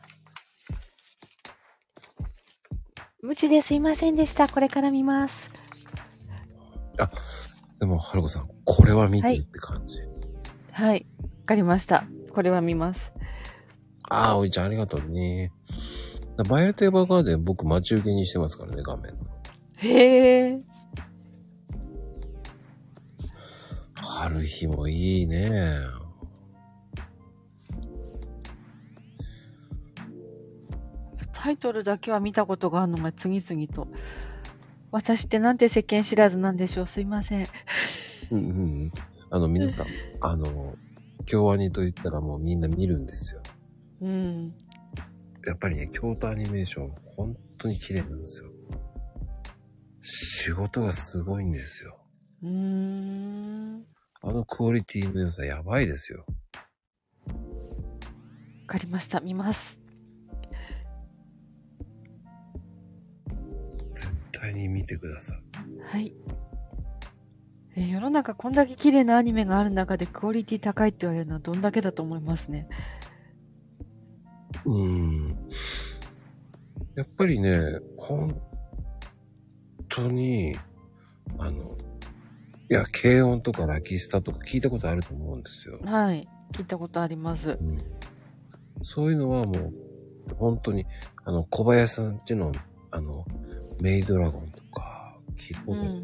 [SPEAKER 2] 無知ですいませんでした。これから見ます。
[SPEAKER 1] でも、はるこさん、これは見てって感じ。
[SPEAKER 2] はい。わかりました。これは見ます。
[SPEAKER 1] ああ、おいちゃんありがとうね。だバイオレット・エヴァーガーデン僕待ち受けにしてますからね、画面の。
[SPEAKER 2] へえ。
[SPEAKER 1] 春日もいいね。
[SPEAKER 2] タイトルだけは見たことがあるのが次々と。私ってなんて世間知らずなんでしょう。すいません。
[SPEAKER 1] うんうんうん。あの、皆さん、あの、京アニと言ったらもうみんな見るんですよ。
[SPEAKER 2] うん。
[SPEAKER 1] やっぱりね、京都アニメーション、本当に綺麗なんですよ。仕事がすごいんですよ。
[SPEAKER 2] うーん。わ
[SPEAKER 1] あのクオリティの良さ、やばいですよ。
[SPEAKER 2] かりました。見ます。
[SPEAKER 1] 絶対に見てください。
[SPEAKER 2] はい。えー世の中こんだけ綺麗なアニメがある中でクオリティ高いって言われるのはどんだけだと思いますね。
[SPEAKER 1] うーん。やっぱりね、本当に、あの、いや、軽音とかラキスタとか聞いたことあると思うんですよ。
[SPEAKER 2] はい。聞いたことあります。
[SPEAKER 1] うんそういうのはもう、本当に、あの、小林さんちの、あの、メイドラゴンとか、聞いたことあるか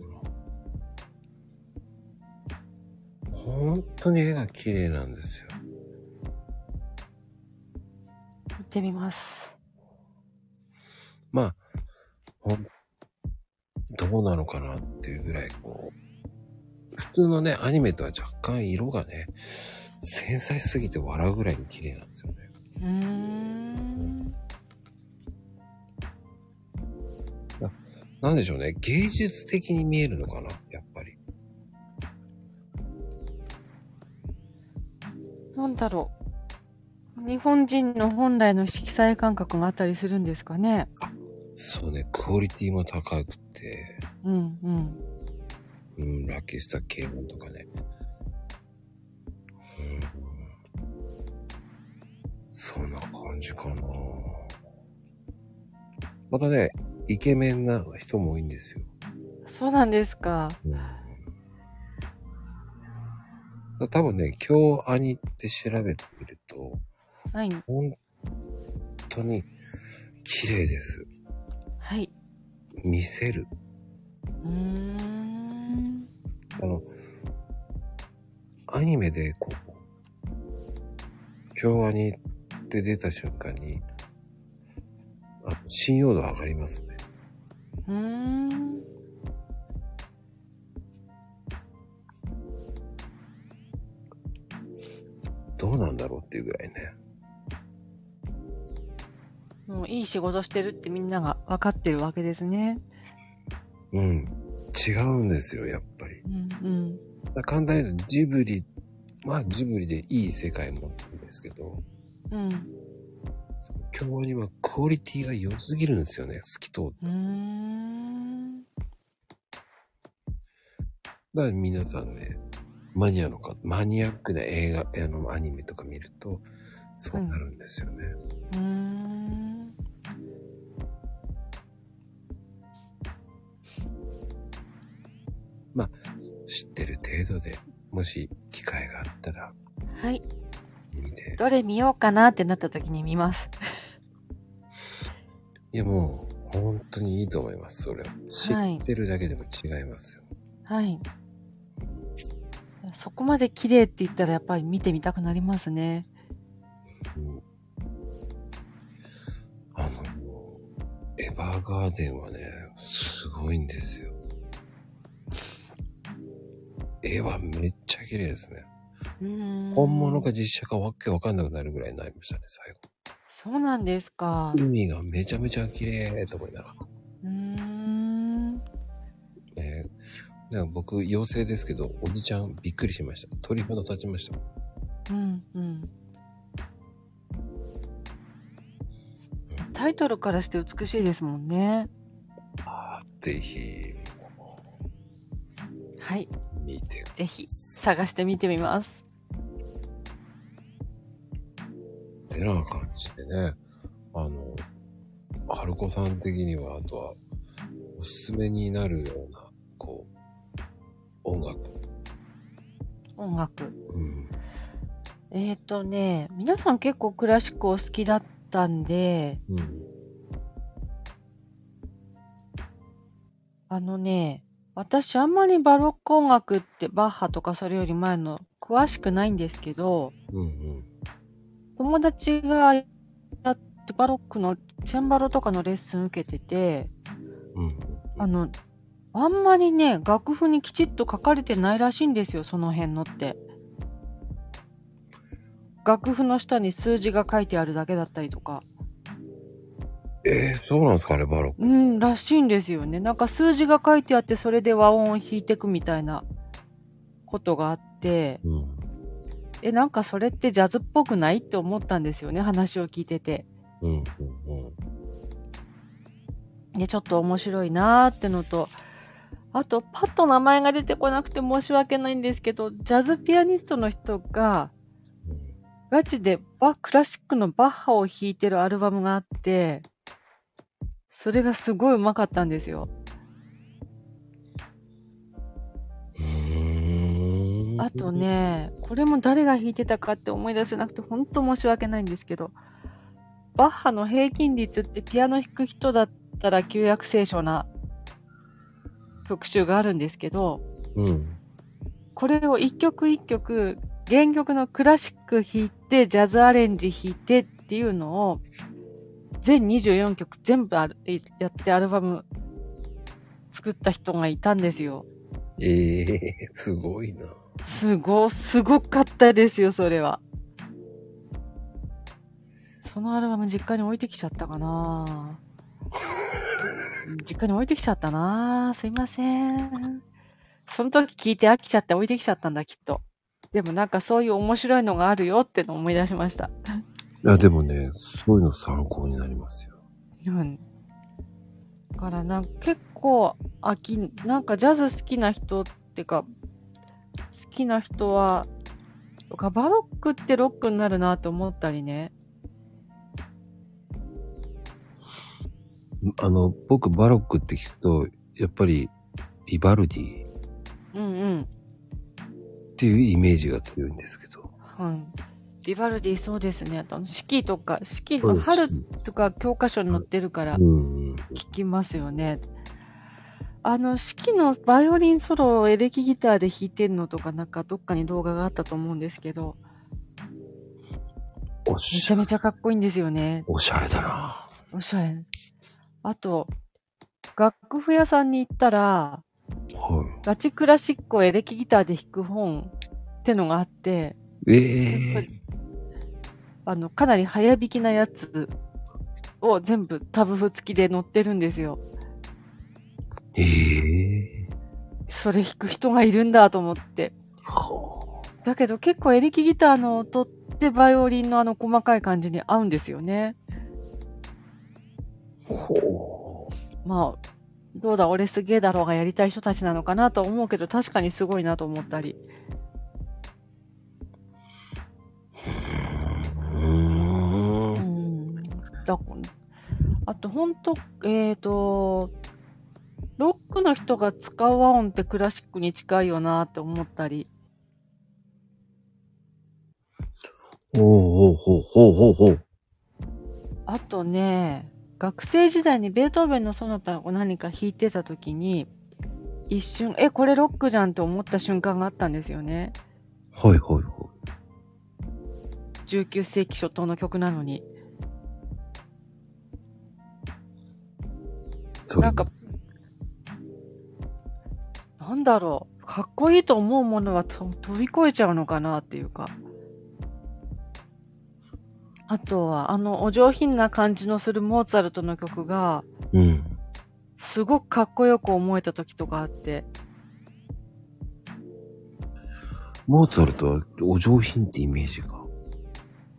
[SPEAKER 1] な本当に絵が綺麗なんですよ。
[SPEAKER 2] 見てみます。
[SPEAKER 1] まあ、ほん、どうなのかなっていうぐらい、こう、普通のね、アニメとは若干色がね、繊細すぎて笑うぐらいに綺麗なんですよね。
[SPEAKER 2] うーん。
[SPEAKER 1] なんでしょうね、芸術的に見えるのかな、やっぱり。
[SPEAKER 2] なんだろう。日本人の本来の色彩感覚があったりするんですかね。
[SPEAKER 1] そうね、クオリティも高くて、
[SPEAKER 2] うんうん。
[SPEAKER 1] うん、ラッキースター系門とかね。うん。そんな感じかなまたね、イケメンな人も多いんですよ。
[SPEAKER 2] そうなんですか。
[SPEAKER 1] うん、多分ね、京アニって調べてみると、
[SPEAKER 2] はい。
[SPEAKER 1] 本当に綺麗です。
[SPEAKER 2] はい。
[SPEAKER 1] 見せる。
[SPEAKER 2] うーん。
[SPEAKER 1] あの、アニメでこう、京アニって出た瞬間に、あ信用度上がりますね。
[SPEAKER 2] うーん。
[SPEAKER 1] どうなんだろうっていうぐらいね。
[SPEAKER 2] もういい仕事してるってみんなが分かってるわけですね。
[SPEAKER 1] うん。違うんですよ、やっぱり。
[SPEAKER 2] うんうん。
[SPEAKER 1] だ簡単に言うとジブリ、まあジブリでいい世界もあるんですけど、
[SPEAKER 2] うん。
[SPEAKER 1] その京アニはクオリティが良すぎるんですよね、透き通って。
[SPEAKER 2] うーん。
[SPEAKER 1] だから皆さんね、マニアのか、マニアックな映画、あの、アニメとか見ると、そうなるんですよね。
[SPEAKER 2] うーん。
[SPEAKER 1] まあ、知ってる程度で、もし機会があったら
[SPEAKER 2] はい。
[SPEAKER 1] 見て、
[SPEAKER 2] どれ見ようかなってなった時に見ます。
[SPEAKER 1] いやもう、本当にいいと思います、それは。知
[SPEAKER 2] はい
[SPEAKER 1] ってるだけでも違いますよ。
[SPEAKER 2] はい。そこまで綺麗って言ったらやっぱり見てみたくなりますね。
[SPEAKER 1] うんあの、エヴァーガーデンはね、すごいんですよ。絵はめっちゃ綺麗ですね。本
[SPEAKER 2] 本
[SPEAKER 1] 物か実写かわけわかんなくなるぐらいになりましたね、最後。
[SPEAKER 2] そうなんですか。
[SPEAKER 1] 海がめちゃめちゃ綺麗と思いながら。
[SPEAKER 2] うーん。
[SPEAKER 1] ねえなんか僕、妖精ですけど、おじちゃんびっくりしました。鳥肌立ちました。
[SPEAKER 2] うんうん。タイトルからして美しいですもんね。
[SPEAKER 1] ぜひ、
[SPEAKER 2] はい。
[SPEAKER 1] 見てく
[SPEAKER 2] ぜひ
[SPEAKER 1] さ
[SPEAKER 2] 探してみてみます。
[SPEAKER 1] てな感じでね。あの、春子さん的には、あとは、おすすめになるような、こう、音楽。
[SPEAKER 2] 音楽。
[SPEAKER 1] うん。
[SPEAKER 2] えっ、ー、とね、皆さん結構クラシックお好きだったんで、
[SPEAKER 1] うん。
[SPEAKER 2] あのね、私あんまりバロック音楽ってバッハとかそれより前の詳しくないんですけど、
[SPEAKER 1] うんうん。
[SPEAKER 2] 友達がやってバロックのチェンバロとかのレッスン受けてて、
[SPEAKER 1] うん。
[SPEAKER 2] あの、あんまりね、楽譜にきちっと書かれてないらしいんですよ、その辺のって。楽譜の下に数字が書いてあるだけだったりとか。
[SPEAKER 1] えー、そうなんですかね、バロック。
[SPEAKER 2] うん、らしいんですよね。なんか数字が書いてあって、それで和音を弾いてくみたいなことがあって、
[SPEAKER 1] うん。
[SPEAKER 2] え、なんかそれってジャズっぽくないって思ったんですよね、話を聞いてて。
[SPEAKER 1] うん。うん。うん。
[SPEAKER 2] で、ちょっと面白いなーってのと、あと、パッと名前が出てこなくて申し訳ないんですけど、ジャズピアニストの人が、ガチでバクラシックのバッハを弾いてるアルバムがあって、それがすごい上手かったんですよ。
[SPEAKER 1] うん
[SPEAKER 2] あと。ね、これも誰が弾いてたかって思い出せなくて、本当申し訳ないんですけど、バッハの平均率ってピアノ弾く人だったら旧約聖書な特集があるんですけど、
[SPEAKER 1] うん。
[SPEAKER 2] これを一曲一曲、原曲のクラシック弾いて、ジャズアレンジ弾いてっていうのを、全24曲全部あるやってアルバム作った人がいたんですよ。
[SPEAKER 1] ええー、すごいな。
[SPEAKER 2] すご、すごかったですよ、それは。そのアルバム実家に置いてきちゃったかな 実家に置いてきちゃったなすいません。その時聞いて飽きちゃって置いてきちゃったんだ、きっと。でもなんかそういう面白いのがあるよってのを思い出しました。
[SPEAKER 1] いや、でもね、そういうの参考になりますよ。
[SPEAKER 2] うん。だからなんか結構飽きん、なんかジャズ好きな人ってか、好きな人は、とかバロックってロックになるなと思ったりね。
[SPEAKER 1] あの、僕、バロックって聞くと、やっぱり、ビバルディっ
[SPEAKER 2] うんうん。
[SPEAKER 1] ていうイメージが強いんですけど。
[SPEAKER 2] うん。ビバルディそうですね。あと、四季とか、四季
[SPEAKER 1] そう
[SPEAKER 2] の
[SPEAKER 1] です
[SPEAKER 2] 春とか教科書に載ってるから
[SPEAKER 1] うんうん。
[SPEAKER 2] 聞きますよね。あの、四季のバイオリンソロをエレキギターで弾いてるのとか、なんかどっかに動画があったと思うんですけど、
[SPEAKER 1] お
[SPEAKER 2] め
[SPEAKER 1] し
[SPEAKER 2] ちゃめちゃかっこいいんですよね。
[SPEAKER 1] おしゃれだな。
[SPEAKER 2] おしゃれ。あと、楽譜屋さんに行ったら、
[SPEAKER 1] は
[SPEAKER 2] ガチクラシックをエレキギターで弾く本ってのがあって、
[SPEAKER 1] い。ええ
[SPEAKER 2] やっぱりあの、かなり早弾きなやつを全部タブ譜付きで載ってるんですよ。
[SPEAKER 1] ええ
[SPEAKER 2] それ弾く人がいるんだと思って。
[SPEAKER 1] は
[SPEAKER 2] だけど結構エレキギターの音ってバイオリンのあの細かい感じに合うんですよね。
[SPEAKER 1] あほう。
[SPEAKER 2] まあ、どうだ、俺すげえだろうがやりたい人たちなのかなと思うけど、確かにすごいなと思ったり。
[SPEAKER 1] うー。
[SPEAKER 2] うんんだあと、本当えっ、と、ロッックの人が使う和音ってクラシックに近いよなって思ったり。
[SPEAKER 1] おうおうほうほうほうほう。
[SPEAKER 2] あとね、学生時代にベートーベンのソナタを何か弾いてた時に、一瞬、え、これロックじゃんと思った瞬間があったんですよね。
[SPEAKER 1] はいはいは
[SPEAKER 2] 19世紀初頭の曲なのに。
[SPEAKER 1] い。それ
[SPEAKER 2] なんか、なんだろう、かっこいいと思うものはと飛び越えちゃうのかなっていうか。あとは、あの、お上品な感じのするモーツァルトの曲が、
[SPEAKER 1] うん。
[SPEAKER 2] すごくかっこよく思えた時とかあって、
[SPEAKER 1] モーツァルトはお上品ってイメージが、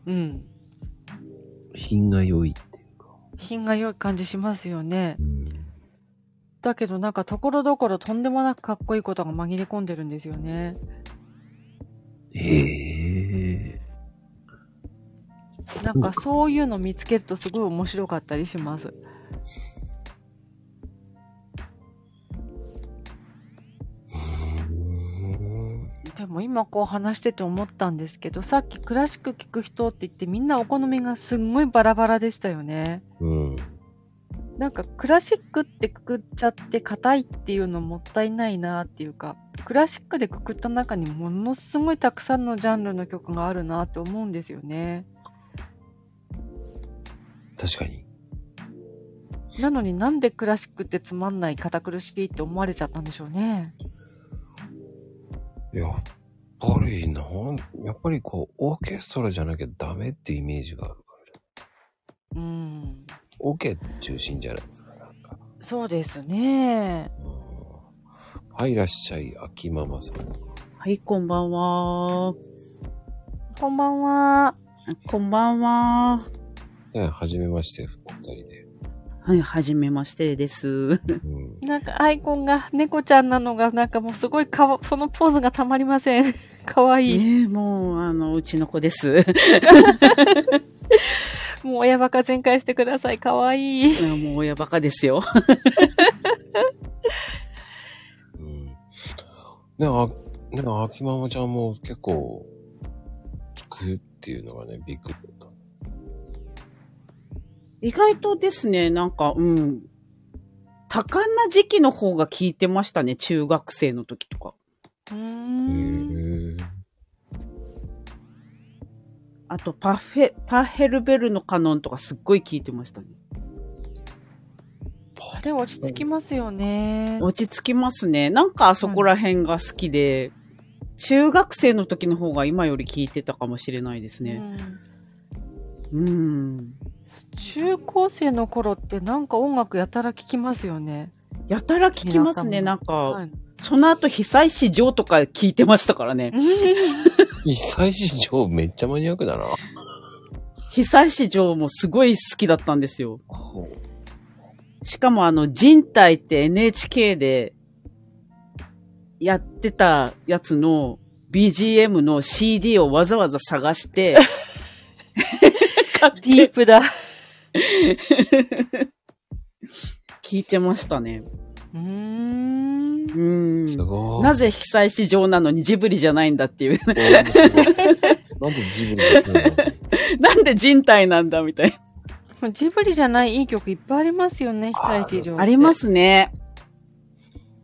[SPEAKER 2] うん、
[SPEAKER 1] 品が良いっていうか。
[SPEAKER 2] 品が良い感じしますよね。
[SPEAKER 1] うん。
[SPEAKER 2] だけどなんか、ところどころとんでもなくかっこいいことが紛れ込んでるんですよね。
[SPEAKER 1] へえ。
[SPEAKER 2] なんか、そういうの見つけるとすごい面白かったりします。でも今こう話してて思ったんですけど、さっきクラシック聴く人って言ってみんなお好みがすんごいバラバラでしたよね。
[SPEAKER 1] うん。
[SPEAKER 2] なんかクラシックってくくっちゃって硬いっていうのもったいないなっていうか、クラシックでくくった中にものすごいたくさんのジャンルの曲があるなって思うんですよね。
[SPEAKER 1] 確かに。
[SPEAKER 2] なのになんでクラシックってつまんない堅苦しいって思われちゃったんでしょうね。
[SPEAKER 1] やっぱりなん、やっぱりこう、オーケストラじゃなきゃダメってイメージがあるからね。
[SPEAKER 2] うん。
[SPEAKER 1] オーケー中心じゃないですか、なんか。
[SPEAKER 2] そうですね。
[SPEAKER 1] うんはい、いらっしゃい、秋ママさん。
[SPEAKER 3] はい、こんばんは。
[SPEAKER 2] こんばんは。
[SPEAKER 3] こんばんは。
[SPEAKER 1] ね、はじめまして、お二人で。
[SPEAKER 3] はい、はじめましてです。
[SPEAKER 1] うん。
[SPEAKER 2] なんかアイコンが猫ちゃんなのがなんかもうすごいかわ、そのポーズがたまりません。 かわいい。
[SPEAKER 3] ねえ、もう、あの、うちの子です。
[SPEAKER 2] もう親バカ全開してください。かわいい。
[SPEAKER 3] もう親バカですよ。
[SPEAKER 1] うん、ね、あ、ね、秋ママちゃんも結構、聞くっていうのがね、びっくりだった。
[SPEAKER 3] 意外とですね、なんか、うん。多感な時期の方が聞いてましたね、中学生の時とか。
[SPEAKER 2] うー
[SPEAKER 1] へえ。
[SPEAKER 2] ん。
[SPEAKER 3] あと、パフェ、パヘルベルのカノンとかすっごい聞いてましたね。
[SPEAKER 2] あれ落ち着きますよね。
[SPEAKER 3] 落ち着きますね。なんかあそこら辺が好きで、中学生の時の方が今より聞いてたかもしれないです
[SPEAKER 2] う
[SPEAKER 3] ね。
[SPEAKER 2] ん
[SPEAKER 3] うん
[SPEAKER 2] 中高生の頃ってなんか音楽やたら聴きますよね。
[SPEAKER 3] やたら聞きますね。なんか、
[SPEAKER 2] はい、
[SPEAKER 3] その後被災市場とか聞いてましたからね。
[SPEAKER 1] 被災市場めっちゃマニアックだな。
[SPEAKER 3] 被災市場もすごい好きだったんですよ。しかもあの、人体って NHK でやってたやつの BGM の CD をわざわざ探して、買っ
[SPEAKER 2] ディ
[SPEAKER 3] て
[SPEAKER 2] ープ だ。
[SPEAKER 3] 聞いてましたね。
[SPEAKER 2] うーん。
[SPEAKER 3] うー
[SPEAKER 1] す
[SPEAKER 3] ん。
[SPEAKER 1] ごい。
[SPEAKER 3] なぜ被災市場なのにジブリじゃないんだっていう。
[SPEAKER 1] おーすごいなんでジブリで来るの
[SPEAKER 3] なんで人体なんだみたいな。
[SPEAKER 2] ジブリじゃないいい曲いっぱいありますよね、被災地上。、
[SPEAKER 3] ありますすね。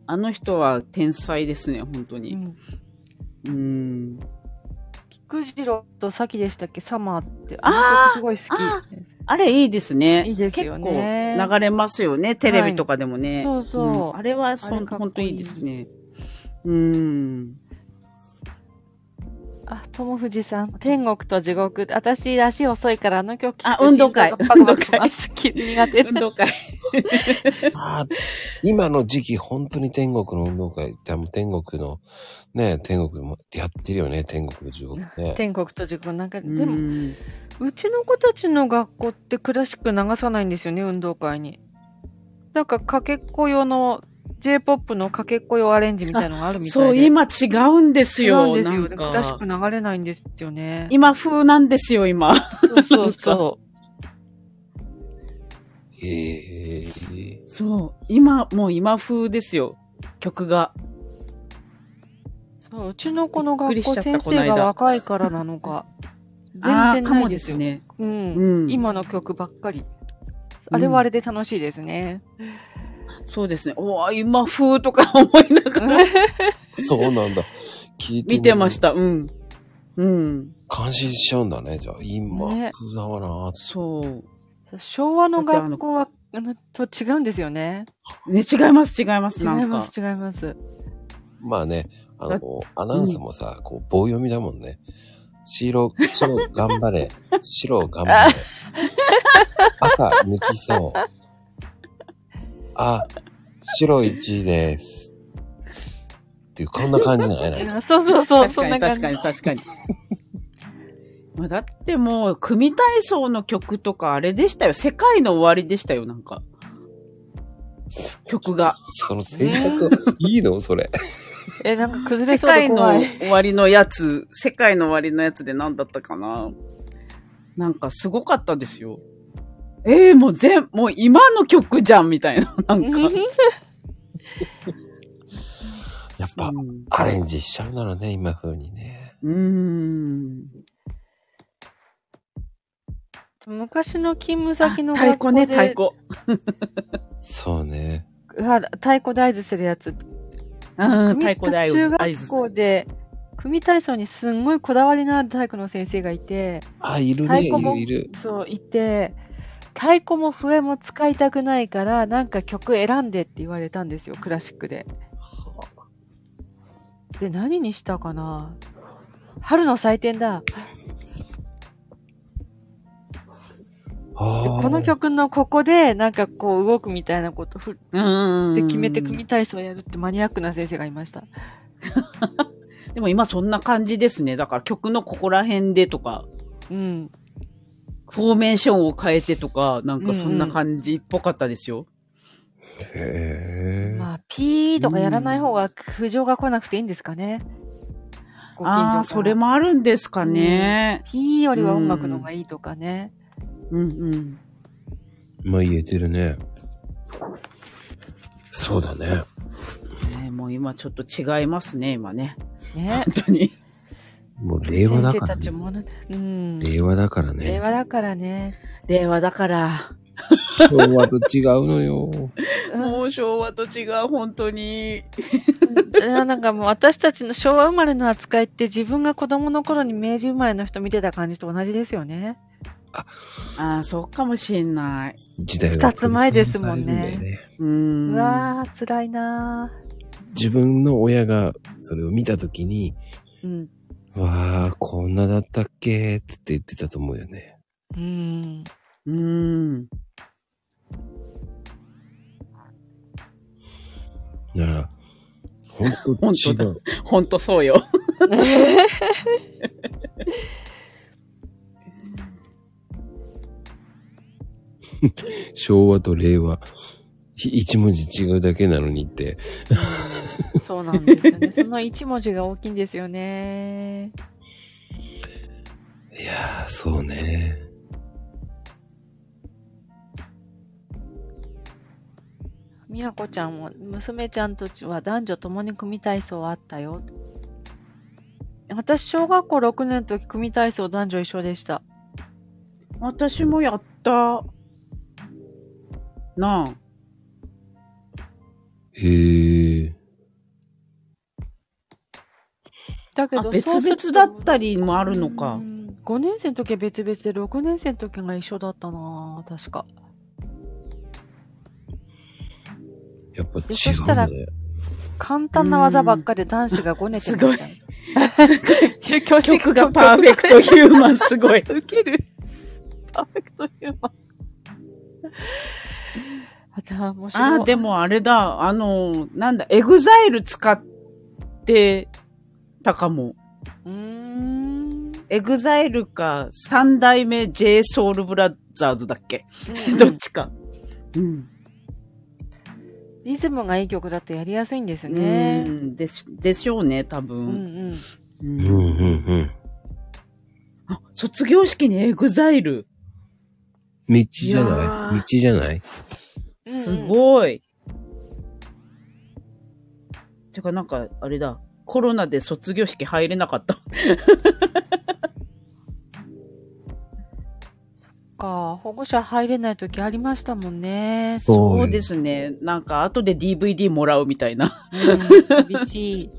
[SPEAKER 3] あの人は天才ですね、本当
[SPEAKER 2] う
[SPEAKER 3] に。
[SPEAKER 2] ん。
[SPEAKER 3] うん。
[SPEAKER 2] 菊次郎とさきでしたっけ、サマーって。
[SPEAKER 3] あー
[SPEAKER 2] すごい好
[SPEAKER 3] あ
[SPEAKER 2] き。
[SPEAKER 3] あれいいですね。
[SPEAKER 2] いいですよね
[SPEAKER 3] 結構流れますよね。テレビとかでもね。
[SPEAKER 2] そうそう
[SPEAKER 3] うんあれはそ
[SPEAKER 2] あれ
[SPEAKER 3] ん、
[SPEAKER 2] かっこいい
[SPEAKER 3] 本当いいですね。うん。
[SPEAKER 2] あ、友藤さん、天国と地獄。私、足遅いから、あの曲聞く
[SPEAKER 3] あ運動会
[SPEAKER 2] 心臓がバクバクします苦手
[SPEAKER 3] 運動会。
[SPEAKER 1] あー今の時期、本当に天国の運動会って、あの天国の、ね、天国もやってるよね、天国の中国 ね。
[SPEAKER 2] 天国と地獄なんか、 で
[SPEAKER 3] う
[SPEAKER 2] も、
[SPEAKER 3] ん
[SPEAKER 2] うちの子たちの学校ってクラシック流さないんですよね、運動会に。なんか、かけっこ用の、J-POP のかけっこ用アレンジみたいのがあるみたいで。
[SPEAKER 3] そう、今違うんです
[SPEAKER 2] 違うん
[SPEAKER 3] よ。
[SPEAKER 2] です
[SPEAKER 3] な
[SPEAKER 2] よ
[SPEAKER 3] ん
[SPEAKER 2] ね。クラシッ
[SPEAKER 3] か
[SPEAKER 2] ク。流れないんですよね。
[SPEAKER 3] 今風なんですよ、今。
[SPEAKER 2] そうそうそう。
[SPEAKER 1] へえ。
[SPEAKER 3] そう。今、もう今風ですよ。曲が。
[SPEAKER 2] そう、うちの子の
[SPEAKER 3] びっく
[SPEAKER 2] 学校
[SPEAKER 3] りしちゃった
[SPEAKER 2] 先
[SPEAKER 3] この
[SPEAKER 2] 生
[SPEAKER 3] 間
[SPEAKER 2] が若いからなのか、全
[SPEAKER 3] ああ、
[SPEAKER 2] 然
[SPEAKER 3] か
[SPEAKER 2] な
[SPEAKER 3] も
[SPEAKER 2] い
[SPEAKER 3] で
[SPEAKER 2] です
[SPEAKER 3] す
[SPEAKER 2] よ。
[SPEAKER 3] ね。
[SPEAKER 2] うん、
[SPEAKER 3] うん
[SPEAKER 2] 今の曲ばっかり。
[SPEAKER 3] うん
[SPEAKER 2] あれはあれで楽しいですね。
[SPEAKER 3] そうですね。おわ、今風とか思いながら
[SPEAKER 1] そうなんだ。聞いて。
[SPEAKER 3] 見てましたた。うん。うん。
[SPEAKER 1] 感心しちゃうんだね、じゃあ。今、
[SPEAKER 2] ね
[SPEAKER 1] 風だわなーって
[SPEAKER 3] そ
[SPEAKER 2] 昭和の
[SPEAKER 3] だってあの
[SPEAKER 2] 学校は、あの、と違うんですよね。
[SPEAKER 3] う。ね、違います、違います、
[SPEAKER 2] 違い
[SPEAKER 3] なん
[SPEAKER 2] ま
[SPEAKER 3] か。
[SPEAKER 2] す、違います。
[SPEAKER 1] まあね、あ
[SPEAKER 3] だ
[SPEAKER 1] の、アナウンスもさ、こう、棒読みだもんね。白、白、頑張れ。白、頑張れ。赤、抜きそう。あ、白1位です。っていう、こんな感じじゃ ないの
[SPEAKER 2] あそうそうそう、
[SPEAKER 3] 確
[SPEAKER 2] そ
[SPEAKER 3] か
[SPEAKER 2] んな
[SPEAKER 3] に、
[SPEAKER 2] 感
[SPEAKER 3] 確
[SPEAKER 2] じ
[SPEAKER 3] か。に、確かに。 まあだってもう、組体操の曲とかあれでしたよ。世界の終わりでしたよ、なんか。曲が。
[SPEAKER 1] その選択、いいのそれ。
[SPEAKER 2] え、なんか崩れ
[SPEAKER 3] 世
[SPEAKER 2] そうで
[SPEAKER 3] 界
[SPEAKER 2] 怖
[SPEAKER 3] の
[SPEAKER 2] い。
[SPEAKER 3] 終わりのやつ、世界の終わりのやつで何だったかななんかすごかったですよ。ええもう全、もう今の曲じゃんみたいな、なんか。
[SPEAKER 1] やっぱ
[SPEAKER 3] う、ん
[SPEAKER 1] アレンジしちゃうんだろうね、今風にね。
[SPEAKER 3] うーん。
[SPEAKER 2] 昔の勤務
[SPEAKER 3] あ
[SPEAKER 2] 先の
[SPEAKER 3] 太
[SPEAKER 2] 学
[SPEAKER 3] 鼓
[SPEAKER 2] 校
[SPEAKER 3] ね、
[SPEAKER 2] で
[SPEAKER 3] 太鼓。
[SPEAKER 1] そうね。
[SPEAKER 2] うわ太鼓で合図するやつ。
[SPEAKER 3] うん、
[SPEAKER 2] 組
[SPEAKER 3] 太鼓で合図。合
[SPEAKER 2] 中学
[SPEAKER 3] 図。
[SPEAKER 2] 校で、組体操にすんごいこだわりのある体育の先生がいて、
[SPEAKER 1] あ、いる
[SPEAKER 2] 太
[SPEAKER 1] ね、い
[SPEAKER 2] 鼓も
[SPEAKER 1] る、いる。
[SPEAKER 2] そう、いて、太鼓も笛も使いたくないから、なんか曲選んでって言われたんですよ、クラシックで。で、何にしたかな春の祭典だ。
[SPEAKER 1] あー
[SPEAKER 2] この曲のここで、なんかこう動くみたいなことふ
[SPEAKER 3] うん。
[SPEAKER 2] って決めて組体操やるってマニアックな先生がいました。
[SPEAKER 3] でも今そんな感じですね。だから曲のここら辺でとか、
[SPEAKER 2] うん。
[SPEAKER 3] フォーメーションを変えてとか、なんかそんな感じっぽかったですよ。
[SPEAKER 1] へえ。
[SPEAKER 2] まあ、ピーとかやらない方が苦情が来なくていいんですかね。ご近所か
[SPEAKER 3] あ
[SPEAKER 2] ら
[SPEAKER 3] あ、それ。もあるんですかね。
[SPEAKER 2] ピーよりは音楽の方がいいとかね。
[SPEAKER 3] うん、うん。
[SPEAKER 1] まあ言えてるね。そうだね。
[SPEAKER 3] ね、もう今ちょっと違いますね、今ね。
[SPEAKER 2] ね。
[SPEAKER 3] 本当に。
[SPEAKER 1] もう令和だ
[SPEAKER 2] 先生
[SPEAKER 1] から
[SPEAKER 2] たち
[SPEAKER 1] ね。
[SPEAKER 2] もね、うん。
[SPEAKER 1] 令和だから
[SPEAKER 2] 令
[SPEAKER 1] ね。
[SPEAKER 2] 和だからね。
[SPEAKER 3] 令和だから、
[SPEAKER 1] 昭和と違うのよ。
[SPEAKER 2] うん
[SPEAKER 3] もう昭和と違う、本当に。
[SPEAKER 2] いやなんかもう私たちの昭和生まれの扱いって自分が子供の頃に明治生まれの人見てた感じと同じですよね。
[SPEAKER 3] ああ、そうかもしんない。
[SPEAKER 1] 時代が。
[SPEAKER 2] 二つ前ですもんね
[SPEAKER 3] うー。
[SPEAKER 2] うんわー、辛いな
[SPEAKER 1] 自分の親がそれを見たときに、
[SPEAKER 2] ー。うん。
[SPEAKER 1] わあ、こんなだったっけって言ってたと思うよね。
[SPEAKER 2] うん。
[SPEAKER 3] うーん。
[SPEAKER 1] だから、ほんと
[SPEAKER 3] 本
[SPEAKER 1] 違
[SPEAKER 3] 当だ
[SPEAKER 1] う。
[SPEAKER 3] ほんとそうよ。
[SPEAKER 1] 昭和と令和。ひ一文字違うだけなのにって。
[SPEAKER 2] そうなんですよね。そ の一文字が大きいんですよね。
[SPEAKER 1] いやー、そうね。
[SPEAKER 2] みやこちゃんも、娘ちゃんたちは男女共に組体操はあったよ。私、小学校6年の時、組体操男女一緒でした。
[SPEAKER 3] 私もやった。なあ。
[SPEAKER 1] へえ。
[SPEAKER 2] だけ
[SPEAKER 3] あ、
[SPEAKER 2] ど、
[SPEAKER 3] 別々だったりもあるのか。
[SPEAKER 2] 5年生の時は別々で、6年生の時が一緒だったなぁ確か。
[SPEAKER 1] やっぱ違
[SPEAKER 2] そし
[SPEAKER 1] うん
[SPEAKER 2] たら
[SPEAKER 1] だね。
[SPEAKER 2] 簡単な技ばっかりで男子が5年生
[SPEAKER 3] すごい。
[SPEAKER 2] 教師
[SPEAKER 3] 曲がパーフェクトヒューマン、すごい。
[SPEAKER 2] 受ける。パーフェクトヒューマン。あた、面白い。
[SPEAKER 3] ああ、でもあれだ、あの、なんだ、エグザイル使ってたかも。
[SPEAKER 2] うーん。
[SPEAKER 3] エグザイルか、三代目 J ソウルブラザーズだっけ、どっちか。うん。
[SPEAKER 2] リズムがいい曲だとやりやすいんです
[SPEAKER 3] ね
[SPEAKER 2] ね。
[SPEAKER 3] でし、でしょうね、多
[SPEAKER 2] う
[SPEAKER 3] 分。
[SPEAKER 1] う
[SPEAKER 2] ん
[SPEAKER 3] う
[SPEAKER 1] んうん
[SPEAKER 3] ん
[SPEAKER 1] うん。
[SPEAKER 3] あ卒業式にエグザイル。
[SPEAKER 1] 道じゃ
[SPEAKER 3] いや
[SPEAKER 1] ない
[SPEAKER 3] ー
[SPEAKER 1] 道じゃない
[SPEAKER 2] うんうん
[SPEAKER 3] すごい。てかなんか、あれだ。コロナで卒業式入れなかった。
[SPEAKER 2] か、保護者入れない時ありましたもんね。
[SPEAKER 1] そう
[SPEAKER 3] そうですね。なんか、後で DVD もらうみたいな。
[SPEAKER 2] うん、厳しい。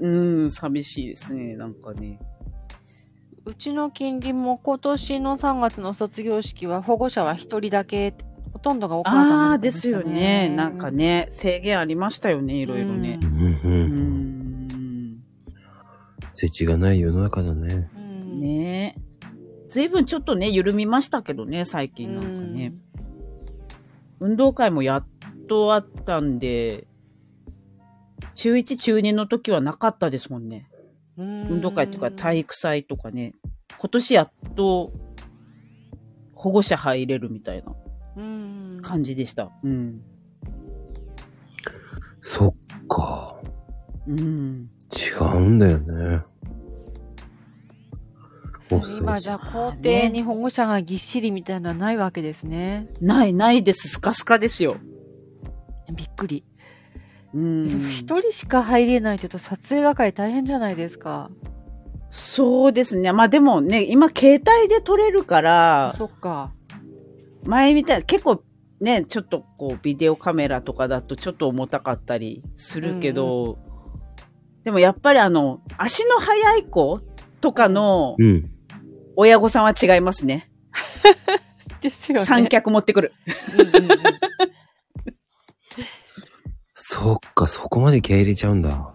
[SPEAKER 3] うん、寂しいですね。なんかね。
[SPEAKER 2] うちの近隣も今年の3月の卒業式は保護者は1人だけ、ほとんどがお母さん
[SPEAKER 3] ああー、
[SPEAKER 2] になって
[SPEAKER 3] で
[SPEAKER 2] まし
[SPEAKER 3] す
[SPEAKER 2] た
[SPEAKER 3] よね。なんか、ね、制限ありましたよね。いろいろね
[SPEAKER 1] う。んう
[SPEAKER 3] うん
[SPEAKER 1] うん。
[SPEAKER 3] ん。
[SPEAKER 1] 世知がない世の中だね。
[SPEAKER 2] うんうん
[SPEAKER 3] ねずいぶんちょっとね、緩みましたけどね、最近なんかね。運動会もやっとあったんで、中1、中2の時はなかったですもんね。
[SPEAKER 2] うん
[SPEAKER 3] 運動会とか体育祭とかね。今年やっと保護者入れるみたいな
[SPEAKER 2] うん
[SPEAKER 3] 感じでした。うん。
[SPEAKER 1] そっか。
[SPEAKER 3] うん。
[SPEAKER 1] 違うんだよね。もうそ
[SPEAKER 2] 今
[SPEAKER 1] う
[SPEAKER 2] じ
[SPEAKER 1] そ
[SPEAKER 2] ゃ
[SPEAKER 1] う。
[SPEAKER 2] 校庭に保護者がぎっしりみたいなのはないわけですね。
[SPEAKER 3] ない、ないです。スカスカですよ。
[SPEAKER 2] びっくり。
[SPEAKER 3] うん。
[SPEAKER 2] でも一人しか入れないって言うと撮影係大変じゃないですか。
[SPEAKER 3] そうですね。まあでもね、今携帯で撮れるから、
[SPEAKER 2] そっか。
[SPEAKER 3] 前みたいな、結構ね、ちょっとこう、ビデオカメラとかだとちょっと重たかったりするけど、でもやっぱりあの、足の速い子とかの
[SPEAKER 1] うん。
[SPEAKER 3] 親御さんは違いますね。
[SPEAKER 2] ですよね。
[SPEAKER 3] 三脚持ってくる。
[SPEAKER 2] うんうんうん
[SPEAKER 1] そっか、そこまで気合い入れちゃうんだ。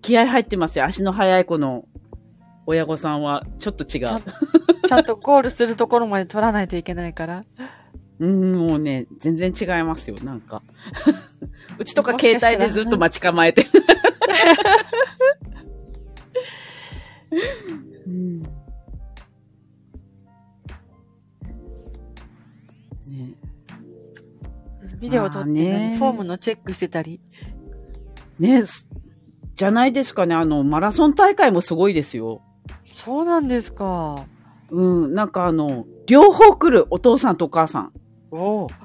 [SPEAKER 3] 気合入ってますよ。足の速い子の親御さんはちょっと違
[SPEAKER 2] ちゃん
[SPEAKER 3] う。
[SPEAKER 2] とちゃんとゴールするところまで取らないといけないから。
[SPEAKER 3] うん、もうね、全然違いますよ、なんか。うちとか
[SPEAKER 2] もしかし
[SPEAKER 3] 携
[SPEAKER 2] たら
[SPEAKER 3] 帯でずっと待ち構えて。うんね
[SPEAKER 2] ビデオ撮って
[SPEAKER 3] まあ
[SPEAKER 2] 何、
[SPEAKER 3] ね
[SPEAKER 2] フォームのチェックしてたり。
[SPEAKER 3] ねすじゃないですかね。あの、マラソン大会もすごいですよ。
[SPEAKER 2] そうなんですか。
[SPEAKER 3] うん、なんかあの、両方来るお父さんとお母さん。
[SPEAKER 2] おお。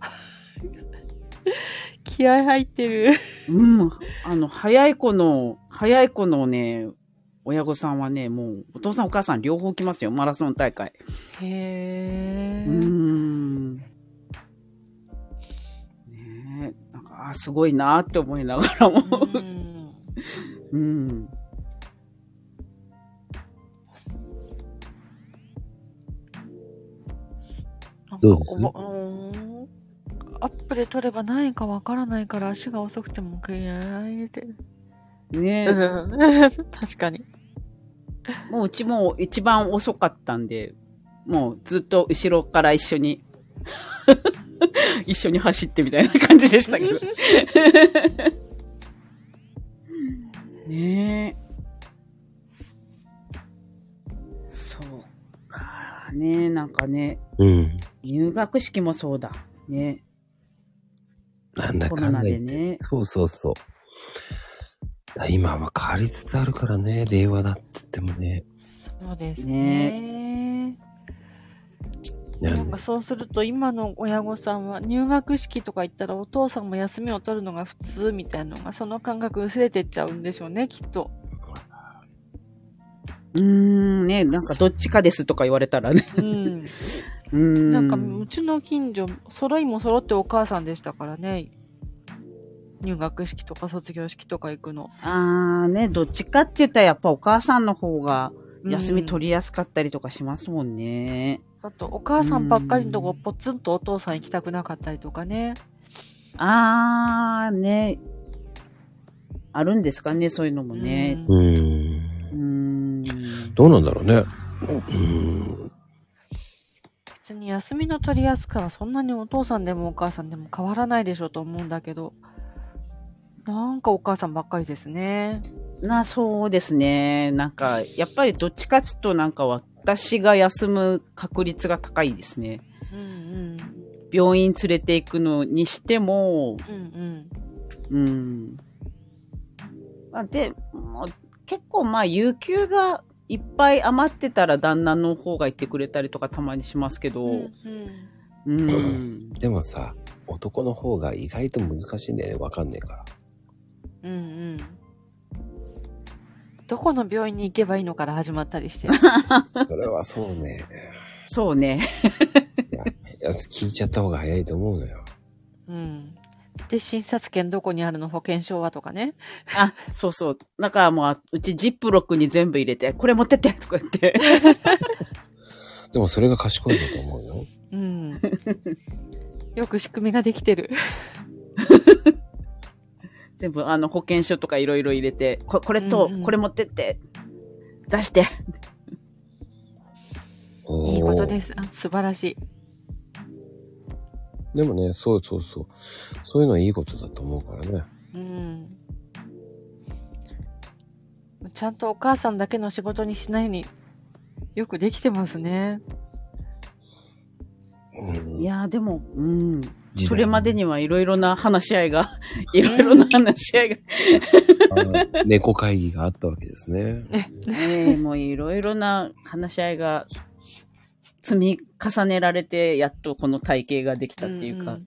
[SPEAKER 2] 気合入ってる。
[SPEAKER 3] うん。あの、早い子の、早い子のね、親御さんはね、もう、お父さんお母さん両方来ますよ、マラソン大会。
[SPEAKER 2] へえ。
[SPEAKER 3] うーん。ねえ、なんか、あ、すごいなって思いながらも。
[SPEAKER 2] うん
[SPEAKER 3] うん。
[SPEAKER 2] なんか
[SPEAKER 1] どう
[SPEAKER 2] おもうーんアップで撮れば何位かわからないから足が遅くても気合入れてる。
[SPEAKER 3] ねえ、
[SPEAKER 2] 確かに。
[SPEAKER 3] もううちも一番遅かったんで、もうずっと後ろから一緒に、 一緒に走ってみたいな感じでしたけど。ねえ。そうか。ねえ、なんかね、
[SPEAKER 1] うん。
[SPEAKER 3] 入学式もそうだ。ね
[SPEAKER 1] なんだ
[SPEAKER 3] コ
[SPEAKER 1] か
[SPEAKER 3] ロ
[SPEAKER 1] んだ
[SPEAKER 3] ナ
[SPEAKER 1] 言っ
[SPEAKER 3] で
[SPEAKER 1] て。
[SPEAKER 3] ね。
[SPEAKER 1] そうそうそう。だ今は変わりつつあるからね、令和だって言ってもね。
[SPEAKER 2] そうですね。
[SPEAKER 1] な
[SPEAKER 2] なん
[SPEAKER 1] ん
[SPEAKER 2] かそうすると今の親御さんは入学式とか行ったらお父さんも休みを取るのが普通みたいなのがその感覚薄れてっちゃうんでしょうねきっと。
[SPEAKER 3] うーん、ねえ、なんかどっちかですとか言われたらね。
[SPEAKER 2] うん、
[SPEAKER 3] うーん。
[SPEAKER 2] なんかうちの近所揃いも揃ってお母さんでしたからね入学式とか卒業式とか行くの。
[SPEAKER 3] あーね、どっちかって言ったらやっぱお母さんの方が
[SPEAKER 2] うん
[SPEAKER 3] 休み取りやすかったりとかしますもんね。
[SPEAKER 2] あとお母さんばっかりのとこポツンとお父さん行きたくなかったりとかね。
[SPEAKER 3] あーね、あるんですかね、そういうのもね。
[SPEAKER 1] う
[SPEAKER 2] うん
[SPEAKER 1] ん。
[SPEAKER 3] うーん。
[SPEAKER 1] どうなんだろうね。うん。
[SPEAKER 2] 別に休みの取りやすさはそんなにお父さんでもお母さんでも変わらないでしょうと思うんだけど、なんかお母さんばっかりですね。
[SPEAKER 3] な、そうですね。なんか、やっぱりどっちかちょっとなんか私が休む確率が高いですね。
[SPEAKER 2] うん
[SPEAKER 3] 病院連れて行くのにしても、
[SPEAKER 2] うん。うん
[SPEAKER 3] うん。まあ、で、もう結構まあ、有給がいっぱい余ってたら旦那の方が行ってくれたりとかたまにしますけ
[SPEAKER 2] うん。
[SPEAKER 3] ど、
[SPEAKER 2] うん
[SPEAKER 3] うん。
[SPEAKER 1] でもさ、男の方が意外と難しいんだよね。わかんねえから。
[SPEAKER 2] うんうん。どこの病院に行けばいいのから始まったり して。
[SPEAKER 1] それはそうね。
[SPEAKER 3] そうね。
[SPEAKER 1] いや、聞いちゃった方が早いと思うのよ。
[SPEAKER 2] うん。で、診察券どこにあるの保険証はとかね。
[SPEAKER 3] あ、そうそう。だからもう、うちジップロックに全部入れて、これ持ってってとか言って。
[SPEAKER 1] でもそれが賢いんだと思うよ。
[SPEAKER 2] うん。よく仕組みができてる。
[SPEAKER 3] 全部、あの、保険証とかいろいろ入れて、ここれと、
[SPEAKER 2] うんうん
[SPEAKER 3] これ持ってって、出して。
[SPEAKER 1] おー
[SPEAKER 2] いいことです。あ素晴らしい。
[SPEAKER 1] でもね、そうそうそう。そういうのはいいことだと思うからね。
[SPEAKER 2] うん。ちゃんとお母さんだけの仕事にしないように、よくできてますね。
[SPEAKER 1] うん
[SPEAKER 3] いやーでも、うん。
[SPEAKER 1] 時代
[SPEAKER 3] それまでにはいろいろな話し合いが、いろいろな話し合いが、
[SPEAKER 1] あ 猫会議があったわけですね。
[SPEAKER 3] ねえもういろいろな話し合いが積み重ねられて、やっとこの体型ができたっていうか。
[SPEAKER 2] ん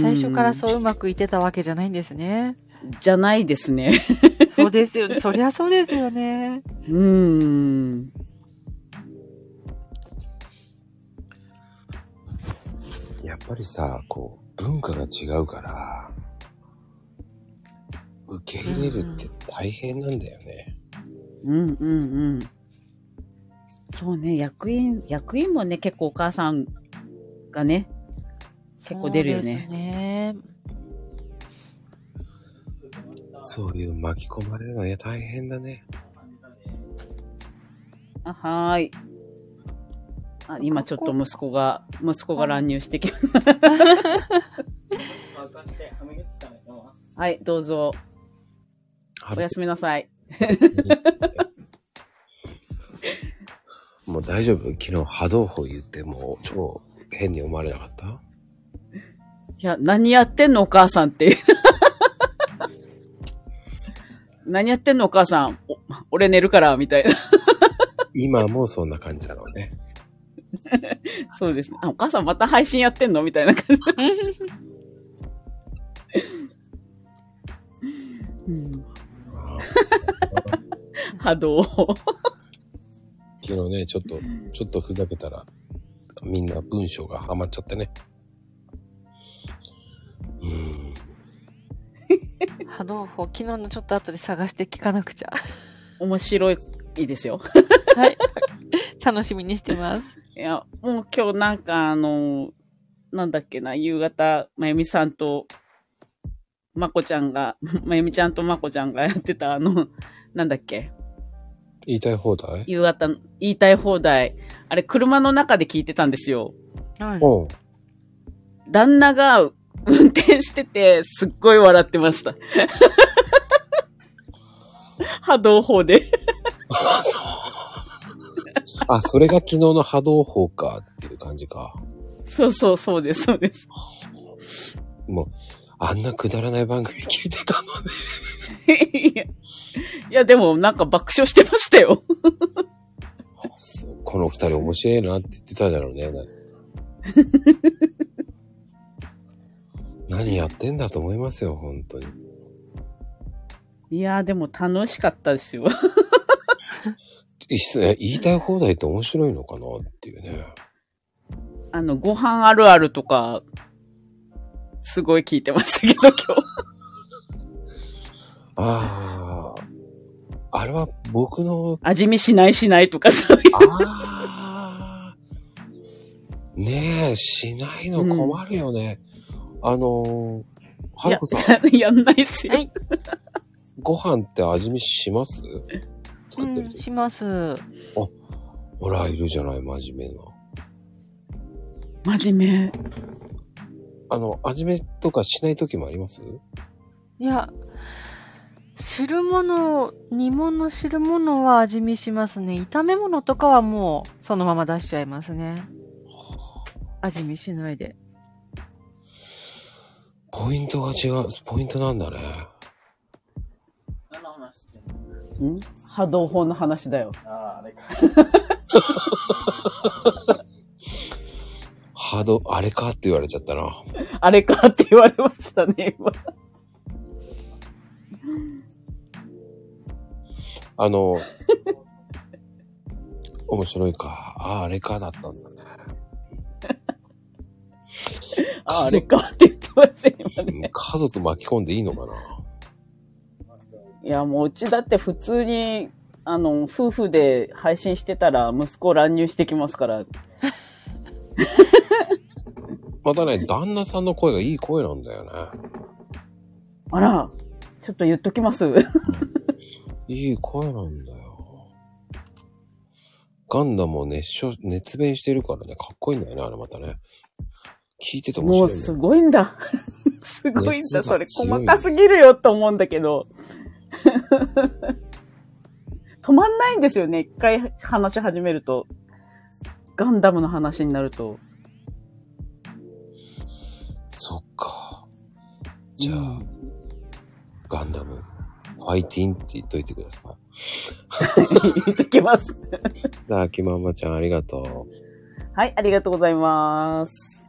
[SPEAKER 2] 最初からそうううまくいってたわけじゃないんです ね。
[SPEAKER 3] ん。じゃないですね。
[SPEAKER 2] そうですよね。そりゃそうですよね。
[SPEAKER 3] うん。
[SPEAKER 1] やっぱりさ、こう、文化が違うから、受け入れるって大変なんだよね。
[SPEAKER 3] うんうんうん。そうね、役員、役員もね、結構お母さんがね、結構出るよね
[SPEAKER 2] そうですね。
[SPEAKER 1] そういう巻き込まれるのね、大変だね。
[SPEAKER 3] あ、はーい。あ、今ちょっと息子が、息子が乱入してきました。 はい、どうぞ。おやすみなさい。
[SPEAKER 1] もう大丈夫昨日波動砲言ってもう超変に思われなかった
[SPEAKER 3] いや、何やってんのお母さんって。 何やってんのお母さん。お俺寝るから、みたいな。
[SPEAKER 1] 今もうそんな感じだろうね。
[SPEAKER 3] そうですね。あ、お母さんまた配信やってんのみたいな感じ。うん、
[SPEAKER 1] ああ
[SPEAKER 3] 波動を。
[SPEAKER 1] 昨日ね、ちょっと、ちょっとふざけたら、みんな文章がハマっちゃってね。うーん。
[SPEAKER 2] 波動砲、昨日のちょっと後で探して聞かなくちゃ。
[SPEAKER 3] 面白いですよ。
[SPEAKER 2] はい。楽しみにしてます。
[SPEAKER 3] いや、もう今日なんかあの、なんだっけな、夕方、まゆみさんと、まこちゃんが、 まゆみちゃんとまこちゃんがやってたあの、なんだっけ、
[SPEAKER 1] 言いたい放題
[SPEAKER 3] 夕方、言いたい放題。あれ、車の中で聞いてたんですよ。
[SPEAKER 2] はい。
[SPEAKER 1] おう
[SPEAKER 3] 旦那が運転してて、すっごい笑ってました。 波動砲で。
[SPEAKER 1] あ、そう。あ、それが昨日の波動砲かっていう感じか。
[SPEAKER 3] そうそう、そうです、そうです。
[SPEAKER 1] もう、あんなくだらない番組聞いてたのね。
[SPEAKER 3] いや、いやでもなんか爆笑してましたよ。
[SPEAKER 1] そうこの二人面白いなって言ってただろうね。 な何やってんだと思いますよ、本当に。
[SPEAKER 3] いや、でも楽しかったですよ。
[SPEAKER 1] い言いたい放題って面白いのかなっていうね。
[SPEAKER 3] あの、ご飯あるあるとか、すごい聞いてましたけど、 今日。
[SPEAKER 1] ああ、あれは僕 の、
[SPEAKER 3] 味見しないしないとか、そういう。
[SPEAKER 1] ああ、ねえ、しないの困るよね。あのー、はるこさん、
[SPEAKER 3] ん。や んないっすよ。
[SPEAKER 2] はい
[SPEAKER 1] ご飯って味見します
[SPEAKER 2] う
[SPEAKER 1] 作ってる
[SPEAKER 2] ん、
[SPEAKER 1] 時。
[SPEAKER 2] します。
[SPEAKER 1] ほら、いるじゃない、真面目な。
[SPEAKER 3] 真面目。
[SPEAKER 1] あの、味見とかしない時もあります
[SPEAKER 2] いや、汁物、煮物、汁物は味見しますね。炒め物とかはもうそのまま出しちゃいますね。味見しないで。
[SPEAKER 1] ポイントが違う、ポイントなんだね。
[SPEAKER 3] ん波動法の話だよ。
[SPEAKER 1] ハード、あれかって言われちゃったな。
[SPEAKER 3] あれかって言われましたね、今。
[SPEAKER 1] あ の、面白いか。ああ、あれかだったんだね。
[SPEAKER 3] ああれかって言ってますね、今
[SPEAKER 1] うん
[SPEAKER 3] ね。
[SPEAKER 1] 家族巻き込んでいいのかな。
[SPEAKER 3] いや、もううちだって普通に、あの、夫婦で配信してたら息子乱入してきますから。
[SPEAKER 1] またね、旦那さんの声がいい声なんだよね。
[SPEAKER 3] あら、ちょっと言っときます。
[SPEAKER 1] いい声なんだよ。ガンダムを熱唱、熱弁してるからね、かっこいいんだよね、あれまたね。聞いてて面
[SPEAKER 3] も
[SPEAKER 1] 白
[SPEAKER 3] う
[SPEAKER 1] い、ね。
[SPEAKER 3] すごいんだ。 すごいん
[SPEAKER 1] 熱が
[SPEAKER 3] だ。それ
[SPEAKER 1] 強い
[SPEAKER 3] 細かすぎるよと思うんだけど。 止まんないんですよね。一回話し始めると。ガンダムの話になると。
[SPEAKER 1] そっか。じゃあ、
[SPEAKER 3] うん
[SPEAKER 1] ガンダム、ファイティンって言っといてください。
[SPEAKER 3] 言っときます。
[SPEAKER 1] じゃあ、秋ママちゃんありがと
[SPEAKER 3] はい、ありがとうございます。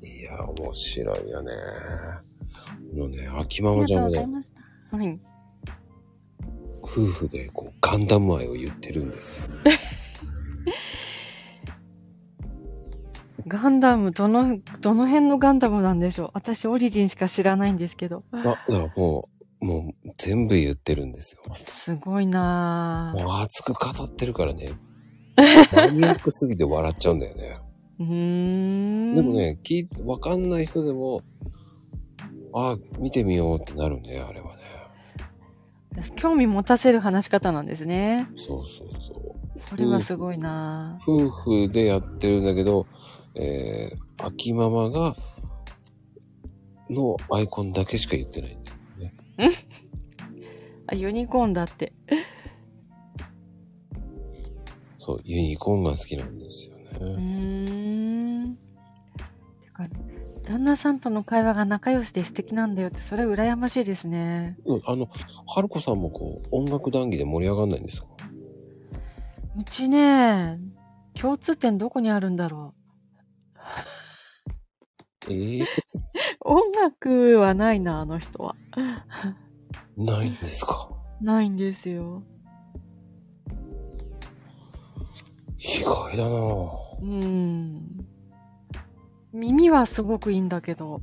[SPEAKER 1] う。いや、面白いよね。あのね、秋マ
[SPEAKER 2] あり
[SPEAKER 1] マ
[SPEAKER 2] が
[SPEAKER 1] ち
[SPEAKER 2] と
[SPEAKER 1] ゃ
[SPEAKER 2] うん
[SPEAKER 1] も
[SPEAKER 2] ござい
[SPEAKER 1] ね、
[SPEAKER 2] ました。はい。
[SPEAKER 1] 夫婦でこう、ガンダム愛を言ってるんですよ。
[SPEAKER 2] ガンダム、どの、どの辺のガンダムなんでしょう私、オリジンしか知らないんですけど。
[SPEAKER 1] あ、だからもう、もう全部言ってるんですよ。
[SPEAKER 2] すごいなぁ。
[SPEAKER 1] もう熱く語ってるからね。 マニアックすぎて笑っちゃうんだよね。
[SPEAKER 2] うーん。
[SPEAKER 1] でも。ね、聞いて、わかんない人でも、ああ、見てみようってなるね、あれはね。
[SPEAKER 2] 興味持たせる話し方なんですね。
[SPEAKER 1] そうそうそう。
[SPEAKER 2] それはすごいなぁ。
[SPEAKER 1] 夫婦でやってるんだけど、えー、秋ママが、のアイコンだけしか言ってないんだよね。
[SPEAKER 2] あ、ユニコーンだって。
[SPEAKER 1] そう、ユニコーンが好きなんですよ
[SPEAKER 2] う
[SPEAKER 1] ね。
[SPEAKER 2] ーん。てか、旦那さんとの会話が仲良しで素敵なんだよって、それ羨ましいですね。
[SPEAKER 1] うん、あの、はるこさんもこう、音楽談義で盛り上がんないんですか
[SPEAKER 2] うちね、共通点どこにあるんだろ
[SPEAKER 1] ええ
[SPEAKER 2] う。音楽はないな、あの人は。
[SPEAKER 1] ないんですか
[SPEAKER 2] ないんですよ。
[SPEAKER 1] 意外だなぁ
[SPEAKER 2] うん。耳はすごくいいんだけど、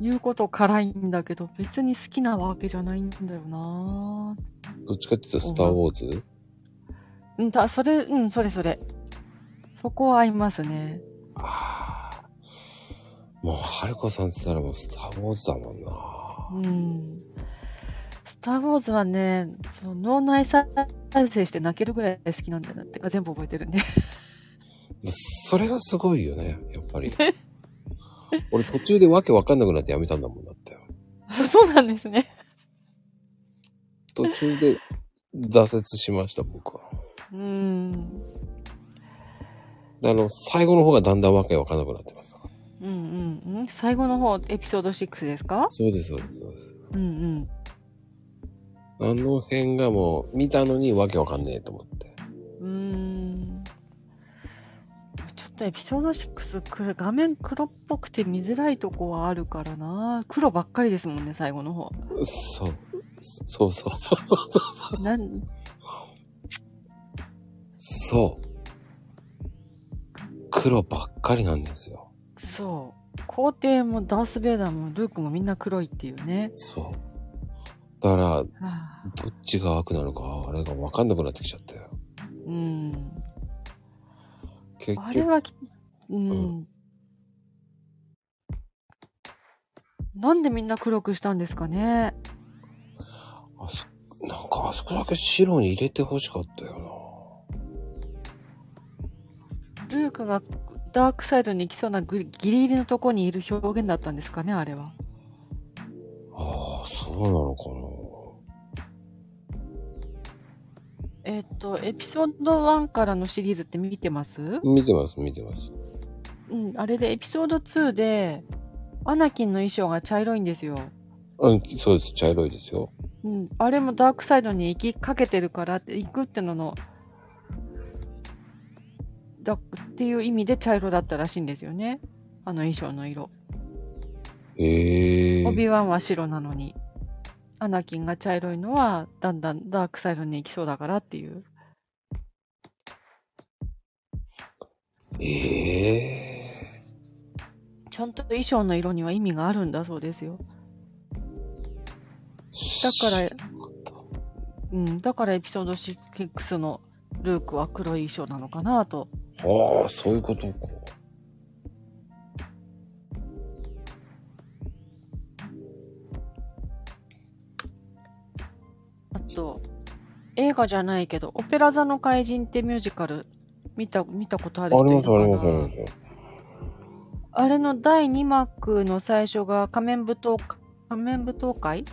[SPEAKER 2] 言うこと辛いんだけど、別に好きなわけじゃないんだよな
[SPEAKER 1] どっちかっていうと、スター・ウォーズ
[SPEAKER 2] うんだ、それ、うん、それそれ。そこは合いますね。
[SPEAKER 1] ああ。もう、はるこさんって言ったらもう、スター・ウォーズだもんなぁ
[SPEAKER 2] うん。スター・ウォーズはね、その脳内再生して泣けるぐらい好きなんだなってか、全部覚えてるね。
[SPEAKER 1] それがすごいよね、やっぱり。俺途中でわけわかんなくなってやめたんだもんだって。
[SPEAKER 2] そうなんですね。
[SPEAKER 1] 途中で挫折しました、僕は。
[SPEAKER 2] うん。
[SPEAKER 1] あの、最後の方がだんだんわけわかんなくなってます。
[SPEAKER 2] うんうんうん。最後の方、エピソード6ですか
[SPEAKER 1] そうです、そうです、そうです。
[SPEAKER 2] うんうん。
[SPEAKER 1] あの辺がもう、見たのにわけわかんねえと思って。
[SPEAKER 2] うーんちょっとエピソード6くる画面黒っぽくて見づらいとこはあるからな黒ばっかりですもんね最後の 方
[SPEAKER 1] そう。そうそうそうそうそうそう。
[SPEAKER 2] なん
[SPEAKER 1] そう。黒ばっかりなんですよ。
[SPEAKER 2] そう皇帝もダース・ベイダーもルークもみんな黒いっていうね
[SPEAKER 1] そう。だから、
[SPEAKER 2] はあ
[SPEAKER 1] どっちが悪なのか、あれがわかんなくなってきちゃったよ。
[SPEAKER 2] うん
[SPEAKER 1] 結
[SPEAKER 2] あれ
[SPEAKER 1] 局、
[SPEAKER 2] はきうん、
[SPEAKER 1] うん
[SPEAKER 2] なんでみんな黒くしたんですかね
[SPEAKER 1] あそなんかあそこだけ白に入れて欲しかったよ
[SPEAKER 2] ルークがダークサイドに行きそうなぐギリギリのとこにいる表現だったんですかねあれは
[SPEAKER 1] な。ああ、そうなのか
[SPEAKER 2] えっと、エピソード1からのシリーズって見てます
[SPEAKER 1] な。見てます、見てます。
[SPEAKER 2] うん、あれでエピソード2で、アナキンの衣装が茶色いんですよ。
[SPEAKER 1] うん、そうです、茶色いですよ。
[SPEAKER 2] うん、あれもダークサイドに行きかけてるからって、行くってのの、だっていう意味で茶色だったらしいんですよね。あの衣装の色。
[SPEAKER 1] ええ
[SPEAKER 2] オビワンは白なのに、アナキンが茶色いのは、だんだんダークサイドに行きそうだからっていう。
[SPEAKER 1] ええ
[SPEAKER 2] ちゃんと衣装の色には意味があるんだそうですよ。だから、うん、だからエピソード6のルークは黒い衣装なのかなと。
[SPEAKER 1] ああ、そういうことか。
[SPEAKER 2] あと、映画じゃないけど、オペラ座の怪人ってミュージカル見た、見たことあ
[SPEAKER 1] あ
[SPEAKER 2] る人い
[SPEAKER 1] り
[SPEAKER 2] る
[SPEAKER 1] ま
[SPEAKER 2] か
[SPEAKER 1] す、
[SPEAKER 2] な
[SPEAKER 1] あります、あります。
[SPEAKER 2] あれの第2幕の最初が仮面舞踏会、仮面舞踏会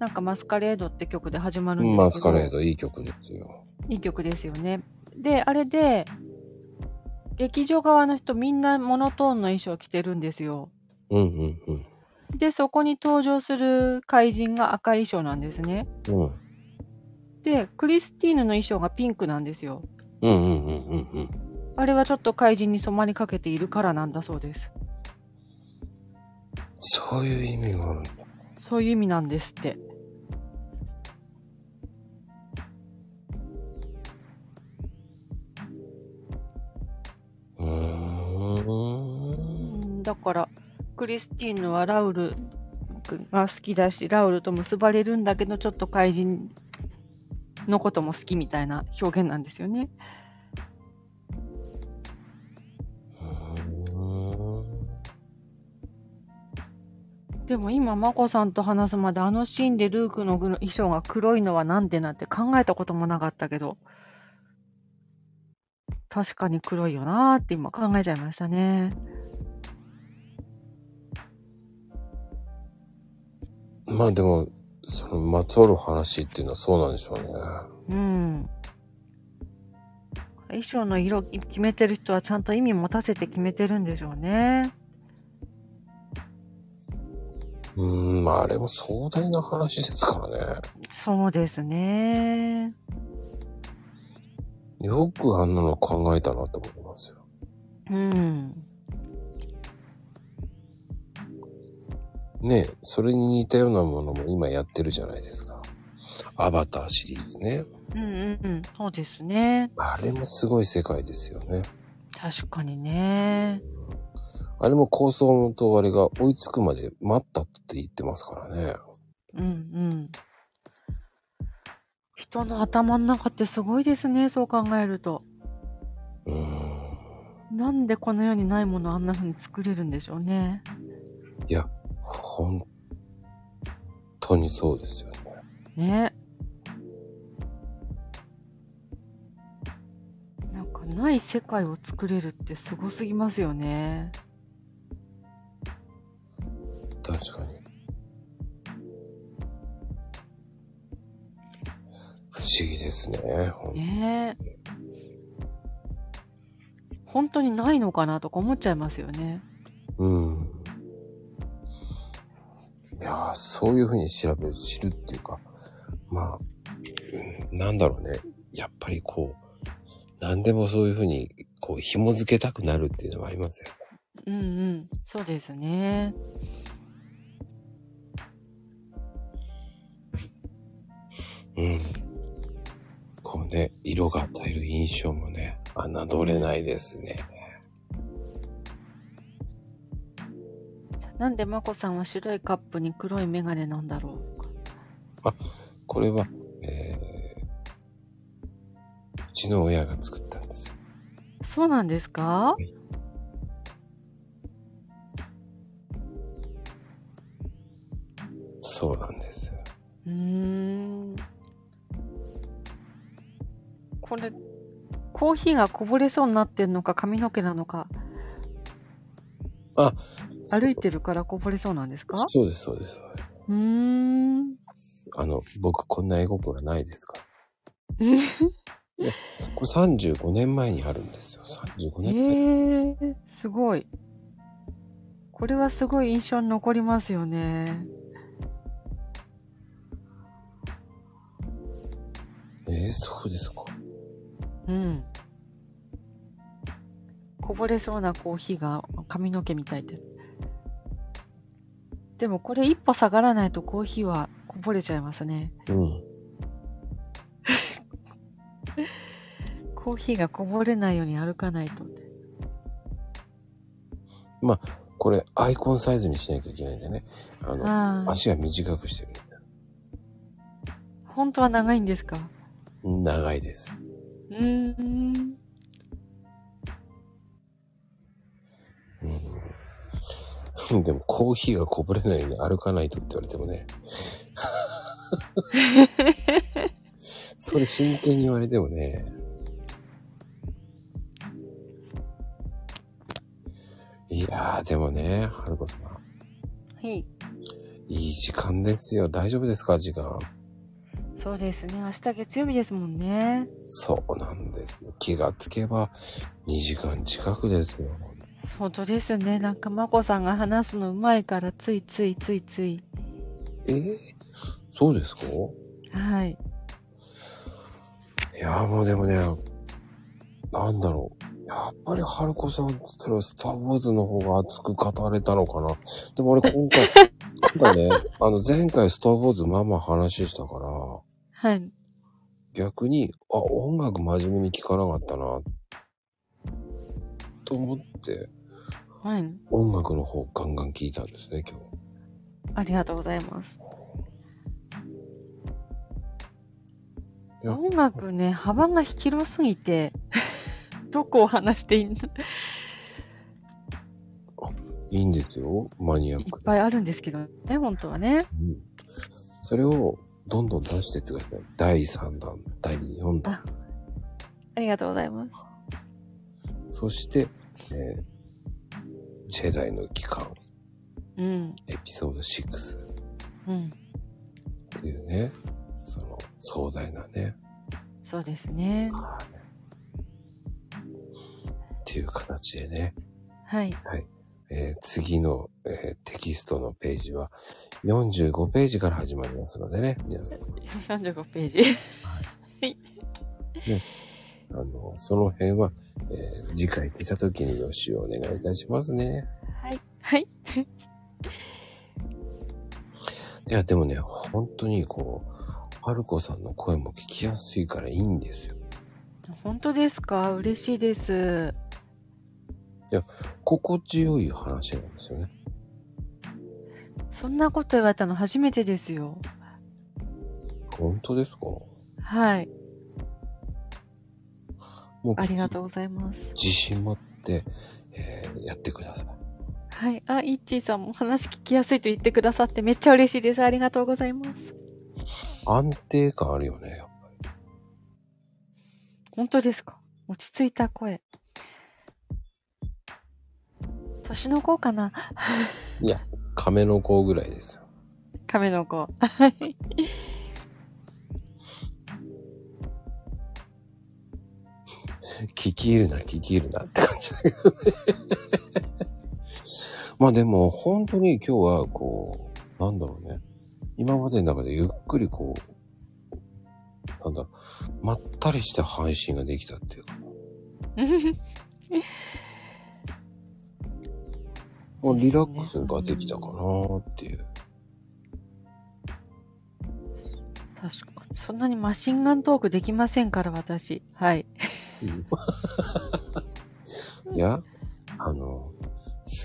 [SPEAKER 2] なんかマスカレードって曲で始まるんですけど。
[SPEAKER 1] マスカレード、いい曲ですよ。
[SPEAKER 2] いい曲ですよね。で、あれで、劇場側の人みんなモノトーンの衣装着てるんですよ。
[SPEAKER 1] うん、うん、うん。
[SPEAKER 2] で、そこに登場する怪人が赤い衣装なんですね。
[SPEAKER 1] うん、
[SPEAKER 2] で、クリスティーヌの衣装がピンクなんですよ。
[SPEAKER 1] うん、うん、うん、うんうん。
[SPEAKER 2] あれはちょっと怪人に染まりかけているからなんだそうです。
[SPEAKER 1] そういう意味があるんだ。
[SPEAKER 2] そういう意味なんですって。
[SPEAKER 1] うーん。
[SPEAKER 2] うんだから、クリスティーヌはラウルが好きだし、ラウルと結ばれるんだけど、ちょっと怪人のことも好きみたいな表現なんですよね。
[SPEAKER 1] うーん
[SPEAKER 2] でも今、マコさんと話すまで、あのシーンでルークの衣装が黒いのはなんでなんて考えたこともなかったけど、確かに黒いよなーって今考えちゃいましたね。
[SPEAKER 1] まあでも、その、まつわる話っていうのはそうなんでしょうね。
[SPEAKER 2] うん。衣装の色決めてる人はちゃんと意味持たせて決めてるんでしょうね。
[SPEAKER 1] うーん、まああれも壮大な話ですからね。
[SPEAKER 2] そうですね。
[SPEAKER 1] よくあんなの考えたなと思いますよ。
[SPEAKER 2] うん。
[SPEAKER 1] ねえそれに似たようなものも今やってるじゃないですか。アバターシリーズね。
[SPEAKER 2] うんうんうん。そうですね。
[SPEAKER 1] あれもすごい世界ですよね。
[SPEAKER 2] 確かにね。
[SPEAKER 1] あれも構想とあれが追いつくまで待ったって言ってますからね。
[SPEAKER 2] うんうん。人の頭の中ってすごいですね。そう考えると。
[SPEAKER 1] うーん。
[SPEAKER 2] なんでこの世にないものあんな風に作れるんでしょうね。
[SPEAKER 1] いや、本当にそうですよね。
[SPEAKER 2] ね。なんかない世界を作れるってすごすぎますよね。
[SPEAKER 1] 確かに。不思議ですね。ほん
[SPEAKER 2] ねえ。本当にないのかなとか思っちゃいますよね。
[SPEAKER 1] うん。いやー、そういうふうに調べる、知るっていうか、まあ、うん、なんだろうね。やっぱりこう、何でもそういうふうに、こう、紐付けたくなるっていうのもありますよね。
[SPEAKER 2] うんうん。そうですね。
[SPEAKER 1] うん。こうね、色が与える印象もね、侮れないですね。
[SPEAKER 2] なんでまこさんは白いカップに黒いメガネなんだろう。
[SPEAKER 1] これは、えー、うちの親が作ったんですよ。
[SPEAKER 2] そうなんですか
[SPEAKER 1] そうなんですよ。
[SPEAKER 2] うーん。これ、コーヒーがこぼれそうになってんのか髪の毛なのか、歩いてるからこぼれそうなんですか
[SPEAKER 1] そうです、そうです。そうです
[SPEAKER 2] うーん。
[SPEAKER 1] あの、僕こんな絵心はないですから。こ れ35年前にあるんですよ。35
[SPEAKER 2] え
[SPEAKER 1] 年前。
[SPEAKER 2] えー、すごい。これはすごい印象に残りますよね。
[SPEAKER 1] えーそうですか。
[SPEAKER 2] うん。ここぼれそうなコーヒーが髪の毛みたいで。でもこれ一歩下がらないとコーヒーはこぼれちゃいますね。
[SPEAKER 1] うん。
[SPEAKER 2] コーヒーがこぼれないように歩かないと。
[SPEAKER 1] これ、アイコンサイズにしないといけないんでね。あの、
[SPEAKER 2] ああ、
[SPEAKER 1] 足が短くしてる。
[SPEAKER 2] 本当は長いんですか
[SPEAKER 1] 長いです。
[SPEAKER 2] うーん。
[SPEAKER 1] うん。でも、コーヒーがこぼれないように歩かないとって言われてもね。それ真剣に言われてもね。いやー、でもね、はるこ様。
[SPEAKER 2] はい。
[SPEAKER 1] いい時間ですよ。大丈夫ですか時間。
[SPEAKER 2] そうですね。明日月曜日ですもんね。
[SPEAKER 1] そうなんですよ。気がつけば2時間近くですよ。
[SPEAKER 2] 本当ですね。なんか、まこさんが話すのうまいから、ついついついつい。
[SPEAKER 1] えー、そうですか
[SPEAKER 2] はい。
[SPEAKER 1] いやーもうでもね、なんだろう。やっぱり春子さんって言ったらスターウォーズの方が熱く語れたのかな。でも俺今回、今回ね、あの前回スターウォーズまあまあ話したから、
[SPEAKER 2] はい。
[SPEAKER 1] 逆に、あ、音楽真面目に聴かなかったな、と思って
[SPEAKER 2] はい。
[SPEAKER 1] 音楽の方ガンガン聴いたんですね、今日。
[SPEAKER 2] ありがとうございます。
[SPEAKER 1] いや
[SPEAKER 2] 音楽ね、幅が広すぎて、 どこを話していいのい
[SPEAKER 1] いいんですよ、マニアック
[SPEAKER 2] っ
[SPEAKER 1] で。
[SPEAKER 2] ぱいあるんですけどね、本当はね。
[SPEAKER 1] うんそれをどんどん出してってください。第3弾、第4弾。
[SPEAKER 2] ありがとうございます。
[SPEAKER 1] そして、えージェダイの期間、
[SPEAKER 2] うん。
[SPEAKER 1] エピソード6
[SPEAKER 2] うん。
[SPEAKER 1] っていうね、その壮大なね、
[SPEAKER 2] そうですね。
[SPEAKER 1] っていう形でね、
[SPEAKER 2] はい。
[SPEAKER 1] えー次の、えーテキストのページは45ページから始まりますのでね、皆さん。
[SPEAKER 2] 45ページ。
[SPEAKER 1] あの、その辺は、えー次回出た時に予習をお願いいたしますね。
[SPEAKER 2] はい。はい。
[SPEAKER 1] いや、でもね、本当にこう、はるこさんの声も聞きやすいからいいんですよ。
[SPEAKER 2] 本当ですか嬉しいです。
[SPEAKER 1] 心地よい話なんですよね。
[SPEAKER 2] そんなこと言われたの初めてですよ。
[SPEAKER 1] 本当ですか
[SPEAKER 2] はい。
[SPEAKER 1] もう
[SPEAKER 2] ありが
[SPEAKER 1] う。
[SPEAKER 2] とうございます。
[SPEAKER 1] 自信持って、えーやってください。
[SPEAKER 2] はい。あ、イッチーさんも話聞きやすいと言ってくださってめっちゃ嬉しいです。ありがとうございます。
[SPEAKER 1] 安定感あるよね。
[SPEAKER 2] 本当ですか落ち着いた声。年の子かな
[SPEAKER 1] 亀の子ぐらいですよ。
[SPEAKER 2] 亀の子。
[SPEAKER 1] 聞き入るな、聞き入るなって感じだけどね。 まあでも、本当に今日は、こう、なんだろうね。今までの中でゆっくりこう、なんだろう、まったりした配信ができたっていうか。もうリラックスができたかなーっていう。
[SPEAKER 2] 確かに。そんなにマシンガントークできませんから、私。はい。
[SPEAKER 1] いや、あの、好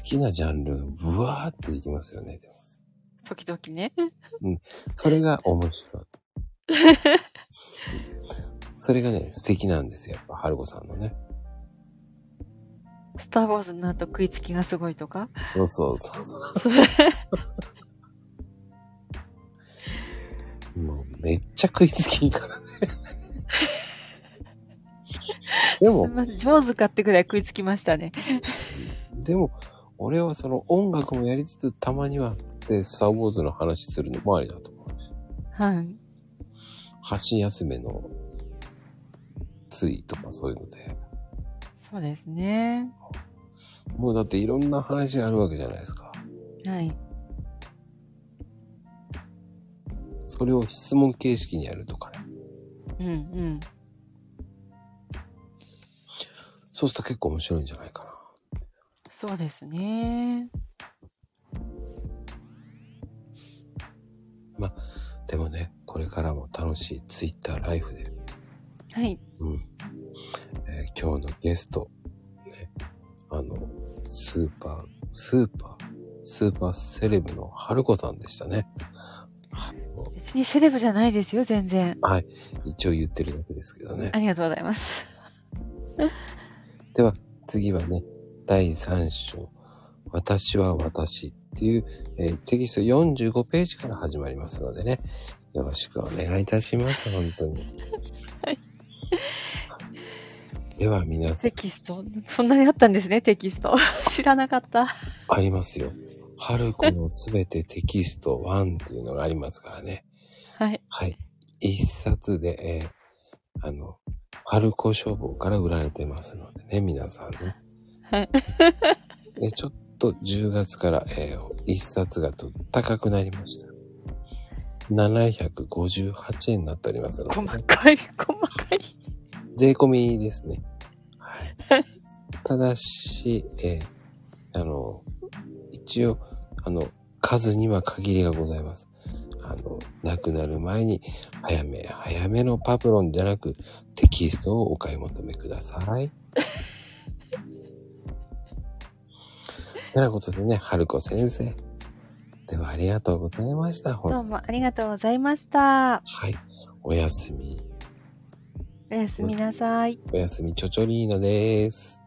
[SPEAKER 1] きなジャンルがブワーってできますよね。でも
[SPEAKER 2] 時々ね。
[SPEAKER 1] それが面白い。それがね、素敵なんですよ。やっぱ、はるこさんのね。
[SPEAKER 2] スター・ウォーズの後食いつきがすごいとか。
[SPEAKER 1] そうそうそうそう。もう、めっちゃ食いつきいいからね。でも、
[SPEAKER 2] まあ上手かってぐらい食いつきましたね。
[SPEAKER 1] でも、俺はその音楽もやりつつ、たまには、で、スター・ウォーズの話するのもありだと思う。
[SPEAKER 2] はい。
[SPEAKER 1] 箸休めの、ついとかそういうので。
[SPEAKER 2] そうですね。
[SPEAKER 1] もうだっていろんな話があるわけじゃないですか。
[SPEAKER 2] はい。
[SPEAKER 1] それを質問形式にやるとかね。
[SPEAKER 2] うんうん。
[SPEAKER 1] そうすると結構面白いんじゃないかな。
[SPEAKER 2] そうですね。
[SPEAKER 1] でもね、これからも楽しいツイッターライフで、
[SPEAKER 2] はい。
[SPEAKER 1] うん。えー今日のゲスト、ね、あの、スーパー、スーパー、スーパーセレブの春子さんでしたね。はいも
[SPEAKER 2] 別にセレブじゃないですよ、全然。
[SPEAKER 1] う一応言ってるだけですけどね
[SPEAKER 2] あ。りがとうございます。
[SPEAKER 1] では、次はね、第3章、私は私っていう、えーテキスト45ページから始まりますのでね、よろしくお願いいたします、本当に。
[SPEAKER 2] はい。
[SPEAKER 1] では、皆さん
[SPEAKER 2] テ、キスト、そんなにあったんですね、テキスト。 知らなかった。
[SPEAKER 1] ありますよ。春子のすべてテキスト1っていうのがありますからね。
[SPEAKER 2] はい。
[SPEAKER 1] はい。一冊で、えーあの、春子消防から売られてますのでね、皆さんね。
[SPEAKER 2] はい。
[SPEAKER 1] えちょっと10月から、えー一冊がと高くなりました。758円になっておりますので
[SPEAKER 2] 細
[SPEAKER 1] ね、
[SPEAKER 2] かい、細かい。
[SPEAKER 1] 税込みですね。はい。ただし、えーあの、一応、あの、数には限りがございます。あの、亡くなる前に、早め、早めのパブロンじゃなく、テキストをお買い求めくださ い。てなことでね、春子先生。では、ありがとうございました。ほ
[SPEAKER 2] ど
[SPEAKER 1] ん
[SPEAKER 2] うもありがとうございました。
[SPEAKER 1] はい。おやすみ。
[SPEAKER 2] おやすみなさい。
[SPEAKER 1] おやすみ、ちょちょリーナです。